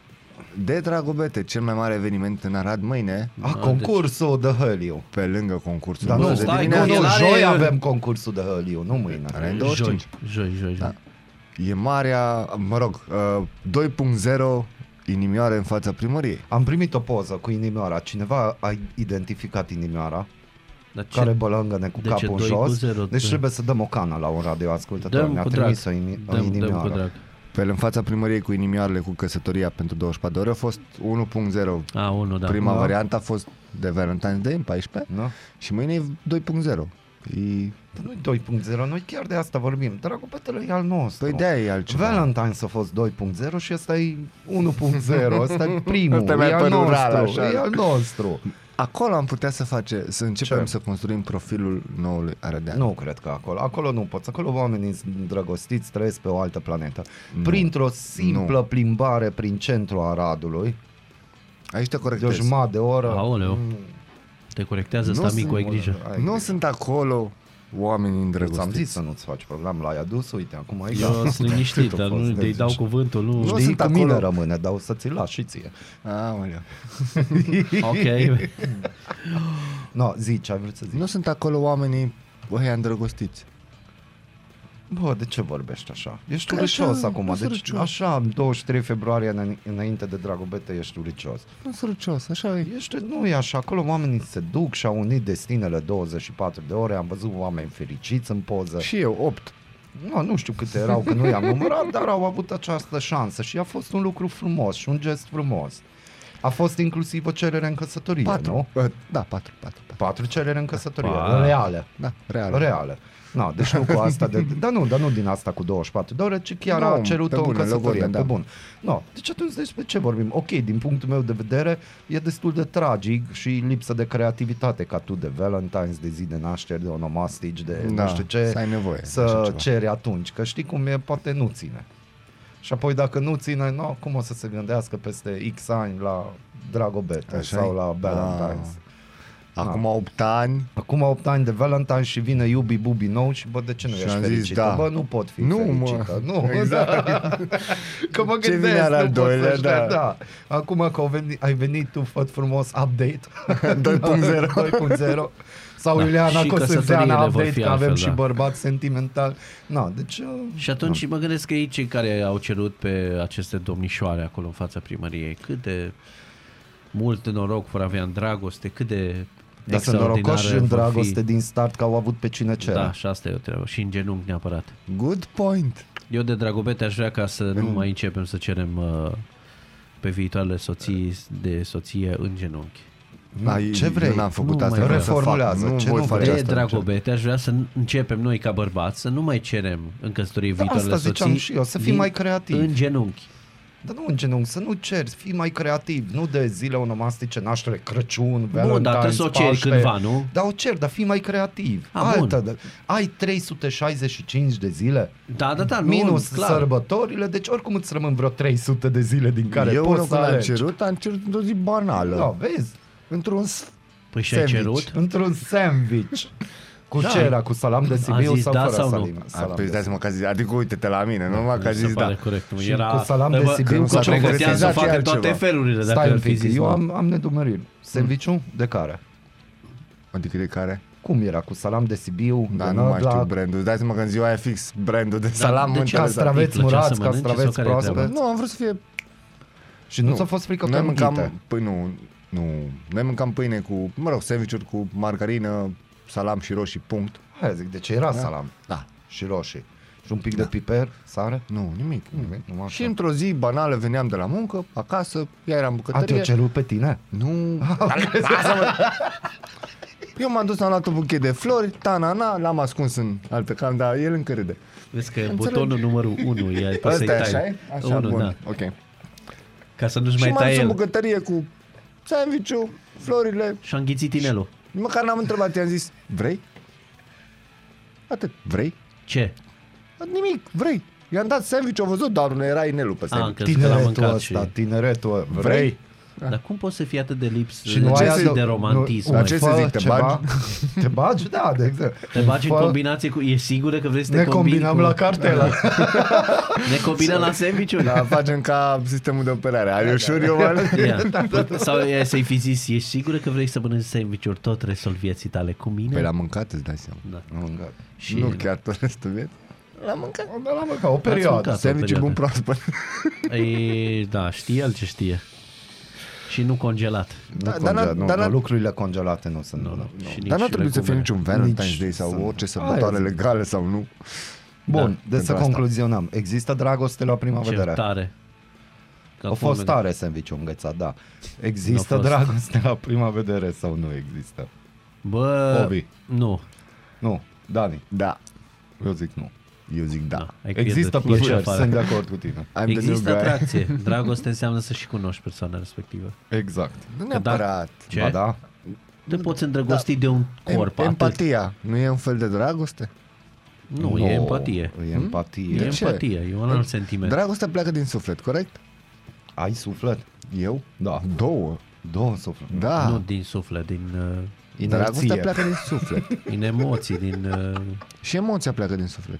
[SPEAKER 4] De Dragobete, cel mai mare eveniment în Arad mâine,
[SPEAKER 2] A, concursul de Hăliu.
[SPEAKER 4] pe lângă concursul
[SPEAKER 2] Dar
[SPEAKER 4] nostru
[SPEAKER 2] Ah. Da, nu,
[SPEAKER 4] de
[SPEAKER 3] stai,
[SPEAKER 2] stai, nu,
[SPEAKER 4] dimineață.
[SPEAKER 2] nu,
[SPEAKER 3] el are-
[SPEAKER 2] joi avem concursul de Hăliu, nu
[SPEAKER 4] Are
[SPEAKER 2] mâine.
[SPEAKER 4] în
[SPEAKER 3] Joi,
[SPEAKER 4] 25.
[SPEAKER 3] joi, joi.
[SPEAKER 2] Da.
[SPEAKER 3] joi.
[SPEAKER 4] E marea, mă rog, uh, 2.0 inimioare în fața primăriei.
[SPEAKER 2] Am primit o poză cu inimioara. Cineva a identificat inimioara,
[SPEAKER 3] Dar ce-
[SPEAKER 2] care bălângăne cu
[SPEAKER 3] de ce
[SPEAKER 2] capul în
[SPEAKER 3] doi cu
[SPEAKER 2] jos.
[SPEAKER 3] zero,
[SPEAKER 2] deci
[SPEAKER 3] da.
[SPEAKER 2] trebuie să dăm o cană la un radioascultător. Ne-a
[SPEAKER 3] cu drag.
[SPEAKER 2] trimis o, imi- o
[SPEAKER 3] Dăm, dăm cu
[SPEAKER 2] inimioară.
[SPEAKER 3] drag.
[SPEAKER 4] Pe în fața primăriei cu inimioarele cu căsătoria pentru 24 de ore a fost 1.0.
[SPEAKER 3] A, unul, da.
[SPEAKER 4] Prima
[SPEAKER 2] Da.
[SPEAKER 4] variantă a fost de Valentine's Day în 14
[SPEAKER 2] Da?
[SPEAKER 4] și mâine e 2.0. E... păi
[SPEAKER 2] Dar Nu-i 2.0, noi chiar de asta vorbim. Dragul Petele e al nostru.
[SPEAKER 4] Păi de-aia e altceva.
[SPEAKER 2] Valentine's a fost 2.0 și ăsta e 1.0, ăsta e primul,
[SPEAKER 4] Ăsta e
[SPEAKER 2] e,
[SPEAKER 4] mai pe
[SPEAKER 2] al
[SPEAKER 4] rural,
[SPEAKER 2] nostru,
[SPEAKER 4] așa.
[SPEAKER 2] e al nostru.
[SPEAKER 4] Acolo am putea să face, să începem
[SPEAKER 2] Ce?
[SPEAKER 4] să construim profilul noului Arădean.
[SPEAKER 2] Nu cred că acolo, acolo nu poți, acolo oamenii sunt îndrăgostiți trăiesc pe o altă planetă. Printr-o simplă
[SPEAKER 4] Nu.
[SPEAKER 2] plimbare prin centrul Aradului,
[SPEAKER 4] Aici te
[SPEAKER 2] de o
[SPEAKER 4] corectez.
[SPEAKER 2] jumătate de oră,
[SPEAKER 3] Aoleu.
[SPEAKER 2] Mm.
[SPEAKER 3] Te corectează
[SPEAKER 4] Nu
[SPEAKER 3] ăsta mic,
[SPEAKER 4] sunt,
[SPEAKER 3] cu ai grijă.
[SPEAKER 2] ai
[SPEAKER 4] Nu
[SPEAKER 2] grijă.
[SPEAKER 4] sunt acolo oameni
[SPEAKER 2] Ți-am
[SPEAKER 4] îndrăgostiți.
[SPEAKER 2] zis să nu-ți faci program, l-ai adus, uite, acum ai
[SPEAKER 3] Eu
[SPEAKER 2] gata.
[SPEAKER 3] sunt liniștit,
[SPEAKER 4] Cât a
[SPEAKER 3] dar
[SPEAKER 4] fost,
[SPEAKER 3] nu
[SPEAKER 4] de
[SPEAKER 3] îi dau
[SPEAKER 4] zici?
[SPEAKER 3] cuvântul, nu...
[SPEAKER 4] Nu.
[SPEAKER 2] Știi,
[SPEAKER 4] sunt
[SPEAKER 2] cu mine
[SPEAKER 4] acolo.
[SPEAKER 2] rămâne, dar o să ți-l las și ție.
[SPEAKER 4] Aoleu.
[SPEAKER 3] Ok.
[SPEAKER 2] No, zici, ai vrut să zici.
[SPEAKER 4] Nu sunt acolo oamenii ăia îndrăgostiți.
[SPEAKER 2] Bă, de ce vorbești așa? Ești
[SPEAKER 4] Că
[SPEAKER 2] uricios
[SPEAKER 4] așa,
[SPEAKER 2] acum.
[SPEAKER 4] sunt
[SPEAKER 2] Deci,
[SPEAKER 4] uricios.
[SPEAKER 2] așa, 23 februarie în- înainte de Dragobete ești uricios.
[SPEAKER 4] Nu sunt rucios, așa e.
[SPEAKER 2] Ești, nu e așa, acolo oamenii se duc și au unit destinele 24 de ore, am văzut oameni fericiți în poză.
[SPEAKER 4] Și eu, 8.
[SPEAKER 2] Nu, nu știu câte erau, că nu i-am numărat, dar au avut această șansă și a fost un lucru frumos și un gest frumos. A fost inclusiv o cerere în căsătorie, nu?
[SPEAKER 4] Patru. Uh, Da, patru, patru, patru.
[SPEAKER 2] Patru cereri în căsătorie.
[SPEAKER 3] Pa.
[SPEAKER 2] Reale.
[SPEAKER 4] Da, real.
[SPEAKER 2] Reale. Na, deci nu cu asta de, dar nu, dar nu din asta cu 24 de ore, ci chiar
[SPEAKER 4] Nu,
[SPEAKER 2] a cerut-o
[SPEAKER 4] Da, pe
[SPEAKER 2] în
[SPEAKER 4] bune,
[SPEAKER 2] căsătorie,
[SPEAKER 4] logodă,
[SPEAKER 2] pe
[SPEAKER 4] da.
[SPEAKER 2] bun. No, deci atunci despre ce vorbim? Ok, din punctul meu de vedere, e destul de tragic și lipsă de creativitate ca tu de Valentine's, de zi de naștere, de onomastici, de
[SPEAKER 4] Da,
[SPEAKER 2] nu știu ce,
[SPEAKER 4] să ai nevoie de așa
[SPEAKER 2] să
[SPEAKER 4] ceva.
[SPEAKER 2] ceri atunci, că știi cum e, poate nu ține. Și apoi dacă nu ține, no, cum o să se gândească peste X ani la Dragobete
[SPEAKER 4] Așa
[SPEAKER 2] sau
[SPEAKER 4] e?
[SPEAKER 2] la Valentine's?
[SPEAKER 4] Ah. Acum 8 ani
[SPEAKER 2] Acum 8 ani de Valentine și vine iubi bubi nou și bă, de ce nu
[SPEAKER 4] Și
[SPEAKER 2] ești
[SPEAKER 4] am zis,
[SPEAKER 2] fericită?
[SPEAKER 4] da.
[SPEAKER 2] Bă, nu pot fi
[SPEAKER 4] Nu,
[SPEAKER 2] fericită.
[SPEAKER 4] mă.
[SPEAKER 2] Nu,
[SPEAKER 4] Exact.
[SPEAKER 2] Da. Că mă
[SPEAKER 4] Ce
[SPEAKER 2] gândesc,
[SPEAKER 4] vine al
[SPEAKER 2] nu pot
[SPEAKER 4] doilea,
[SPEAKER 2] să știu,
[SPEAKER 4] da.
[SPEAKER 2] da. Acum că au venit, ai venit tu, făt frumos, update.
[SPEAKER 4] 2.0.
[SPEAKER 2] 2.0. Sau
[SPEAKER 3] Da.
[SPEAKER 2] da. Iuliana
[SPEAKER 3] Și
[SPEAKER 2] Cosânțeana,
[SPEAKER 3] căsătoriile vor
[SPEAKER 2] update,
[SPEAKER 3] fi
[SPEAKER 2] că avem
[SPEAKER 3] altfel,
[SPEAKER 2] și
[SPEAKER 3] da.
[SPEAKER 2] bărbat sentimental. Na, deci... uh,
[SPEAKER 3] Și atunci mă gândesc că ei cei care au cerut pe aceste domnișoare acolo în fața primăriei, cât de mult noroc vor avea în dragoste, cât de
[SPEAKER 2] Dar sunt norocoși
[SPEAKER 3] extraordinară
[SPEAKER 2] în
[SPEAKER 3] Deci vor
[SPEAKER 2] dragoste
[SPEAKER 3] fi.
[SPEAKER 2] din start că au avut pe cine cere.
[SPEAKER 3] Da, și asta e o treabă. Și în genunchi neapărat.
[SPEAKER 4] Good point
[SPEAKER 3] Eu de dragobete aș vrea ca să nu mai începem să cerem uh, pe viitoarele soții de soție în genunchi.
[SPEAKER 4] Ai,
[SPEAKER 2] ce vrei?
[SPEAKER 4] Eu n-am făcut
[SPEAKER 3] Nu
[SPEAKER 4] asta
[SPEAKER 3] mai
[SPEAKER 4] vreau
[SPEAKER 2] vreau. Reformulează.
[SPEAKER 4] să fac. Nu
[SPEAKER 2] Ce
[SPEAKER 4] voi
[SPEAKER 2] nu
[SPEAKER 4] face
[SPEAKER 2] vrei?
[SPEAKER 3] De
[SPEAKER 4] asta
[SPEAKER 3] dragobete aș vrea să n- începem noi ca bărbați să nu mai cerem în căsătorie
[SPEAKER 2] Da,
[SPEAKER 3] viitoarele
[SPEAKER 2] asta ziceam
[SPEAKER 3] soții
[SPEAKER 2] și eu, să fii
[SPEAKER 3] din-
[SPEAKER 2] mai creativ.
[SPEAKER 3] În genunchi.
[SPEAKER 2] Dar nu în genunchi, să nu ceri, fii mai creativ, nu de zile onomastice, naștere, Crăciun, Valentine's,
[SPEAKER 3] dar trebuie să o ceri
[SPEAKER 2] Paște.
[SPEAKER 3] cândva, nu?
[SPEAKER 2] Dar o ceri, dar fii mai creativ.
[SPEAKER 3] A, Ah, bun.
[SPEAKER 2] Altă, de, ai 365 de zile,
[SPEAKER 3] Da, da, da, nu,
[SPEAKER 2] minus
[SPEAKER 3] clar.
[SPEAKER 2] sărbătorile, deci oricum îți rămân vreo 300 de zile din care
[SPEAKER 4] Eu
[SPEAKER 2] poți
[SPEAKER 4] unul
[SPEAKER 2] să
[SPEAKER 4] când am
[SPEAKER 2] alegi.
[SPEAKER 4] cerut Am cerut într-o zi banală
[SPEAKER 2] Da, vezi?
[SPEAKER 4] Într-un s-
[SPEAKER 3] Păi și ai
[SPEAKER 4] sandwich.
[SPEAKER 3] cerut?
[SPEAKER 2] Într-un sandwich. Cu
[SPEAKER 3] Da.
[SPEAKER 2] da. cera, cu salam de Sibiu
[SPEAKER 3] zis
[SPEAKER 2] sau
[SPEAKER 3] da
[SPEAKER 2] fără
[SPEAKER 3] sau nu?
[SPEAKER 2] salim,
[SPEAKER 4] A,
[SPEAKER 2] salam.
[SPEAKER 4] Păi
[SPEAKER 2] de-
[SPEAKER 4] dați-mă că a zis Adică uite-te la mine Normal că a
[SPEAKER 3] Mi se
[SPEAKER 4] zis
[SPEAKER 3] pare
[SPEAKER 4] da
[SPEAKER 3] corect. nu?
[SPEAKER 2] Și
[SPEAKER 3] Era, Păi
[SPEAKER 2] cu salam de
[SPEAKER 3] Bă,
[SPEAKER 2] Sibiu,
[SPEAKER 3] când
[SPEAKER 2] cu
[SPEAKER 3] s-o
[SPEAKER 2] ciocolată.
[SPEAKER 3] pregăteam să
[SPEAKER 4] Exact
[SPEAKER 3] facă
[SPEAKER 4] altceva.
[SPEAKER 3] toate felurile dacă
[SPEAKER 2] Stai
[SPEAKER 3] ar
[SPEAKER 2] un
[SPEAKER 3] fi
[SPEAKER 2] pic,
[SPEAKER 3] zis
[SPEAKER 2] eu
[SPEAKER 3] nu.
[SPEAKER 2] am, am nedumeriri. Sandwich-ul de care?
[SPEAKER 4] Adică de care?
[SPEAKER 2] Cum era? Cu salam de Sibiu,
[SPEAKER 4] Da,
[SPEAKER 2] de
[SPEAKER 4] nu mai
[SPEAKER 2] Nădlac,
[SPEAKER 4] știu brandul Dați-mă că în ziua aia fix brandul de salam
[SPEAKER 3] de ce
[SPEAKER 4] mâncare,
[SPEAKER 3] asta
[SPEAKER 4] da.
[SPEAKER 3] aveți?
[SPEAKER 2] castraveți
[SPEAKER 3] Îi plăcea
[SPEAKER 2] murați,
[SPEAKER 3] să mănânce
[SPEAKER 2] castraveți
[SPEAKER 3] sau care e
[SPEAKER 2] proaspeți.
[SPEAKER 4] Nu, am vrut să fie
[SPEAKER 2] Și nu ți-a fost frică că
[SPEAKER 4] Noi
[SPEAKER 2] mâncam...
[SPEAKER 4] mâncam, păi nu, nu, noi mâncam pâine cu, mă rog, sandvișuri cu margarină, salam și roșii, punct.
[SPEAKER 2] Hai zic, deci era
[SPEAKER 4] Da?
[SPEAKER 2] salam
[SPEAKER 4] Da.
[SPEAKER 2] și roșii. Și un pic de piper, sare? Da.
[SPEAKER 4] Nu, nimic. nimic.
[SPEAKER 2] Nimic, numai
[SPEAKER 4] Și
[SPEAKER 2] așa.
[SPEAKER 4] într-o zi banală veneam de la muncă, acasă, ea era în
[SPEAKER 2] A, te-o
[SPEAKER 4] bucătărie.
[SPEAKER 2] cerut pe tine?
[SPEAKER 4] Nu, lasă-mă. Eu m-am dus, am luat un buchet de flori, tanana, l-am ascuns în altă cam, dar el încă râde.
[SPEAKER 3] Vezi că e
[SPEAKER 4] Înțelegi?
[SPEAKER 3] butonul numărul 1, e ai
[SPEAKER 4] Asta
[SPEAKER 3] Păi să-i
[SPEAKER 4] e
[SPEAKER 3] tai.
[SPEAKER 4] așa, e? Așa,
[SPEAKER 3] Unu,
[SPEAKER 4] bun,
[SPEAKER 3] da.
[SPEAKER 4] ok.
[SPEAKER 3] Ca să nu-și
[SPEAKER 4] Și
[SPEAKER 3] mai
[SPEAKER 4] m-am
[SPEAKER 3] tai
[SPEAKER 4] dus în
[SPEAKER 3] el.
[SPEAKER 4] bucătărie cu sandwich florile,
[SPEAKER 3] Și a înghițit inelul.
[SPEAKER 4] Măcar n-am întrebat, i-am zis, vrei? Atât, vrei?
[SPEAKER 3] Ce?
[SPEAKER 4] Nimic, vrei. I-am dat sandwich, au văzut, dar nu era inelul pe
[SPEAKER 3] A,
[SPEAKER 4] sandwich.
[SPEAKER 3] Ah, că că l-a
[SPEAKER 2] Tineretul
[SPEAKER 3] mâncat
[SPEAKER 2] ăsta,
[SPEAKER 3] și...
[SPEAKER 2] tineretul ăla, vrei?
[SPEAKER 4] Vrei?
[SPEAKER 3] Dar cum poți să fii atât de lips
[SPEAKER 2] Și nu
[SPEAKER 3] de-
[SPEAKER 2] ai
[SPEAKER 3] de,
[SPEAKER 2] adă-
[SPEAKER 3] de
[SPEAKER 2] nu-
[SPEAKER 3] romantism?
[SPEAKER 2] un
[SPEAKER 3] mă?
[SPEAKER 4] Dar ce să
[SPEAKER 2] fă
[SPEAKER 4] zic, te
[SPEAKER 2] ceva-
[SPEAKER 4] bagi?
[SPEAKER 2] Te bagi? Da, de exact.
[SPEAKER 3] Te bagi în
[SPEAKER 2] Fă-
[SPEAKER 3] combinație cu... E sigură că vrei să te
[SPEAKER 2] Ne
[SPEAKER 3] combini
[SPEAKER 2] combinăm
[SPEAKER 3] cu... Da,
[SPEAKER 2] la cartelă.
[SPEAKER 3] Ne combinăm la sandwich
[SPEAKER 4] Da, facem ca sistemul de operare. Are ușor, eu mai...
[SPEAKER 3] Ia.
[SPEAKER 4] da.
[SPEAKER 3] Sau e, să-i fi zis, ești sigură că vrei să mănânci sandwich-uri tot restul vieții tale cu mine?
[SPEAKER 4] Păi l-am mâncat, îți dai seama.
[SPEAKER 3] da.
[SPEAKER 2] Am mâncat.
[SPEAKER 3] Și
[SPEAKER 4] Nu chiar tot restul vieții. Da, L-am mâncat.
[SPEAKER 2] Dar l-am mâncat, o perioadă.
[SPEAKER 3] mâncat.
[SPEAKER 4] Sandwich
[SPEAKER 3] perioadă.
[SPEAKER 4] bun proaspăt.
[SPEAKER 3] E, da, știe el ce știe. Și nu congelat.
[SPEAKER 2] Nu
[SPEAKER 4] Da, dar
[SPEAKER 2] congela-
[SPEAKER 4] n-a-
[SPEAKER 2] nu,
[SPEAKER 4] dar n-a-
[SPEAKER 2] nu, lucrurile congelate nu sunt bune.
[SPEAKER 3] Și nici
[SPEAKER 4] Dar nu trebuie să fie
[SPEAKER 3] legumele.
[SPEAKER 4] niciun Valentine's Day sau orice sărbătoare
[SPEAKER 2] Aia zic.
[SPEAKER 4] legală sau nu.
[SPEAKER 2] Bun, deci să
[SPEAKER 4] pentru asta.
[SPEAKER 2] concluzionăm. Există dragoste la prima vedere.
[SPEAKER 3] Ce tare. Că
[SPEAKER 2] A fost
[SPEAKER 3] acum-
[SPEAKER 2] tare sandwich înghețat, da. Există
[SPEAKER 3] N-a fost.
[SPEAKER 2] dragoste la prima vedere sau nu există?
[SPEAKER 3] Bă,
[SPEAKER 2] Obi.
[SPEAKER 3] nu.
[SPEAKER 2] Nu, Dani,
[SPEAKER 4] Da,
[SPEAKER 2] eu zic nu.
[SPEAKER 4] eu zic da.
[SPEAKER 3] Ai
[SPEAKER 2] Există
[SPEAKER 3] pierdut. Ieși
[SPEAKER 2] plăceri,
[SPEAKER 3] afară.
[SPEAKER 2] sunt de acord cu tine.
[SPEAKER 4] I'm the new
[SPEAKER 3] Există
[SPEAKER 4] guy.
[SPEAKER 3] atracție. Dragoste înseamnă să și cunoști persoana respectivă.
[SPEAKER 2] Exact.
[SPEAKER 4] Nu neapărat.
[SPEAKER 3] Ce?
[SPEAKER 2] Ba da?
[SPEAKER 3] Te poți îndrăgosti de un corp.
[SPEAKER 4] Da. Em-
[SPEAKER 3] atât.
[SPEAKER 4] Empatia. Nu e un fel de dragoste?
[SPEAKER 3] Nu, e empatie. Hm? Deci-
[SPEAKER 2] E empatie.
[SPEAKER 3] E
[SPEAKER 4] Oh, ce?
[SPEAKER 3] empatie, e un alt sentiment.
[SPEAKER 4] Dragostea pleacă din suflet, corect?
[SPEAKER 2] Ai suflet?
[SPEAKER 4] Eu?
[SPEAKER 2] Da.
[SPEAKER 4] Două.
[SPEAKER 2] Două suflet.
[SPEAKER 4] Da.
[SPEAKER 3] Nu din suflet, din uh,
[SPEAKER 2] Inerție.
[SPEAKER 4] Dragostea pleacă din suflet.
[SPEAKER 3] din emoții, din... Uh,
[SPEAKER 4] și emoția pleacă din suflet.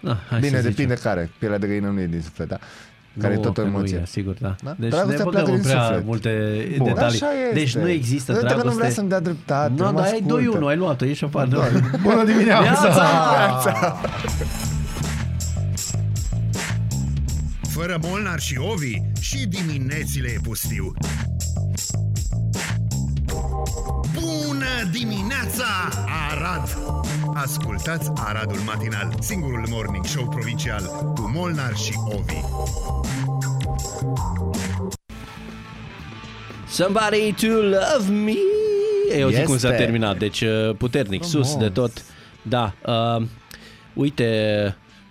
[SPEAKER 3] na, hai
[SPEAKER 4] Bine,
[SPEAKER 3] să zicem.
[SPEAKER 4] depinde care. Pielea de găină nu e din suflet, da? Care
[SPEAKER 3] nu,
[SPEAKER 4] e tot
[SPEAKER 3] că
[SPEAKER 4] o
[SPEAKER 3] nu
[SPEAKER 4] emoție.
[SPEAKER 3] e, sigur, da.
[SPEAKER 4] Da?
[SPEAKER 3] Deci
[SPEAKER 4] Dragostea
[SPEAKER 3] ne băgăm
[SPEAKER 4] pleacă
[SPEAKER 3] în
[SPEAKER 4] din
[SPEAKER 3] prea
[SPEAKER 4] suflet.
[SPEAKER 3] multe
[SPEAKER 4] Bun.
[SPEAKER 3] detalii.
[SPEAKER 4] Așa este.
[SPEAKER 3] Deci nu există
[SPEAKER 4] Uite
[SPEAKER 3] dragoste.
[SPEAKER 4] Că nu vrea să-mi dea dreptate.
[SPEAKER 3] Nu,
[SPEAKER 4] mă
[SPEAKER 3] dar ai
[SPEAKER 4] ascultă. Da.
[SPEAKER 3] 2-1, ai luat-o, ieși afară.
[SPEAKER 2] Bună dimineața!
[SPEAKER 3] Viața!
[SPEAKER 1] Fără Molnar și Ovi și diminețile e pustiu. Bună dimineața, Arad! Ascultați Aradul Matinal, singurul morning show provincial cu Molnar și Ovi.
[SPEAKER 3] Somebody to love me eu zic
[SPEAKER 4] Este.
[SPEAKER 3] cum s-a terminat, deci uh, puternic, sus de tot. Da, uh, uite,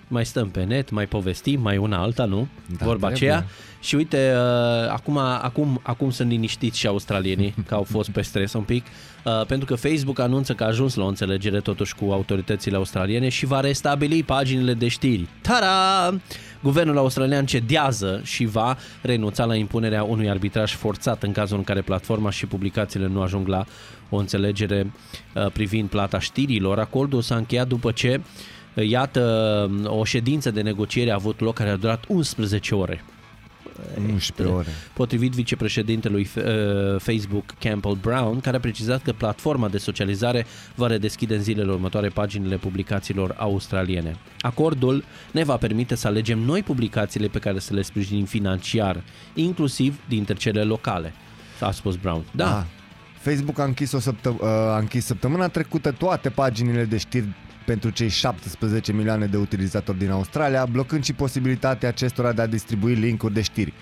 [SPEAKER 3] mai stăm pe net, mai povestim, mai una alta, nu? Da, Vorba
[SPEAKER 4] trebuie.
[SPEAKER 3] aceea. Și uite, uh, acum, acum, acum sunt liniștiți și australienii, că au fost pe stres un pic, uh, pentru că Facebook anunță că a ajuns la o înțelegere totuși cu autoritățile australiene și va restabili paginile de știri. Tara! Guvernul australian cedează și va renunța la impunerea unui arbitraj forțat în cazul în care platforma și publicațiile nu ajung la o înțelegere uh, privind plata știrilor. Acordul s-a încheiat după ce, uh, iată, o ședință de negociere a avut loc care a durat 11 ore.
[SPEAKER 4] 11 ore.
[SPEAKER 3] Potrivit vicepreședintelui F- uh, Facebook Campbell Brown, care a precizat că platforma de socializare va redeschide în zilele următoare paginile publicațiilor australiene. Acordul ne va permite să alegem noi publicațiile pe care să le sprijinim financiar, inclusiv dintre cele locale, a spus Brown. Da,
[SPEAKER 4] Ah, Facebook a închis, o săptăm- uh, a închis săptămâna trecută toate paginile de știri pentru cei 17 milioane de utilizatori din Australia, blocând și posibilitatea acestora de a distribui linkuri de știri.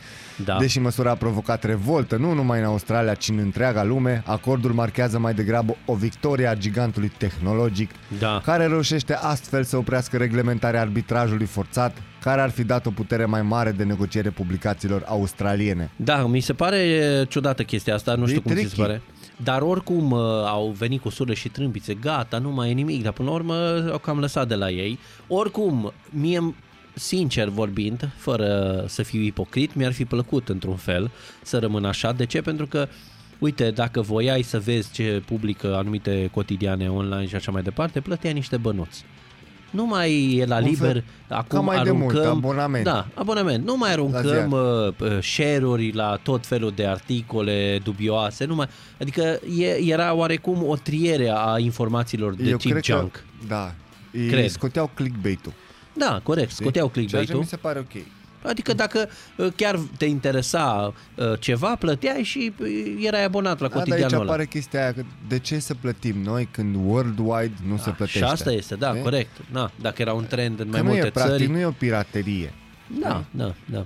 [SPEAKER 3] da.
[SPEAKER 4] Deși măsura a provocat revoltă nu numai în Australia, ci în întreaga lume, acordul marchează mai degrabă o victorie a gigantului tehnologic,
[SPEAKER 3] Da.
[SPEAKER 4] care reușește astfel să oprească reglementarea arbitrajului forțat, care ar fi dat o putere mai mare de negociere publicațiilor australiene.
[SPEAKER 3] Da, mi se pare e, ciudată chestia asta, nu
[SPEAKER 4] E
[SPEAKER 3] știu cum ți se
[SPEAKER 4] tricky.
[SPEAKER 3] pare. Dar oricum uh, au venit cu surle și trâmbițe, gata, nu mai e nimic, dar până la urmă au cam lăsat de la ei. Oricum, mie, îmi- sincer vorbind, fără să fiu ipocrit, mi-ar fi plăcut într-un fel să rămân așa. De ce? Pentru că Uite, dacă voiai să vezi ce publică anumite cotidiane online și așa mai departe, plăteai niște bănuți. Nu mai e la
[SPEAKER 4] Un fel-
[SPEAKER 3] liber, acum
[SPEAKER 4] mai de
[SPEAKER 3] aruncăm...
[SPEAKER 4] mult, abonament.
[SPEAKER 3] Da, abonament. Nu mai
[SPEAKER 4] ziar.
[SPEAKER 3] aruncăm uh, uh, share-uri la tot felul de articole dubioase, nu mai... Adică e, era oarecum o triere a informațiilor de tip junk. Că...
[SPEAKER 4] da, ei
[SPEAKER 3] Cred.
[SPEAKER 4] scoteau clickbait-ul. Deci,
[SPEAKER 3] Da, corect, scoteau
[SPEAKER 4] Ceea ce mi
[SPEAKER 3] clickbait-ul.
[SPEAKER 4] se pare ok.
[SPEAKER 3] Adică dacă uh, chiar te interesa uh, ceva, plăteai și uh, erai abonat la
[SPEAKER 4] Da, dar aici
[SPEAKER 3] cotidianul ăla.
[SPEAKER 4] apare chestia aia, că de ce să plătim noi când worldwide nu se plătește?
[SPEAKER 3] Ah, Și asta este, da,
[SPEAKER 4] E?
[SPEAKER 3] corect. Da, dacă era un trend în mai
[SPEAKER 4] Că nu
[SPEAKER 3] multe
[SPEAKER 4] e, practic,
[SPEAKER 3] țări.
[SPEAKER 4] nu e o piraterie.
[SPEAKER 3] Da, da, da.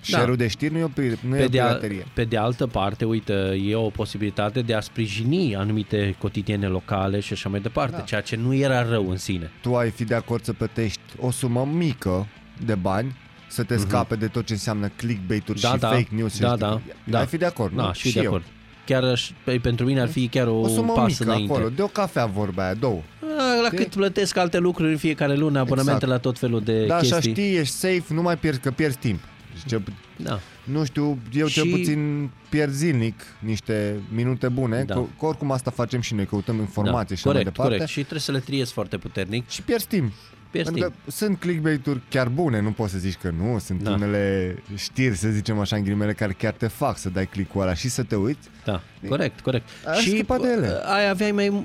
[SPEAKER 4] Share-ul de știri nu e o, pir- nu e
[SPEAKER 3] pe
[SPEAKER 4] o
[SPEAKER 3] de, al,
[SPEAKER 4] piraterie.
[SPEAKER 3] pe de altă parte, uite, e o posibilitate de a sprijini anumite cotidiene locale și așa mai departe, da. ceea ce nu era rău în sine.
[SPEAKER 4] Tu ai fi de acord să plătești o sumă mică de bani să te scape de tot ce înseamnă clickbait-uri
[SPEAKER 3] Mhm. Da,
[SPEAKER 4] și
[SPEAKER 3] da,
[SPEAKER 4] fake news. și
[SPEAKER 3] da,
[SPEAKER 4] știi-
[SPEAKER 3] da, da.
[SPEAKER 4] Ai fi de acord,
[SPEAKER 3] Da,
[SPEAKER 4] nu?
[SPEAKER 3] și, de
[SPEAKER 4] eu.
[SPEAKER 3] acord. Chiar aș, pe- pentru mine ar fi chiar o,
[SPEAKER 4] O sumă
[SPEAKER 3] pas
[SPEAKER 4] mică
[SPEAKER 3] înainte.
[SPEAKER 4] acolo, de o cafea vorba aia, două.
[SPEAKER 3] A, La cât plătesc alte lucruri în fiecare lună, abonamente
[SPEAKER 4] Exact.
[SPEAKER 3] la tot felul de
[SPEAKER 4] Da, așa
[SPEAKER 3] chestii.
[SPEAKER 4] știi, ești safe, nu mai pierzi, că pierzi timp. Și ce-
[SPEAKER 3] Da.
[SPEAKER 4] Nu știu, eu cel
[SPEAKER 3] Și-
[SPEAKER 4] puțin pierd zilnic niște minute bune,
[SPEAKER 3] Da.
[SPEAKER 4] da. că, că oricum asta facem și noi, căutăm informații
[SPEAKER 3] da.
[SPEAKER 4] și așa mai
[SPEAKER 3] corect,
[SPEAKER 4] departe.
[SPEAKER 3] corect. Și trebuie să le triezi foarte puternic.
[SPEAKER 4] Și pierzi timp.
[SPEAKER 3] Pierzi
[SPEAKER 4] Pentru că sunt clickbait-uri chiar bune, nu poți să zici că nu, sunt
[SPEAKER 3] Da.
[SPEAKER 4] da. unele știri, să zicem așa, în grimele, care chiar te fac să dai click-ul ăla și să te uiți.
[SPEAKER 3] Da, corect, corect. uh,
[SPEAKER 4] Ai scăpat de ele.
[SPEAKER 3] ai aveai mai, uh,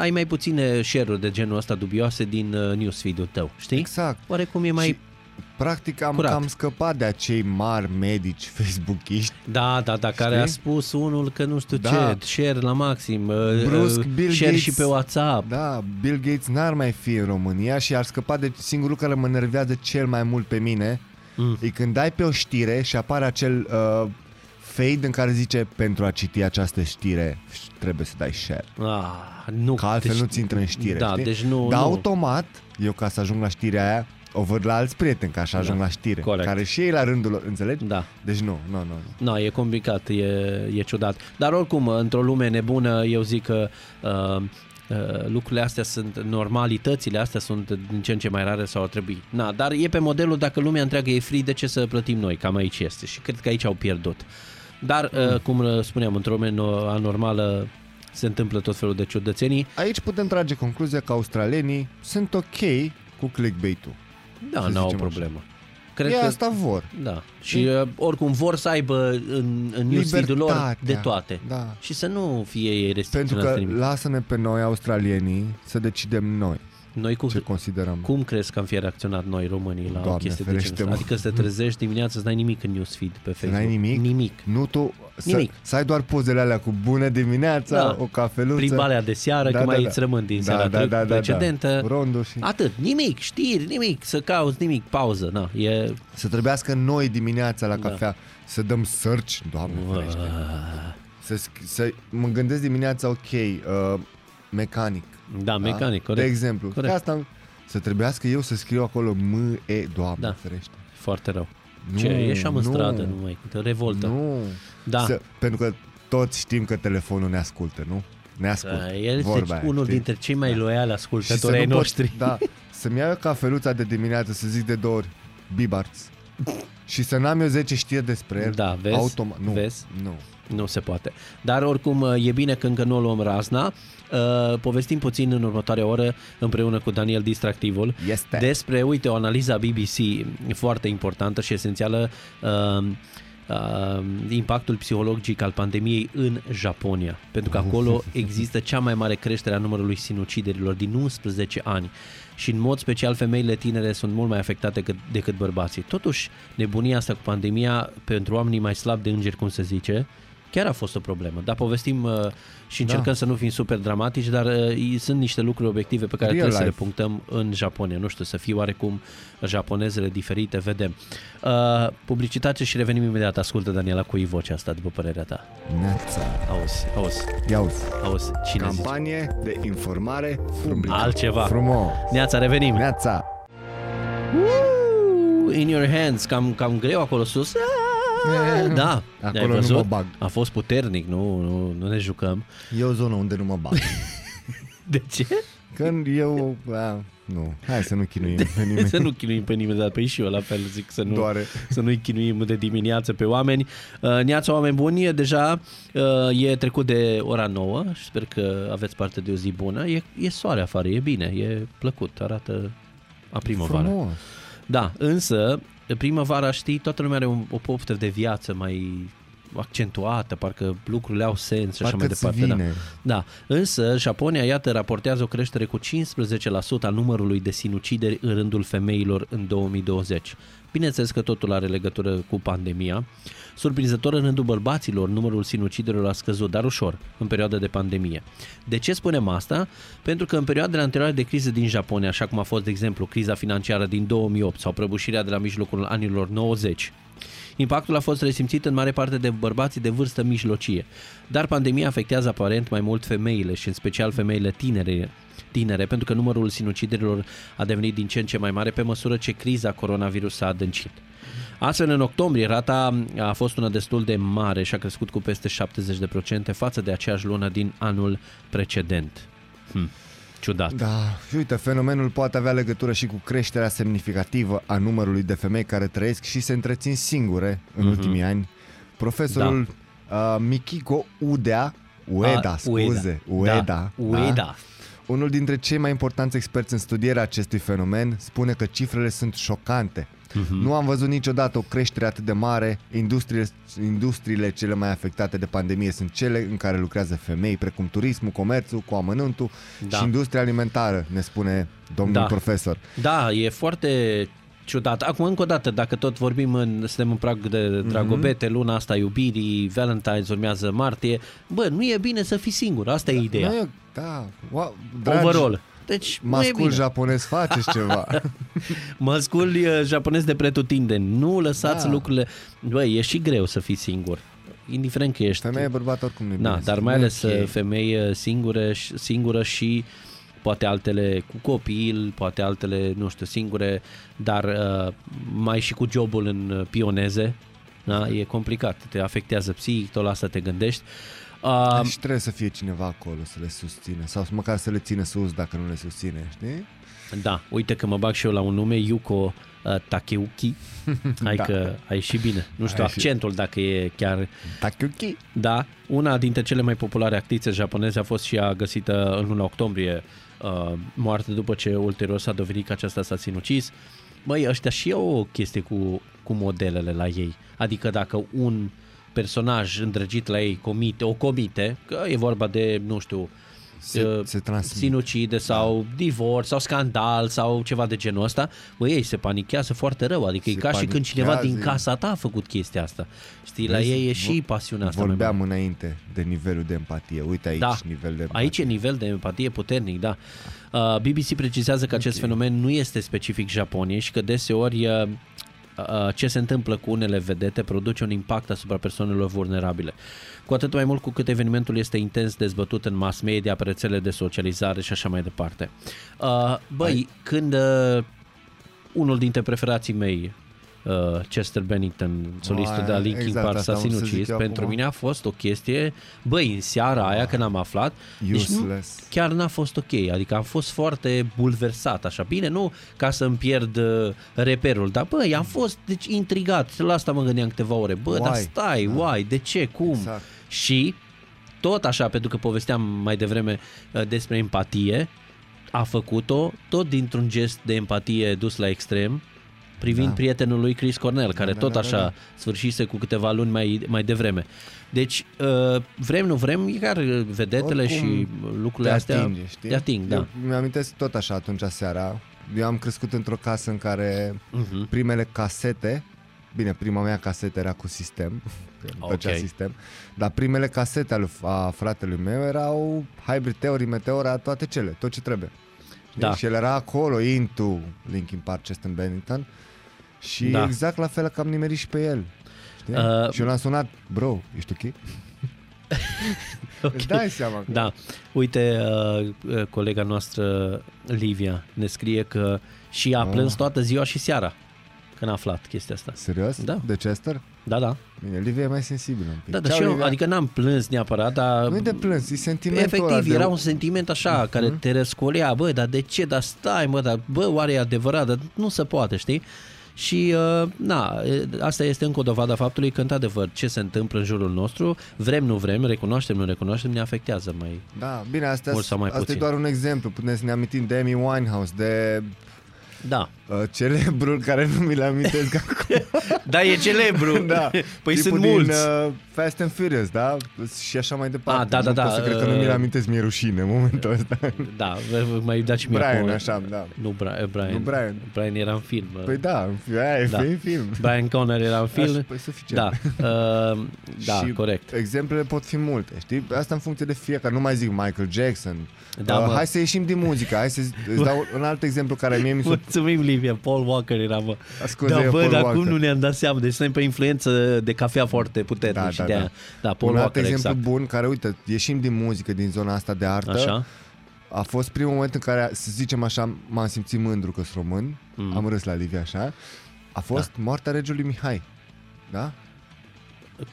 [SPEAKER 3] ai mai puține share-uri de genul ăsta dubioase din uh, newsfeed-ul tău, știi?
[SPEAKER 4] Exact.
[SPEAKER 3] Oarecum e mai...
[SPEAKER 4] Și, practic am
[SPEAKER 3] curat.
[SPEAKER 4] cam scăpat de acei mari medici facebookiști.
[SPEAKER 3] Da, da, da, care
[SPEAKER 4] Știi?
[SPEAKER 3] a spus unul că nu știu
[SPEAKER 4] Da.
[SPEAKER 3] ce, share la maxim, uh,
[SPEAKER 4] Brusc,
[SPEAKER 3] uh,
[SPEAKER 4] Bill
[SPEAKER 3] share
[SPEAKER 4] Gates.
[SPEAKER 3] și pe WhatsApp.
[SPEAKER 4] Da, Bill Gates n-ar mai fi în România și ar scăpa de singurul care mă nervează cel mai mult pe mine. Mm. E când dai pe o știre și apare acel uh, fade în care zice pentru a citi această știre trebuie să dai share.
[SPEAKER 3] Ah, nu,
[SPEAKER 4] Că altfel nu-ți intră în știre.
[SPEAKER 3] Da,
[SPEAKER 4] știi?
[SPEAKER 3] deci nu...
[SPEAKER 4] Dar
[SPEAKER 3] nu.
[SPEAKER 4] automat, eu ca să ajung la știrea aia, o văd la alți prieteni ca să ajung
[SPEAKER 3] Da,
[SPEAKER 4] la știre.
[SPEAKER 3] corect.
[SPEAKER 4] Care și ei la rândul lor, înțelegi?
[SPEAKER 3] Da.
[SPEAKER 4] Deci nu, nu, nu. nu.
[SPEAKER 3] Da, e complicat, e, e ciudat. Dar oricum, într-o lume nebună, eu zic că uh, uh, lucrurile astea sunt, normalitățile astea sunt din ce în ce mai rare sau ar trebui. Na, dar e pe modelul dacă lumea întreagă e free, de ce să plătim noi? Cam aici este și cred că aici au pierdut. Dar,
[SPEAKER 4] Mm.
[SPEAKER 3] uh, cum uh, spuneam, într-o lume no- anormală se întâmplă tot felul de ciudățenii.
[SPEAKER 4] Aici putem trage concluzia că australenii sunt ok cu clickbait-ul.
[SPEAKER 3] Da,
[SPEAKER 4] Să
[SPEAKER 3] n-au o
[SPEAKER 4] zicem așa.
[SPEAKER 3] problemă. Cred
[SPEAKER 4] Ei
[SPEAKER 3] că-
[SPEAKER 4] asta vor.
[SPEAKER 3] Da. Și uh, oricum vor să aibă în, în newsfeed-ul lor
[SPEAKER 4] Libertatea.
[SPEAKER 3] de toate.
[SPEAKER 4] Da.
[SPEAKER 3] Și să nu fie ei
[SPEAKER 4] Pentru
[SPEAKER 3] restricționați
[SPEAKER 4] că
[SPEAKER 3] de nimic.
[SPEAKER 4] lasă-ne pe noi, australienii, să decidem noi
[SPEAKER 3] Noi cum,
[SPEAKER 4] ce considerăm.
[SPEAKER 3] cum crezi că am fi reacționat noi românii la o
[SPEAKER 4] Doamne,
[SPEAKER 3] chestie de genul
[SPEAKER 4] ferește-mă.
[SPEAKER 3] ăsta? Adică să te trezești dimineața, să n-ai nimic în newsfeed pe
[SPEAKER 4] Să
[SPEAKER 3] Facebook.
[SPEAKER 4] n-ai nimic? Mm.
[SPEAKER 3] Nimic.
[SPEAKER 4] Nu tu, să,
[SPEAKER 3] Nimic.
[SPEAKER 4] să ai doar pozele alea cu bună dimineața,
[SPEAKER 3] Da.
[SPEAKER 4] o cafeluță.
[SPEAKER 3] Plimbarea de seară, da, că mai da, îți rămân din seara da, da, da, precedentă. Da,
[SPEAKER 4] Rondul și...
[SPEAKER 3] Atât, nimic, știri, nimic, să cauți nimic, pauză, na, e... Da.
[SPEAKER 4] Să trebuiască noi dimineața la cafea să dăm search, doamne ferește. Să, sc- să mă gândesc dimineața, ok, uh, mecanic.
[SPEAKER 3] Da, mecanic, corect.
[SPEAKER 4] De exemplu.
[SPEAKER 3] Corect.
[SPEAKER 4] Corect. Asta am- să trebuiască eu să scriu acolo M, E, Doamne,
[SPEAKER 3] Da.
[SPEAKER 4] da. ferește.
[SPEAKER 3] Foarte rău.
[SPEAKER 4] Nu,
[SPEAKER 3] Ce, ieșeam în
[SPEAKER 4] nu.
[SPEAKER 3] stradă numai, te revoltă.
[SPEAKER 4] Nu.
[SPEAKER 3] Da.
[SPEAKER 4] Să, pentru că toți știm că telefonul ne ascultă, nu? Ne ascultă.
[SPEAKER 3] Da, El este
[SPEAKER 4] Vorba aia,
[SPEAKER 3] unul
[SPEAKER 4] știi? Da.
[SPEAKER 3] dintre cei mai loiali
[SPEAKER 4] Și să
[SPEAKER 3] ascultători
[SPEAKER 4] nu
[SPEAKER 3] ai
[SPEAKER 4] pot-
[SPEAKER 3] noștri.
[SPEAKER 4] Da, să-mi iau eu cafeluța de dimineață, să zic de două ori, Bibarts. Și să n-am eu 10 știri despre el.
[SPEAKER 3] Da, vezi?
[SPEAKER 4] Automat. Nu,
[SPEAKER 3] Vezi?
[SPEAKER 4] nu.
[SPEAKER 3] Nu se poate. Dar oricum e bine că încă nu o luăm razna. Uh, Povestim puțin în următoarea oră împreună cu Daniel Distractivul
[SPEAKER 4] Este.
[SPEAKER 3] despre, uite, o analiză a BBC foarte importantă și esențială uh, uh, impactul psihologic al pandemiei în Japonia. Pentru că acolo există cea mai mare creștere a numărului sinuciderilor din 11 ani și în mod special femeile tinere sunt mult mai afectate cât, decât bărbații. Totuși, nebunia asta cu pandemia pentru oamenii mai slabi de îngeri, cum se zice, chiar a fost o problemă. Dar povestim uh, și încercăm da. să nu fim super dramatici, dar uh, i- sunt niște lucruri obiective pe care
[SPEAKER 4] Real
[SPEAKER 3] trebuie să
[SPEAKER 4] life.
[SPEAKER 3] le punctăm în Japonia. Nu știu, să fie oarecum japonezele diferite, vedem. Uh, publicitate și revenim imediat. Ascultă, Daniela, cu vocea asta, după părerea ta.
[SPEAKER 4] Neața.
[SPEAKER 3] Auzi, auzi,
[SPEAKER 4] Ia uzi.
[SPEAKER 3] auzi, cine zice?
[SPEAKER 4] Campanie de informare publică.
[SPEAKER 3] Altceva.
[SPEAKER 4] Frumos.
[SPEAKER 3] Neața, revenim.
[SPEAKER 4] Neața.
[SPEAKER 3] In your hands, cam, cam greu acolo sus. Ah, Da,
[SPEAKER 4] Eh, Acolo
[SPEAKER 3] Ai
[SPEAKER 4] nu
[SPEAKER 3] văzut?
[SPEAKER 4] mă bag.
[SPEAKER 3] A fost puternic, nu, nu, nu ne jucăm.
[SPEAKER 4] E o zonă unde nu mă bag.
[SPEAKER 3] De ce?
[SPEAKER 4] Când eu... A, nu, hai să nu chinuim pe nimeni.
[SPEAKER 3] să nu chinuim pe nimeni, dar pe ei și eu la fel zic să nu,
[SPEAKER 4] Doare.
[SPEAKER 3] să nu-i chinuim de dimineață pe oameni. Uh, Neața, oameni buni, e deja uh, e trecut de ora 9 și sper că aveți parte de o zi bună. E, e soare afară, e bine, e plăcut, arată a primăvară.
[SPEAKER 4] Frumos.
[SPEAKER 3] Da, însă, primăvara, știi, toată lumea are o, o poftă de viață mai accentuată, parcă lucrurile au sens și așa mai
[SPEAKER 4] Parcă-ți
[SPEAKER 3] departe.
[SPEAKER 4] vine.
[SPEAKER 3] Da. da, însă Japonia, iată, raportează o creștere cu 15% a numărului de sinucideri în rândul femeilor în 2020. Bineînțeles că totul are legătură cu pandemia. Surprinzător, în rândul bărbaților, numărul sinuciderilor a scăzut, dar ușor, în perioada de pandemie. De ce spunem asta? Pentru că în perioadele anterioare de criză din Japonia, așa cum a fost, de exemplu, criza financiară din 2008 sau prăbușirea de la mijlocul anilor 90, Impactul a fost resimțit în mare parte de bărbații de vârstă mijlocie, dar pandemia afectează aparent mai mult femeile și în special femeile tinere, tinere pentru că numărul sinuciderilor a devenit din ce în ce mai mare pe măsură ce criza coronavirus s-a adâncit. Astfel, în octombrie, rata a fost una destul de mare și a crescut cu peste 70% față de aceeași lună din anul precedent. Hm. Ciudat.
[SPEAKER 4] Da, și uite, fenomenul poate avea legătură și cu creșterea semnificativă a numărului de femei care trăiesc și se întrețin singure în mm-hmm. ultimii ani. Profesorul da. uh, Mikiko Udea, Ueda,
[SPEAKER 3] A,
[SPEAKER 4] scuze,
[SPEAKER 3] Ueda.
[SPEAKER 4] Ueda, da,
[SPEAKER 3] Da. Ueda. Da.
[SPEAKER 4] unul dintre cei mai importanți experți în studierea acestui fenomen spune că cifrele sunt șocante.
[SPEAKER 3] Hmm.
[SPEAKER 4] Nu am văzut niciodată o creștere atât de mare. Industriile, industriile cele mai afectate de pandemie sunt cele în care lucrează femei, precum turismul, comerțul, cu amănuntul
[SPEAKER 3] Da.
[SPEAKER 4] da. și industria alimentară, ne spune domnul
[SPEAKER 3] Da.
[SPEAKER 4] da. profesor.
[SPEAKER 3] Da, e foarte ciudat. Acum, încă o dată, dacă tot vorbim, în, suntem în prag de
[SPEAKER 4] Mhm.
[SPEAKER 3] dragobete, mm-hmm. luna asta a iubirii, Valentine's urmează martie, bă, nu e bine să fii singur, asta e ideea.
[SPEAKER 4] Nu e- Da, wow, dragi,
[SPEAKER 3] Overall. Deci, nu e
[SPEAKER 4] Mascul
[SPEAKER 3] bine.
[SPEAKER 4] japonez faceți ceva.
[SPEAKER 3] Mascul e, japonez de pretutindeni, nu lăsați da.
[SPEAKER 4] Da.
[SPEAKER 3] lucrurile... Bă, e și greu să fii singur, indiferent că ești...
[SPEAKER 4] Femeie bărbat oricum nu e
[SPEAKER 3] Na,
[SPEAKER 4] bine.
[SPEAKER 3] Da, dar
[SPEAKER 4] Nu
[SPEAKER 3] mai
[SPEAKER 4] e
[SPEAKER 3] ales
[SPEAKER 4] ok.
[SPEAKER 3] okay. femei singure, și- singură și poate altele cu copil, poate altele, nu știu, singure, dar uh, mai și cu jobul în uh, pioneze, da? e complicat, te afectează psihic, tot la asta te gândești. Uh,
[SPEAKER 4] Și Deci trebuie să fie cineva acolo să le susține sau măcar să le ține sus dacă nu le susține, știi?
[SPEAKER 3] da, uite că mă bag și eu la un nume, Yuko uh, Takeuki, hai da. că ai și bine, nu știu,
[SPEAKER 4] Ai și-
[SPEAKER 3] accentul dacă e chiar...
[SPEAKER 4] Takuki.
[SPEAKER 3] Da, una dintre cele mai populare actrițe japoneze a fost și a găsită în luna octombrie uh, moartă după ce ulterior s-a dovedit că aceasta s-a sinucis. Măi, ăștia și eu o chestie cu, cu modelele la ei. Adică dacă un personaj îndrăgit la ei comite, o comite, că e vorba de, nu știu, uh,
[SPEAKER 4] Se- se Da. transmit.
[SPEAKER 3] sinucide sau divorț sau scandal sau ceva de genul ăsta, bă, ei se panichează foarte rău. Adică e
[SPEAKER 4] Se
[SPEAKER 3] ca și când cineva din
[SPEAKER 4] panichează.
[SPEAKER 3] casa ta a făcut chestia asta. Știi, la
[SPEAKER 4] Vezi,
[SPEAKER 3] ei e și
[SPEAKER 4] vo-
[SPEAKER 3] pasiunea asta. mai mare.
[SPEAKER 4] Vorbeam înainte de nivelul de empatie. Uite aici
[SPEAKER 3] Da.
[SPEAKER 4] nivel de empatie.
[SPEAKER 3] Aici e nivel de empatie puternic, da. Uh, BBC precizează că acest okay. fenomen nu este specific Japoniei și că deseori uh, a, ce se întâmplă cu unele vedete produce un impact asupra persoanelor vulnerabile. Cu atât mai mult cu cât evenimentul este intens dezbătut în mass media, pe rețele de socializare și așa mai departe. A, Băi, Ai... când a, unul dintre preferații mei, uh, Chester Bennington, solistul
[SPEAKER 4] Oaia,
[SPEAKER 3] de la Linkin
[SPEAKER 4] exact,
[SPEAKER 3] Park,
[SPEAKER 4] asta
[SPEAKER 3] s-a
[SPEAKER 4] am să zic
[SPEAKER 3] sinucis,
[SPEAKER 4] eu
[SPEAKER 3] pentru
[SPEAKER 4] acum.
[SPEAKER 3] mine a fost o chestie, băi, în seara aia când am aflat, deci nu-
[SPEAKER 4] Useless.
[SPEAKER 3] chiar n-a fost ok, adică am fost foarte bulversat, așa, bine, nu ca să-mi pierd uh, reperul, dar băi, am fost deci, intrigat, la asta mă gândeam câteva ore, bă,
[SPEAKER 4] Why?
[SPEAKER 3] dar stai,
[SPEAKER 4] Da.
[SPEAKER 3] why, de ce, cum?
[SPEAKER 4] Exact.
[SPEAKER 3] Și tot așa, pentru că povesteam mai devreme uh, despre empatie, a făcut-o tot dintr-un gest de empatie dus la extrem, privind da. prietenul lui Chris Cornell, care da, tot da, așa da, da. sfârșise cu câteva luni mai, mai devreme. Deci, uh, vrem, nu vrem, chiar uh, vedetele
[SPEAKER 4] Oricum,
[SPEAKER 3] și lucrurile
[SPEAKER 4] te
[SPEAKER 3] astea
[SPEAKER 4] atinge, știi?
[SPEAKER 3] te ating, da.
[SPEAKER 4] Eu mi-amintesc tot așa atunci seara. Eu am crescut într-o casă în care
[SPEAKER 3] Mhm.
[SPEAKER 4] uh-huh. primele casete, bine, prima mea casetă era cu sistem, că îmi plăcea
[SPEAKER 3] Ok.
[SPEAKER 4] sistem, dar primele casete ale, a fratelui meu erau Hybrid Theory, Meteora, toate cele, tot ce trebuie.
[SPEAKER 3] Da.
[SPEAKER 4] Și el era acolo, Into, Linkin Park, Chester Bennington și
[SPEAKER 3] Da.
[SPEAKER 4] da. exact la fel că am nimerit și pe el. Știi?
[SPEAKER 3] Uh,
[SPEAKER 4] Uh, și eu l-am sunat, bro, ești ok? okay. Îți dai seama că
[SPEAKER 3] Da, uite, uh, uh, colega noastră Livia ne scrie că și a plâns toată ziua și seara când a aflat chestia asta.
[SPEAKER 4] Serios?
[SPEAKER 3] Da.
[SPEAKER 4] De Chester?
[SPEAKER 3] Da, da.
[SPEAKER 4] Bine, Livia e mai sensibilă un pic.
[SPEAKER 3] Da, dar
[SPEAKER 4] Ceau,
[SPEAKER 3] și eu,
[SPEAKER 4] Livia.
[SPEAKER 3] adică n-am plâns neapărat, dar...
[SPEAKER 4] Nu-i de plâns, e sentimentul ăla
[SPEAKER 3] Efectiv,
[SPEAKER 4] de... Mhm.
[SPEAKER 3] era un sentiment așa, care te răscolea, bă, dar de ce, dar stai, mă, dar, bă, oare e adevărat, dar nu se poate, știi? Și, uh, na, e, asta este încă o dovadă a faptului că, într-adevăr, ce se întâmplă în jurul nostru, vrem, nu vrem, recunoaștem, nu recunoaștem, ne afectează mai...
[SPEAKER 4] Da, bine, astea,
[SPEAKER 3] Mult sau mai
[SPEAKER 4] asta e
[SPEAKER 3] puțin.
[SPEAKER 4] doar un exemplu. Putem să ne amintim de Amy Winehouse, de
[SPEAKER 3] Da.
[SPEAKER 4] uh, celebrul care nu mi-l amintesc acum.
[SPEAKER 3] Da, e celebru.
[SPEAKER 4] da.
[SPEAKER 3] Păi
[SPEAKER 4] Tipul
[SPEAKER 3] sunt
[SPEAKER 4] din,
[SPEAKER 3] mulți.
[SPEAKER 4] Uh, Fast and Furious, da? Și așa mai departe.
[SPEAKER 3] Ah, da, da,
[SPEAKER 4] nu
[SPEAKER 3] da,
[SPEAKER 4] pot să cred că nu
[SPEAKER 3] uh,
[SPEAKER 4] mi-l amintesc, mi-e rușine în momentul ăsta.
[SPEAKER 3] Da, mai dat și mie
[SPEAKER 4] Brian,
[SPEAKER 3] acum.
[SPEAKER 4] așa, da.
[SPEAKER 3] Nu, Bra- Brian.
[SPEAKER 4] Nu, Brian.
[SPEAKER 3] Brian era în film. uh,
[SPEAKER 4] Păi da, aia e
[SPEAKER 3] Da.
[SPEAKER 4] da. film.
[SPEAKER 3] Brian Conner era în film.
[SPEAKER 4] Așa, păi suficient.
[SPEAKER 3] Da, uh, da
[SPEAKER 4] și
[SPEAKER 3] corect.
[SPEAKER 4] Exemplele pot fi multe, știi? Asta în funcție de fiecare, nu mai zic Michael Jackson.
[SPEAKER 3] Da,
[SPEAKER 4] uh,
[SPEAKER 3] bă.
[SPEAKER 4] hai să ieșim din muzică, hai să îți dau un alt exemplu care mie mi s-a
[SPEAKER 3] Mulțumim, Livia. Paul Walker era, bă.
[SPEAKER 4] Scuze,
[SPEAKER 3] da,
[SPEAKER 4] e
[SPEAKER 3] bă,
[SPEAKER 4] Paul
[SPEAKER 3] dar
[SPEAKER 4] Walker.
[SPEAKER 3] cum nu ne-am dat seama? Deci suntem pe influență de cafea foarte puternică
[SPEAKER 4] Da,
[SPEAKER 3] și
[SPEAKER 4] da,
[SPEAKER 3] de aia.
[SPEAKER 4] da.
[SPEAKER 3] Da, Paul
[SPEAKER 4] un alt
[SPEAKER 3] Walker,
[SPEAKER 4] exemplu
[SPEAKER 3] exact.
[SPEAKER 4] bun da? care, uite, ieșim din muzică, din zona asta de artă.
[SPEAKER 3] Așa.
[SPEAKER 4] A fost primul moment în care, să zicem așa, m-am simțit mândru că sunt român. Mm. Am râs la Livia așa. A fost da. moartea regiului Mihai. Da?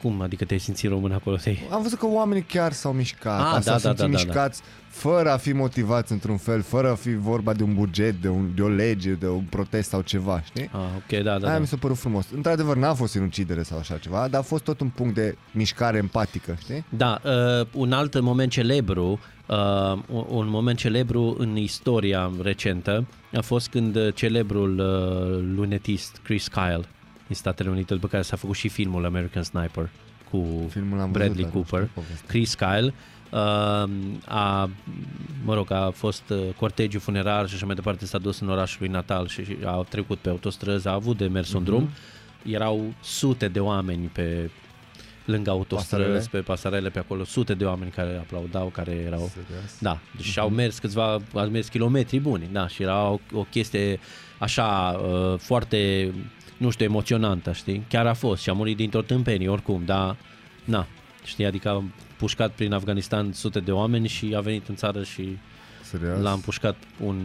[SPEAKER 3] Cum? Adică te-ai simțit român acolo? Te-ai...
[SPEAKER 4] Am văzut că oamenii chiar s-au mișcat,
[SPEAKER 3] Ah,
[SPEAKER 4] a,
[SPEAKER 3] da,
[SPEAKER 4] s-au
[SPEAKER 3] da,
[SPEAKER 4] simțit
[SPEAKER 3] da, da, da.
[SPEAKER 4] mișcați fără a fi motivați într-un fel, fără a fi vorba de un buget, de, un, de o lege, de un protest sau ceva, știi?
[SPEAKER 3] Ah, ok, da,
[SPEAKER 4] Da,
[SPEAKER 3] da,
[SPEAKER 4] Aia
[SPEAKER 3] da.
[SPEAKER 4] mi s-a părut frumos. Într-adevăr, n-a fost sinucidere sau așa ceva, dar a fost tot un punct de mișcare empatică, știi?
[SPEAKER 3] Da, uh, un alt moment celebru, uh, un- un moment celebru în istoria recentă a fost când uh, celebrul uh, lunetist Chris Kyle din Statele Unite, după care s-a făcut și filmul American Sniper cu
[SPEAKER 4] Filmul l-am
[SPEAKER 3] Bradley
[SPEAKER 4] văzut, dar nu
[SPEAKER 3] Cooper,
[SPEAKER 4] știu povestea.
[SPEAKER 3] Chris Kyle, uh, a, mă rog, a fost uh, cortegiu funerar și așa mai departe, s-a dus în orașul lui natal și, și a trecut pe autostrăzi, a avut de mers
[SPEAKER 4] Mhm.
[SPEAKER 3] un drum, erau sute de oameni pe lângă autostrăzi,
[SPEAKER 4] Pasarele?
[SPEAKER 3] pe pasarele pe acolo, sute de oameni care aplaudau, care erau... Da, deci au mers câțiva, au mers kilometri buni, da, și era o, o chestie așa uh, foarte, nu știu, emoționantă, știi? Chiar a fost și a murit dintr-o tâmpenie oricum, dar, na, știi, adică am pușcat prin Afganistan sute de oameni și a venit în țară și
[SPEAKER 4] Serios?
[SPEAKER 3] l-a împușcat un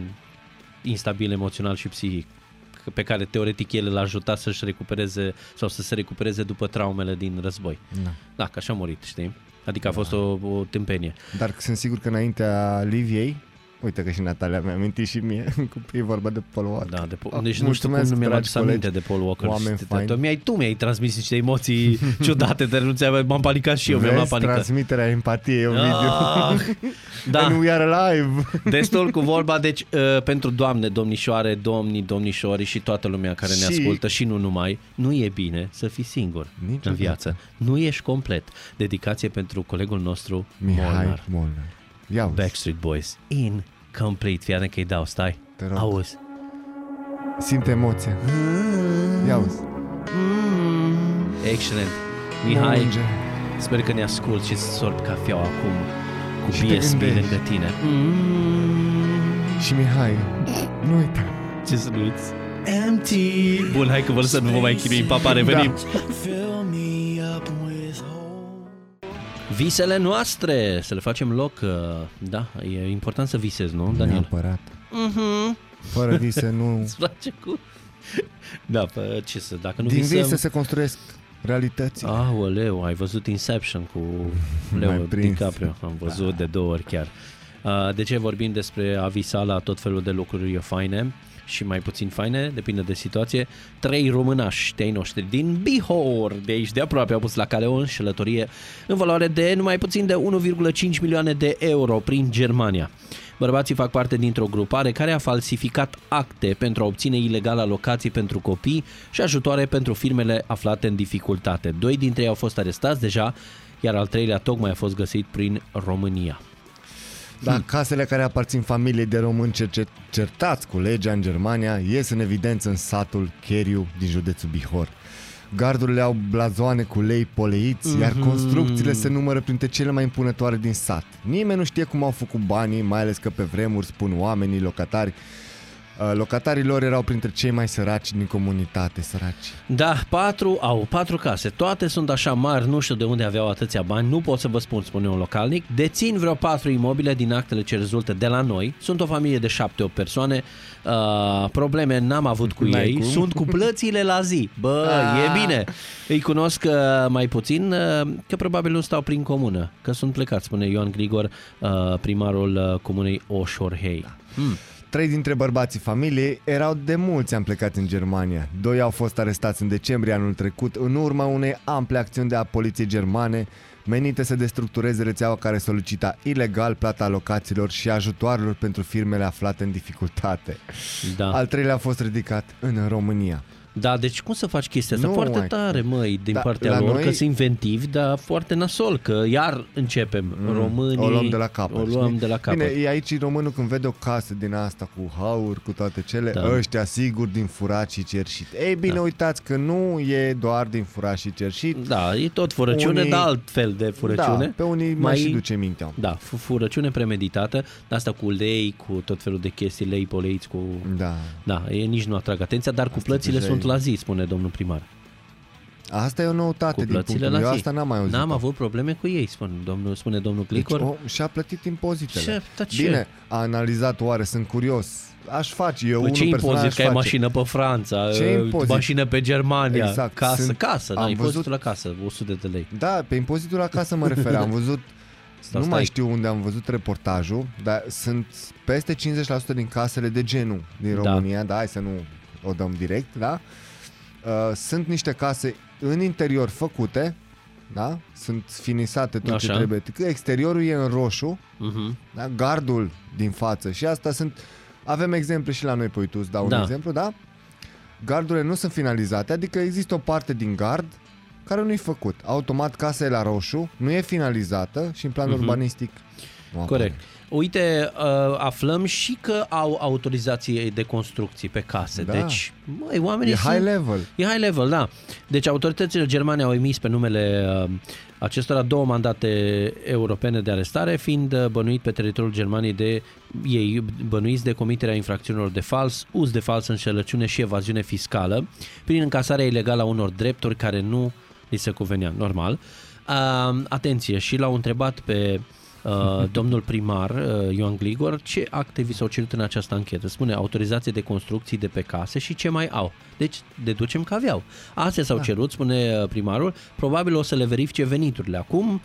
[SPEAKER 3] instabil emoțional și psihic pe care teoretic el l-a ajutat să-și recupereze sau să se recupereze după traumele din război. Da, da că așa a murit, știi? Adică a fost
[SPEAKER 4] Da.
[SPEAKER 3] o, o tâmpenie.
[SPEAKER 4] Dar sunt sigur că înaintea Liviei, uite că și Natalia mi-a amintit și mie, că e vorba de Paul Walker.
[SPEAKER 3] Da, de po-
[SPEAKER 4] Ah,
[SPEAKER 3] deci nu știu cum
[SPEAKER 4] mulțumesc,
[SPEAKER 3] nu mi-am
[SPEAKER 4] dragi
[SPEAKER 3] adus aminte
[SPEAKER 4] colegi,
[SPEAKER 3] de Paul Walker.
[SPEAKER 4] Oameni
[SPEAKER 3] Știi, te-
[SPEAKER 4] faini.
[SPEAKER 3] tu mi-ai, tu mi-ai transmis niște emoții ciudate, dar nu ți-am, m-am panicat și eu, mi-am luat
[SPEAKER 4] Vezi,
[SPEAKER 3] panică.
[SPEAKER 4] transmiterea empatiei e un video.
[SPEAKER 3] Ah, da.
[SPEAKER 4] And we are alive!
[SPEAKER 3] Destul cu vorba, deci uh, pentru doamne, domnișoare, domni, domnișorii și toată lumea care ne
[SPEAKER 4] Și-
[SPEAKER 3] ascultă și nu numai, nu e bine să fii singur
[SPEAKER 4] Niciodată.
[SPEAKER 3] în viață. Nu ești complet. Dedicație pentru colegul nostru
[SPEAKER 4] Mihai
[SPEAKER 3] Molnar.
[SPEAKER 4] Molnar. Ia uzi.
[SPEAKER 3] Backstreet Boys. Incomplete. Fii atent că îi dau, stai.
[SPEAKER 4] Te rog.
[SPEAKER 3] Auzi.
[SPEAKER 4] Simt emoția. Ia uzi.
[SPEAKER 3] Excelent.
[SPEAKER 4] Mă
[SPEAKER 3] Mihai,
[SPEAKER 4] unge.
[SPEAKER 3] sper că ne ascult și îți sorb cafeaua acum cu
[SPEAKER 4] Și te
[SPEAKER 3] PSP
[SPEAKER 4] gândești.
[SPEAKER 3] lângă tine.
[SPEAKER 4] Și Mihai, nu uita,
[SPEAKER 3] Ce să nu uiți.
[SPEAKER 6] empty. Da.
[SPEAKER 3] Bun, hai că vă să nu vă mai chinuim. Pa, pa, revenim.
[SPEAKER 6] Fill me up with hope.
[SPEAKER 3] Visele noastre, să le facem loc. uh, Da, e important să visezi, nu, Daniel?
[SPEAKER 4] Neapărat. Fără vise nu...
[SPEAKER 3] Îți place cu... Da, pă, ce să, dacă nu
[SPEAKER 4] Din vise
[SPEAKER 3] visăm...
[SPEAKER 4] se construiesc realități.
[SPEAKER 3] Aoleu, ai văzut Inception cu
[SPEAKER 4] M-ai
[SPEAKER 3] Leo
[SPEAKER 4] prins. Da.
[SPEAKER 3] DiCaprio. Am văzut de două ori chiar. Uh, De ce vorbim despre a visa la tot felul de lucruri faine și mai puțin faine, depinde de situație. Trei românași de-ai noștri din Bihor, de aici de aproape, au pus la cale o înșelătorie în valoare de numai puțin de 1,5 milioane de euro prin Germania. Bărbații fac parte dintr-o grupare care a falsificat acte pentru a obține ilegal alocații pentru copii și ajutoare pentru firmele aflate în dificultate. Doi dintre ei au fost arestați deja, iar al treilea tocmai a fost găsit prin România.
[SPEAKER 4] Dar casele care aparțin familiei de români cerce- certați cu legea în Germania ies în evidență în satul Cheriu din județul Bihor. Gardurile au blazoane cu lei poleiți, iar construcțiile se numără printre cele mai impunătoare din sat. Nimeni nu știe cum au făcut banii, mai ales că pe vremuri, spun oamenii locatari, uh, locatarii lor erau printre cei mai săraci din comunitate, săraci.
[SPEAKER 3] Da, patru au, patru case. Toate sunt așa mari, nu știu de unde aveau atâția bani, nu pot să vă spun, spune un localnic. Dețin vreo patru imobile din actele ce rezultă de la noi. Sunt o familie de șapte-opt persoane. Uh, probleme n-am avut cu
[SPEAKER 4] N-ai
[SPEAKER 3] ei.
[SPEAKER 4] cum. Ah.
[SPEAKER 3] Sunt cu plățile la zi. Bă, e bine. Îi cunosc uh, mai puțin, uh, că probabil nu stau prin comună, că sunt plecați, spune Ioan Grigor, uh, primarul uh, comunei Oșorhei.
[SPEAKER 4] Da.
[SPEAKER 3] Mm.
[SPEAKER 4] Trei dintre bărbații familiei erau de mulți ani plecați în Germania. Doi au fost arestați în decembrie anul trecut în urma unei ample acțiuni de a poliției germane menite să destructureze rețeaua care solicita ilegal plata alocațiilor și ajutoarelor pentru firmele aflate în dificultate.
[SPEAKER 3] Da.
[SPEAKER 4] Al treilea a fost ridicat în România.
[SPEAKER 3] Da, deci cum să faci chestia asta?
[SPEAKER 4] Nu,
[SPEAKER 3] foarte
[SPEAKER 4] mai-
[SPEAKER 3] tare, măi, din
[SPEAKER 4] Da,
[SPEAKER 3] partea
[SPEAKER 4] la
[SPEAKER 3] lor,
[SPEAKER 4] noi-
[SPEAKER 3] că sunt inventivi, dar foarte nasol, că iar începem. Mm, Românii...
[SPEAKER 4] o luăm de la capăt.
[SPEAKER 3] O luăm
[SPEAKER 4] știi?
[SPEAKER 3] de la capăt.
[SPEAKER 4] Bine, e aici românul când vede o casă din asta cu hauri, cu toate cele,
[SPEAKER 3] Da.
[SPEAKER 4] da. ăștia sigur din furat și cerșit. Ei bine,
[SPEAKER 3] Da.
[SPEAKER 4] da. uitați că nu e doar din furat și cerșit,
[SPEAKER 3] Da, e tot furăciune,
[SPEAKER 4] Unii-
[SPEAKER 3] dar alt fel de furăciune.
[SPEAKER 4] Da, pe unii mai, și duce mintea.
[SPEAKER 3] Da, fu- furăciune premeditată, dar asta cu lei, cu tot felul de chestii, lei, poleiți, cu...
[SPEAKER 4] Da.
[SPEAKER 3] Da, e, nici nu atrag atenția, dar cu plățile
[SPEAKER 4] deja
[SPEAKER 3] sunt
[SPEAKER 4] e-
[SPEAKER 3] la zi, spune domnul primar.
[SPEAKER 4] Asta e o
[SPEAKER 3] Cu
[SPEAKER 4] noutate din
[SPEAKER 3] plățile
[SPEAKER 4] punctul
[SPEAKER 3] la
[SPEAKER 4] meu.
[SPEAKER 3] zi.
[SPEAKER 4] Asta n-am mai auzit.
[SPEAKER 3] N-am avut probleme cu ei, spune domnul, spune domnul
[SPEAKER 4] deci,
[SPEAKER 3] Clicor.
[SPEAKER 4] o, și-a plătit impozitele.
[SPEAKER 3] Ce? Da, ce?
[SPEAKER 4] Bine, a analizat oare, sunt curios. Aș face, eu
[SPEAKER 3] Păi
[SPEAKER 4] unul
[SPEAKER 3] ce
[SPEAKER 4] personal
[SPEAKER 3] impozit?
[SPEAKER 4] aș
[SPEAKER 3] Că ai
[SPEAKER 4] face.
[SPEAKER 3] mașină pe Franța,
[SPEAKER 4] Ce
[SPEAKER 3] eh,
[SPEAKER 4] impozit?
[SPEAKER 3] mașină pe Germania,
[SPEAKER 4] Exact,
[SPEAKER 3] casă,
[SPEAKER 4] sunt-
[SPEAKER 3] casă, da,
[SPEAKER 4] am
[SPEAKER 3] impozitul
[SPEAKER 4] văzut-
[SPEAKER 3] la casă, 100 de lei.
[SPEAKER 4] Da, pe impozitul acasă mă refer. Am văzut,
[SPEAKER 3] Stai,
[SPEAKER 4] nu
[SPEAKER 3] stai.
[SPEAKER 4] mai știu unde am văzut reportajul, dar sunt peste 50% din casele de genul
[SPEAKER 3] Da.
[SPEAKER 4] din România, da, hai să nu o dăm direct, da? Uh, sunt niște case în interior făcute, da? Sunt finisate tot
[SPEAKER 3] Așa.
[SPEAKER 4] ce trebuie. Că Exteriorul e în roșu,
[SPEAKER 3] Uh-huh.
[SPEAKER 4] da? gardul din față și asta sunt, avem exemple și la noi pe YouTube, îți dau
[SPEAKER 3] Da.
[SPEAKER 4] un exemplu, da? Gardurile nu sunt finalizate, adică există o parte din gard care nu-i făcut. Automat casa e la roșu, nu e finalizată și în plan
[SPEAKER 3] Mhm.
[SPEAKER 4] urbanistic. nu apare.
[SPEAKER 3] Corect. Uite, uh, aflăm și că au autorizație de construcții pe case.
[SPEAKER 4] Da.
[SPEAKER 3] Deci, măi, oamenii
[SPEAKER 4] E
[SPEAKER 3] sunt...
[SPEAKER 4] high level.
[SPEAKER 3] E high level, da. Deci autoritățile germane au emis pe numele uh, acestora două mandate europene de arestare, fiind uh, bănuit pe teritoriul Germaniei de ei bănuiți de comiterea infracțiunilor de fals, uz de fals, înșelăciune și evaziune fiscală, prin încasarea ilegală a unor drepturi care nu li se cuvenea, normal. Uh, atenție, și l-au întrebat pe Uh, domnul primar uh, Ioan Gligor, ce acte vi s-au cerut în această anchetă? Spune autorizație de construcții de pe case și ce mai au. Deci deducem că aveau. Astea
[SPEAKER 4] Da.
[SPEAKER 3] s-au cerut, spune uh, primarul, probabil o să le verifice veniturile. Acum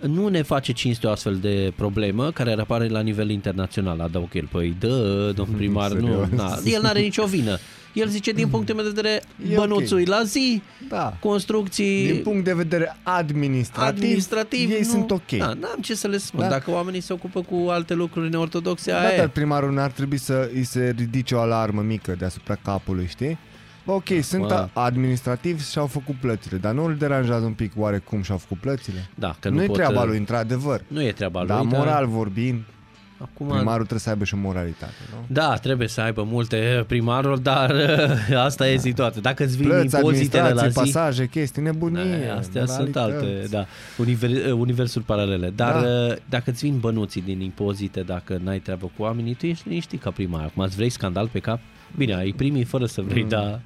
[SPEAKER 3] nu ne face cinste o astfel de problemă care ar apare la nivel internațional, adaug el. Păi dă, domn primar, nu,
[SPEAKER 4] Serios?
[SPEAKER 3] na, el n-are nicio vină. El zice, din punctul meu de vedere,
[SPEAKER 4] E
[SPEAKER 3] bănuțul
[SPEAKER 4] ok.
[SPEAKER 3] e la zi,
[SPEAKER 4] Da.
[SPEAKER 3] construcții
[SPEAKER 4] Din punct de vedere administrativ,
[SPEAKER 3] administrativ
[SPEAKER 4] ei
[SPEAKER 3] nu...
[SPEAKER 4] sunt ok.
[SPEAKER 3] Da, n-am ce să le spun. Da.
[SPEAKER 4] Da.
[SPEAKER 3] Dacă oamenii se ocupă cu alte lucruri neortodoxe,
[SPEAKER 4] Da,
[SPEAKER 3] aia
[SPEAKER 4] dar
[SPEAKER 3] e.
[SPEAKER 4] primarul n-ar trebui să îi se ridice o alarmă mică deasupra capului, știi? Bă, ok,
[SPEAKER 3] Da,
[SPEAKER 4] sunt
[SPEAKER 3] Wow.
[SPEAKER 4] a- administrativi și-au făcut plățile, dar nu îl deranjează un pic oare cum și-au făcut plățile?
[SPEAKER 3] Da, că nu
[SPEAKER 4] Nu e
[SPEAKER 3] pot,
[SPEAKER 4] treaba
[SPEAKER 3] uh,
[SPEAKER 4] lui, într-adevăr.
[SPEAKER 3] Nu e treaba
[SPEAKER 4] Dar
[SPEAKER 3] lui. da.
[SPEAKER 4] moral vorbind,
[SPEAKER 3] Acum,
[SPEAKER 4] Primarul trebuie să aibă și o moralitate, nu?
[SPEAKER 3] Da, trebuie să aibă multe primarul, dar asta e situația. Dacă îți vin
[SPEAKER 4] Da. Plăți,
[SPEAKER 3] impozitele la
[SPEAKER 4] administrații,
[SPEAKER 3] zi,
[SPEAKER 4] pasaje, chestii, nebunie,
[SPEAKER 3] Da, astea sunt
[SPEAKER 4] moralități.
[SPEAKER 3] alte, da, univer, universuri paralele. Dar da. dacă îți vin bănuții din impozite, dacă n-ai treabă cu oamenii, tu ești liniștit ca primar. Acum îți vrei scandal pe cap? Bine, ai primii fără să vrei, mm. dar...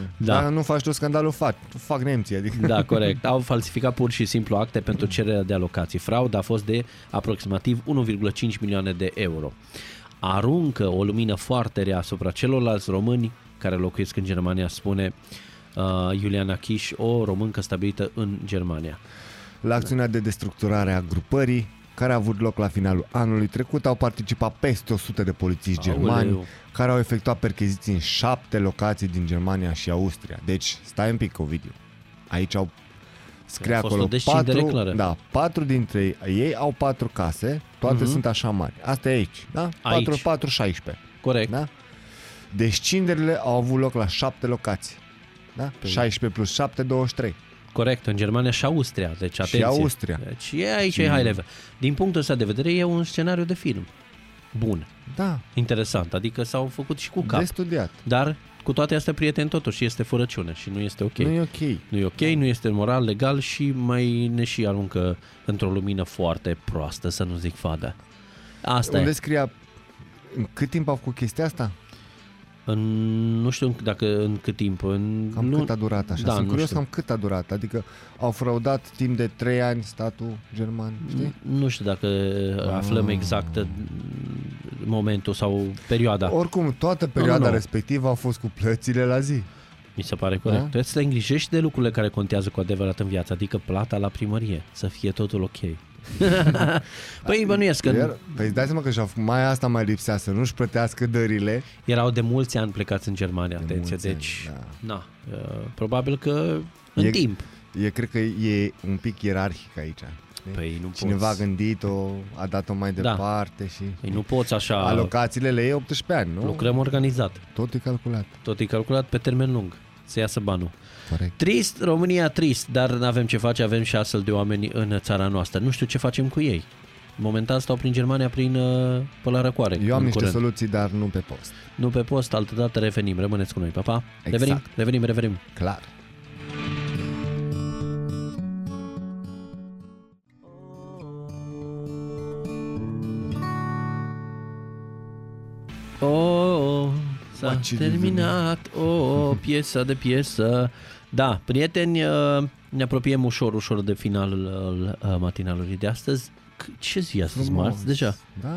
[SPEAKER 3] Mm. Da.
[SPEAKER 4] Dar nu faci tu scandalul, fac, fac nemții, adică...
[SPEAKER 3] Da, corect. Au falsificat pur și simplu acte pentru cererea de alocații. Frauda a fost de aproximativ 1,5 milioane de euro. Aruncă o lumină foarte rea asupra celorlalți români care locuiesc în Germania, spune uh, Iuliana Chiș, o româncă stabilită în Germania. Da.
[SPEAKER 4] La acțiunea de destructurare a grupării, care a avut loc la finalul anului trecut, au participat peste 100 de polițiști
[SPEAKER 3] Aoleu.
[SPEAKER 4] germani, care au efectuat percheziții în șapte locații din Germania și Austria. Deci, stai un pic, Ovidiu. Aici au scrie
[SPEAKER 3] A fost o
[SPEAKER 4] acolo
[SPEAKER 3] descindere clară.
[SPEAKER 4] patru, da, patru dintre ei, ei au patru case, toate sunt așa mari. Asta e aici, da? 4,
[SPEAKER 3] Mhm. Aici.
[SPEAKER 4] 4, 16.
[SPEAKER 3] Corect.
[SPEAKER 4] Da? Descinderile au avut loc la 7 locații. Da?
[SPEAKER 3] Păi.
[SPEAKER 4] 16 plus 7, 23.
[SPEAKER 3] Corect, în Germania și Austria, deci atenție.
[SPEAKER 4] Austria.
[SPEAKER 3] Deci e aici e high level. Din punctul ăsta de vedere e un scenariu de film. Bun,
[SPEAKER 4] Da,
[SPEAKER 3] interesant, adică s-au făcut și cu cap.
[SPEAKER 4] de studiat.
[SPEAKER 3] Dar cu toate astea prieten totuși este furăciune și nu este ok.
[SPEAKER 4] Nu e Da. ok.
[SPEAKER 3] Nu e ok, nu este moral, legal și mai ne și aruncă într-o lumină foarte proastă, să nu zic fadă. Asta
[SPEAKER 4] Unde
[SPEAKER 3] e.
[SPEAKER 4] scria în cât timp au făcut chestia asta?
[SPEAKER 3] În, nu știu în- dacă în cât timp. În,
[SPEAKER 4] Cam
[SPEAKER 3] nu,
[SPEAKER 4] cât a durat așa?
[SPEAKER 3] Da,
[SPEAKER 4] Sunt
[SPEAKER 3] nu
[SPEAKER 4] curios
[SPEAKER 3] știu.
[SPEAKER 4] cam cât a durat. Adică au fraudat timp de 3 ani statul german,
[SPEAKER 3] Mm,
[SPEAKER 4] știi?
[SPEAKER 3] Nu știu dacă aflăm exact uh, momentul sau perioada.
[SPEAKER 4] Oricum, toată perioada
[SPEAKER 3] da. nu.
[SPEAKER 4] respectivă a fost cu plățile la zi.
[SPEAKER 3] Mi se pare corect.
[SPEAKER 4] Da?
[SPEAKER 3] Trebuie să te îngrijești de lucrurile care contează cu adevărat în viață, adică plata la primărie, să fie totul ok. păi bănuiesc că
[SPEAKER 4] Da. Iar, păi îți dai seama că și-au făcut- mai asta mai lipsea, să nu-și plătească dările.
[SPEAKER 3] Erau de mulți ani plecați în Germania, de atenție,
[SPEAKER 4] mulți
[SPEAKER 3] deci
[SPEAKER 4] ani, da.
[SPEAKER 3] na, uh, probabil că în
[SPEAKER 4] E-
[SPEAKER 3] timp.
[SPEAKER 4] E, cred că e un pic ierarhic aici. știi?
[SPEAKER 3] Păi nu
[SPEAKER 4] Cineva a
[SPEAKER 3] poți.
[SPEAKER 4] gândit-o, a dat-o mai
[SPEAKER 3] Da.
[SPEAKER 4] departe și...
[SPEAKER 3] Păi nu poți așa,
[SPEAKER 4] Alocațiile le iei 18 ani, nu?
[SPEAKER 3] lucrăm organizat,
[SPEAKER 4] Tot e calculat.
[SPEAKER 3] tot e calculat pe termen lung, să iasă banul.
[SPEAKER 4] Corect.
[SPEAKER 3] Trist, România trist, dar nu avem ce face, avem și astfel de oameni în țara noastră. Nu știu ce facem cu ei. Momentan stau prin Germania, prin uh, pe la răcoare.
[SPEAKER 4] Eu am
[SPEAKER 3] în
[SPEAKER 4] niște
[SPEAKER 3] curând.
[SPEAKER 4] soluții, dar nu pe post.
[SPEAKER 3] Nu pe post, altă dată revenim, rămâneți cu noi, pa, pa.
[SPEAKER 4] Exact.
[SPEAKER 3] Revenim, revenim, revenim.
[SPEAKER 4] Clar.
[SPEAKER 3] O, oh, oh, s-a
[SPEAKER 4] Oa, ce
[SPEAKER 3] terminat, o, oh, oh, piesă de piesă. Da, prieteni, uh, ne apropiem ușor, ușor de finalul uh, matinalului de astăzi. C- Ce zi e astăzi, marți deja?
[SPEAKER 4] Da.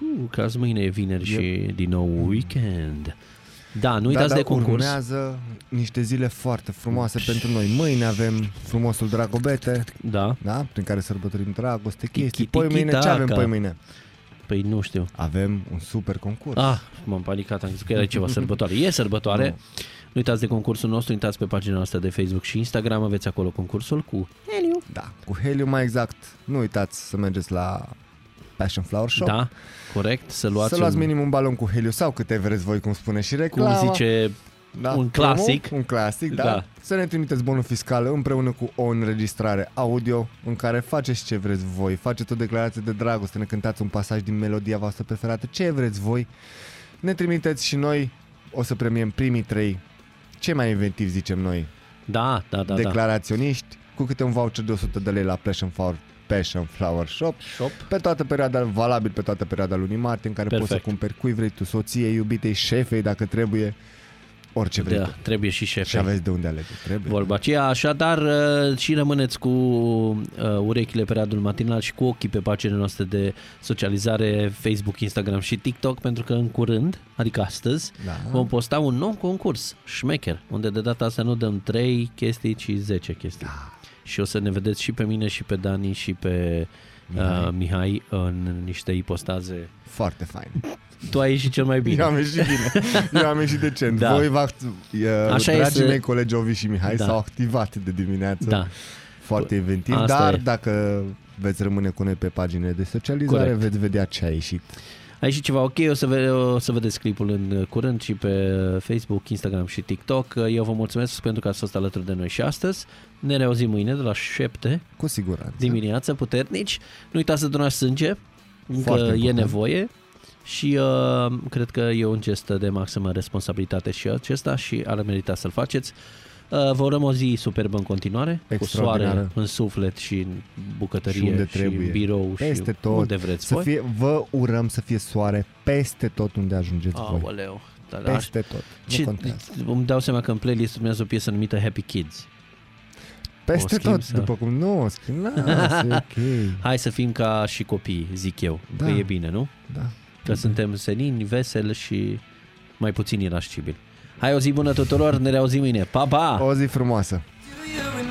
[SPEAKER 3] Uh, că azi mâine e vineri și din nou weekend. Da, nu uitați
[SPEAKER 4] da,
[SPEAKER 3] de concurs.
[SPEAKER 4] urmează niște zile foarte frumoase pentru noi. Mâine avem frumosul Dragobete,
[SPEAKER 3] Da,
[SPEAKER 4] da? Prin care sărbătorim dragoste, chestii.
[SPEAKER 3] Tiki,
[SPEAKER 4] Păi
[SPEAKER 3] tiki,
[SPEAKER 4] mâine, ce avem
[SPEAKER 3] taca.
[SPEAKER 4] păi mâine?
[SPEAKER 3] păi nu știu.
[SPEAKER 4] Avem un super concurs.
[SPEAKER 3] Ah, m-am panicat, am crezut că era ceva sărbătoare. E sărbătoare. Nu. uitați de concursul nostru, uitați pe pagina noastră de Facebook și Instagram, aveți acolo concursul cu...
[SPEAKER 4] Da, cu Heliu mai exact. Nu uitați să mergeți la Passion Flower Shop.
[SPEAKER 3] Da, corect, să luați,
[SPEAKER 4] să luați
[SPEAKER 3] un,
[SPEAKER 4] minim un balon cu Heliu sau câte vreți voi, cum spune și
[SPEAKER 3] cum
[SPEAKER 4] reclama.
[SPEAKER 3] zice,
[SPEAKER 4] da,
[SPEAKER 3] un clasic.
[SPEAKER 4] Un clasic, da.
[SPEAKER 3] Da.
[SPEAKER 4] da. Să ne trimiteți bonul fiscal împreună cu o înregistrare audio în care faceți ce vreți voi, faceți o declarație de dragoste, ne cântați un pasaj din melodia voastră preferată, ce vreți voi, ne trimiteți și noi o să premiem primii trei, cei mai inventivi zicem noi,
[SPEAKER 3] da, da, da,
[SPEAKER 4] da,
[SPEAKER 3] da.
[SPEAKER 4] declaraționiști, cu câte un voucher de 100 de lei la Passion Flower, Passion Flower Shop
[SPEAKER 3] Shop.
[SPEAKER 4] pe toată perioada, valabil pe toată perioada lunii martie, în care
[SPEAKER 3] Perfect.
[SPEAKER 4] poți să cumperi cui vrei tu, soției, iubitei, șefei, dacă trebuie, orice vrei
[SPEAKER 3] Da,
[SPEAKER 4] tu.
[SPEAKER 3] trebuie și șefe.
[SPEAKER 4] Și aveți de unde alege, trebuie.
[SPEAKER 3] Vorba aceea, așadar uh, și rămâneți cu uh, urechile pe radul matinal și cu ochii pe paginile noastre de socializare Facebook, Instagram și TikTok pentru că în curând, adică astăzi,
[SPEAKER 4] Da.
[SPEAKER 3] vom posta un nou concurs, Șmecher, unde de data asta nu dăm 3 chestii, ci 10 chestii. Da. Și o să ne vedeți și pe mine și pe Dani și pe Mihai, uh, Mihai în niște ipostaze.
[SPEAKER 4] Foarte fain.
[SPEAKER 3] Tu ai ieșit cel mai bine.
[SPEAKER 4] Eu am ieșit bine. Eu am ieșit decent.
[SPEAKER 3] Da.
[SPEAKER 4] Da. Voi v-ați,
[SPEAKER 3] Așa
[SPEAKER 4] Așa dragii
[SPEAKER 3] este.
[SPEAKER 4] mei colegi Ovi și
[SPEAKER 3] Da.
[SPEAKER 4] Mihai da. s-au activat de dimineață.
[SPEAKER 3] Da.
[SPEAKER 4] Foarte inventiv,
[SPEAKER 3] asta
[SPEAKER 4] dar
[SPEAKER 3] e.
[SPEAKER 4] e. dacă veți rămâne cu noi pe paginile de socializare,
[SPEAKER 3] Corect.
[SPEAKER 4] Corect. veți vedea ce a ieșit.
[SPEAKER 3] Ai și ceva ok, o să, ve- o să vedeți clipul în curând și pe Facebook, Instagram și TikTok. Eu vă mulțumesc pentru că ați fost alături de noi și astăzi. Ne reauzim mâine de la 7
[SPEAKER 4] Cu siguranță.
[SPEAKER 3] dimineață, puternici. Nu uitați să donați sânge
[SPEAKER 2] Foarte
[SPEAKER 3] încă e
[SPEAKER 2] important.
[SPEAKER 3] nevoie și uh, cred că e un gest de maximă responsabilitate și acesta și ar merita să-l faceți. Uh, vă urăm o zi superbă în continuare, cu soare
[SPEAKER 4] Extraordinară.
[SPEAKER 3] în suflet și în bucătărie
[SPEAKER 4] și unde
[SPEAKER 3] și
[SPEAKER 4] trebuie.
[SPEAKER 3] în birou
[SPEAKER 4] peste
[SPEAKER 3] și
[SPEAKER 4] tot.
[SPEAKER 3] unde vreți
[SPEAKER 4] să
[SPEAKER 3] voi.
[SPEAKER 4] fie, Vă urăm să fie soare peste tot unde ajungeți voi.
[SPEAKER 3] Aoleu, dar aș-
[SPEAKER 4] Peste tot.
[SPEAKER 3] Ce,
[SPEAKER 4] Nu contează.
[SPEAKER 3] îmi dau seama că în playlist urmează o piesă numită Happy Kids.
[SPEAKER 4] Peste
[SPEAKER 3] schimb
[SPEAKER 4] tot,
[SPEAKER 3] sau-
[SPEAKER 4] după cum nu, schimb, na, e ok.
[SPEAKER 3] Hai să fim ca și copii, zic eu, da.
[SPEAKER 4] Da.
[SPEAKER 3] că e bine, nu?
[SPEAKER 4] Da.
[SPEAKER 3] Că suntem senini, veseli și mai puțin irascibili. Hai o zi bună tuturor, ne reauzim mâine. Pa, pa!
[SPEAKER 4] O zi frumoasă.
[SPEAKER 6] Do you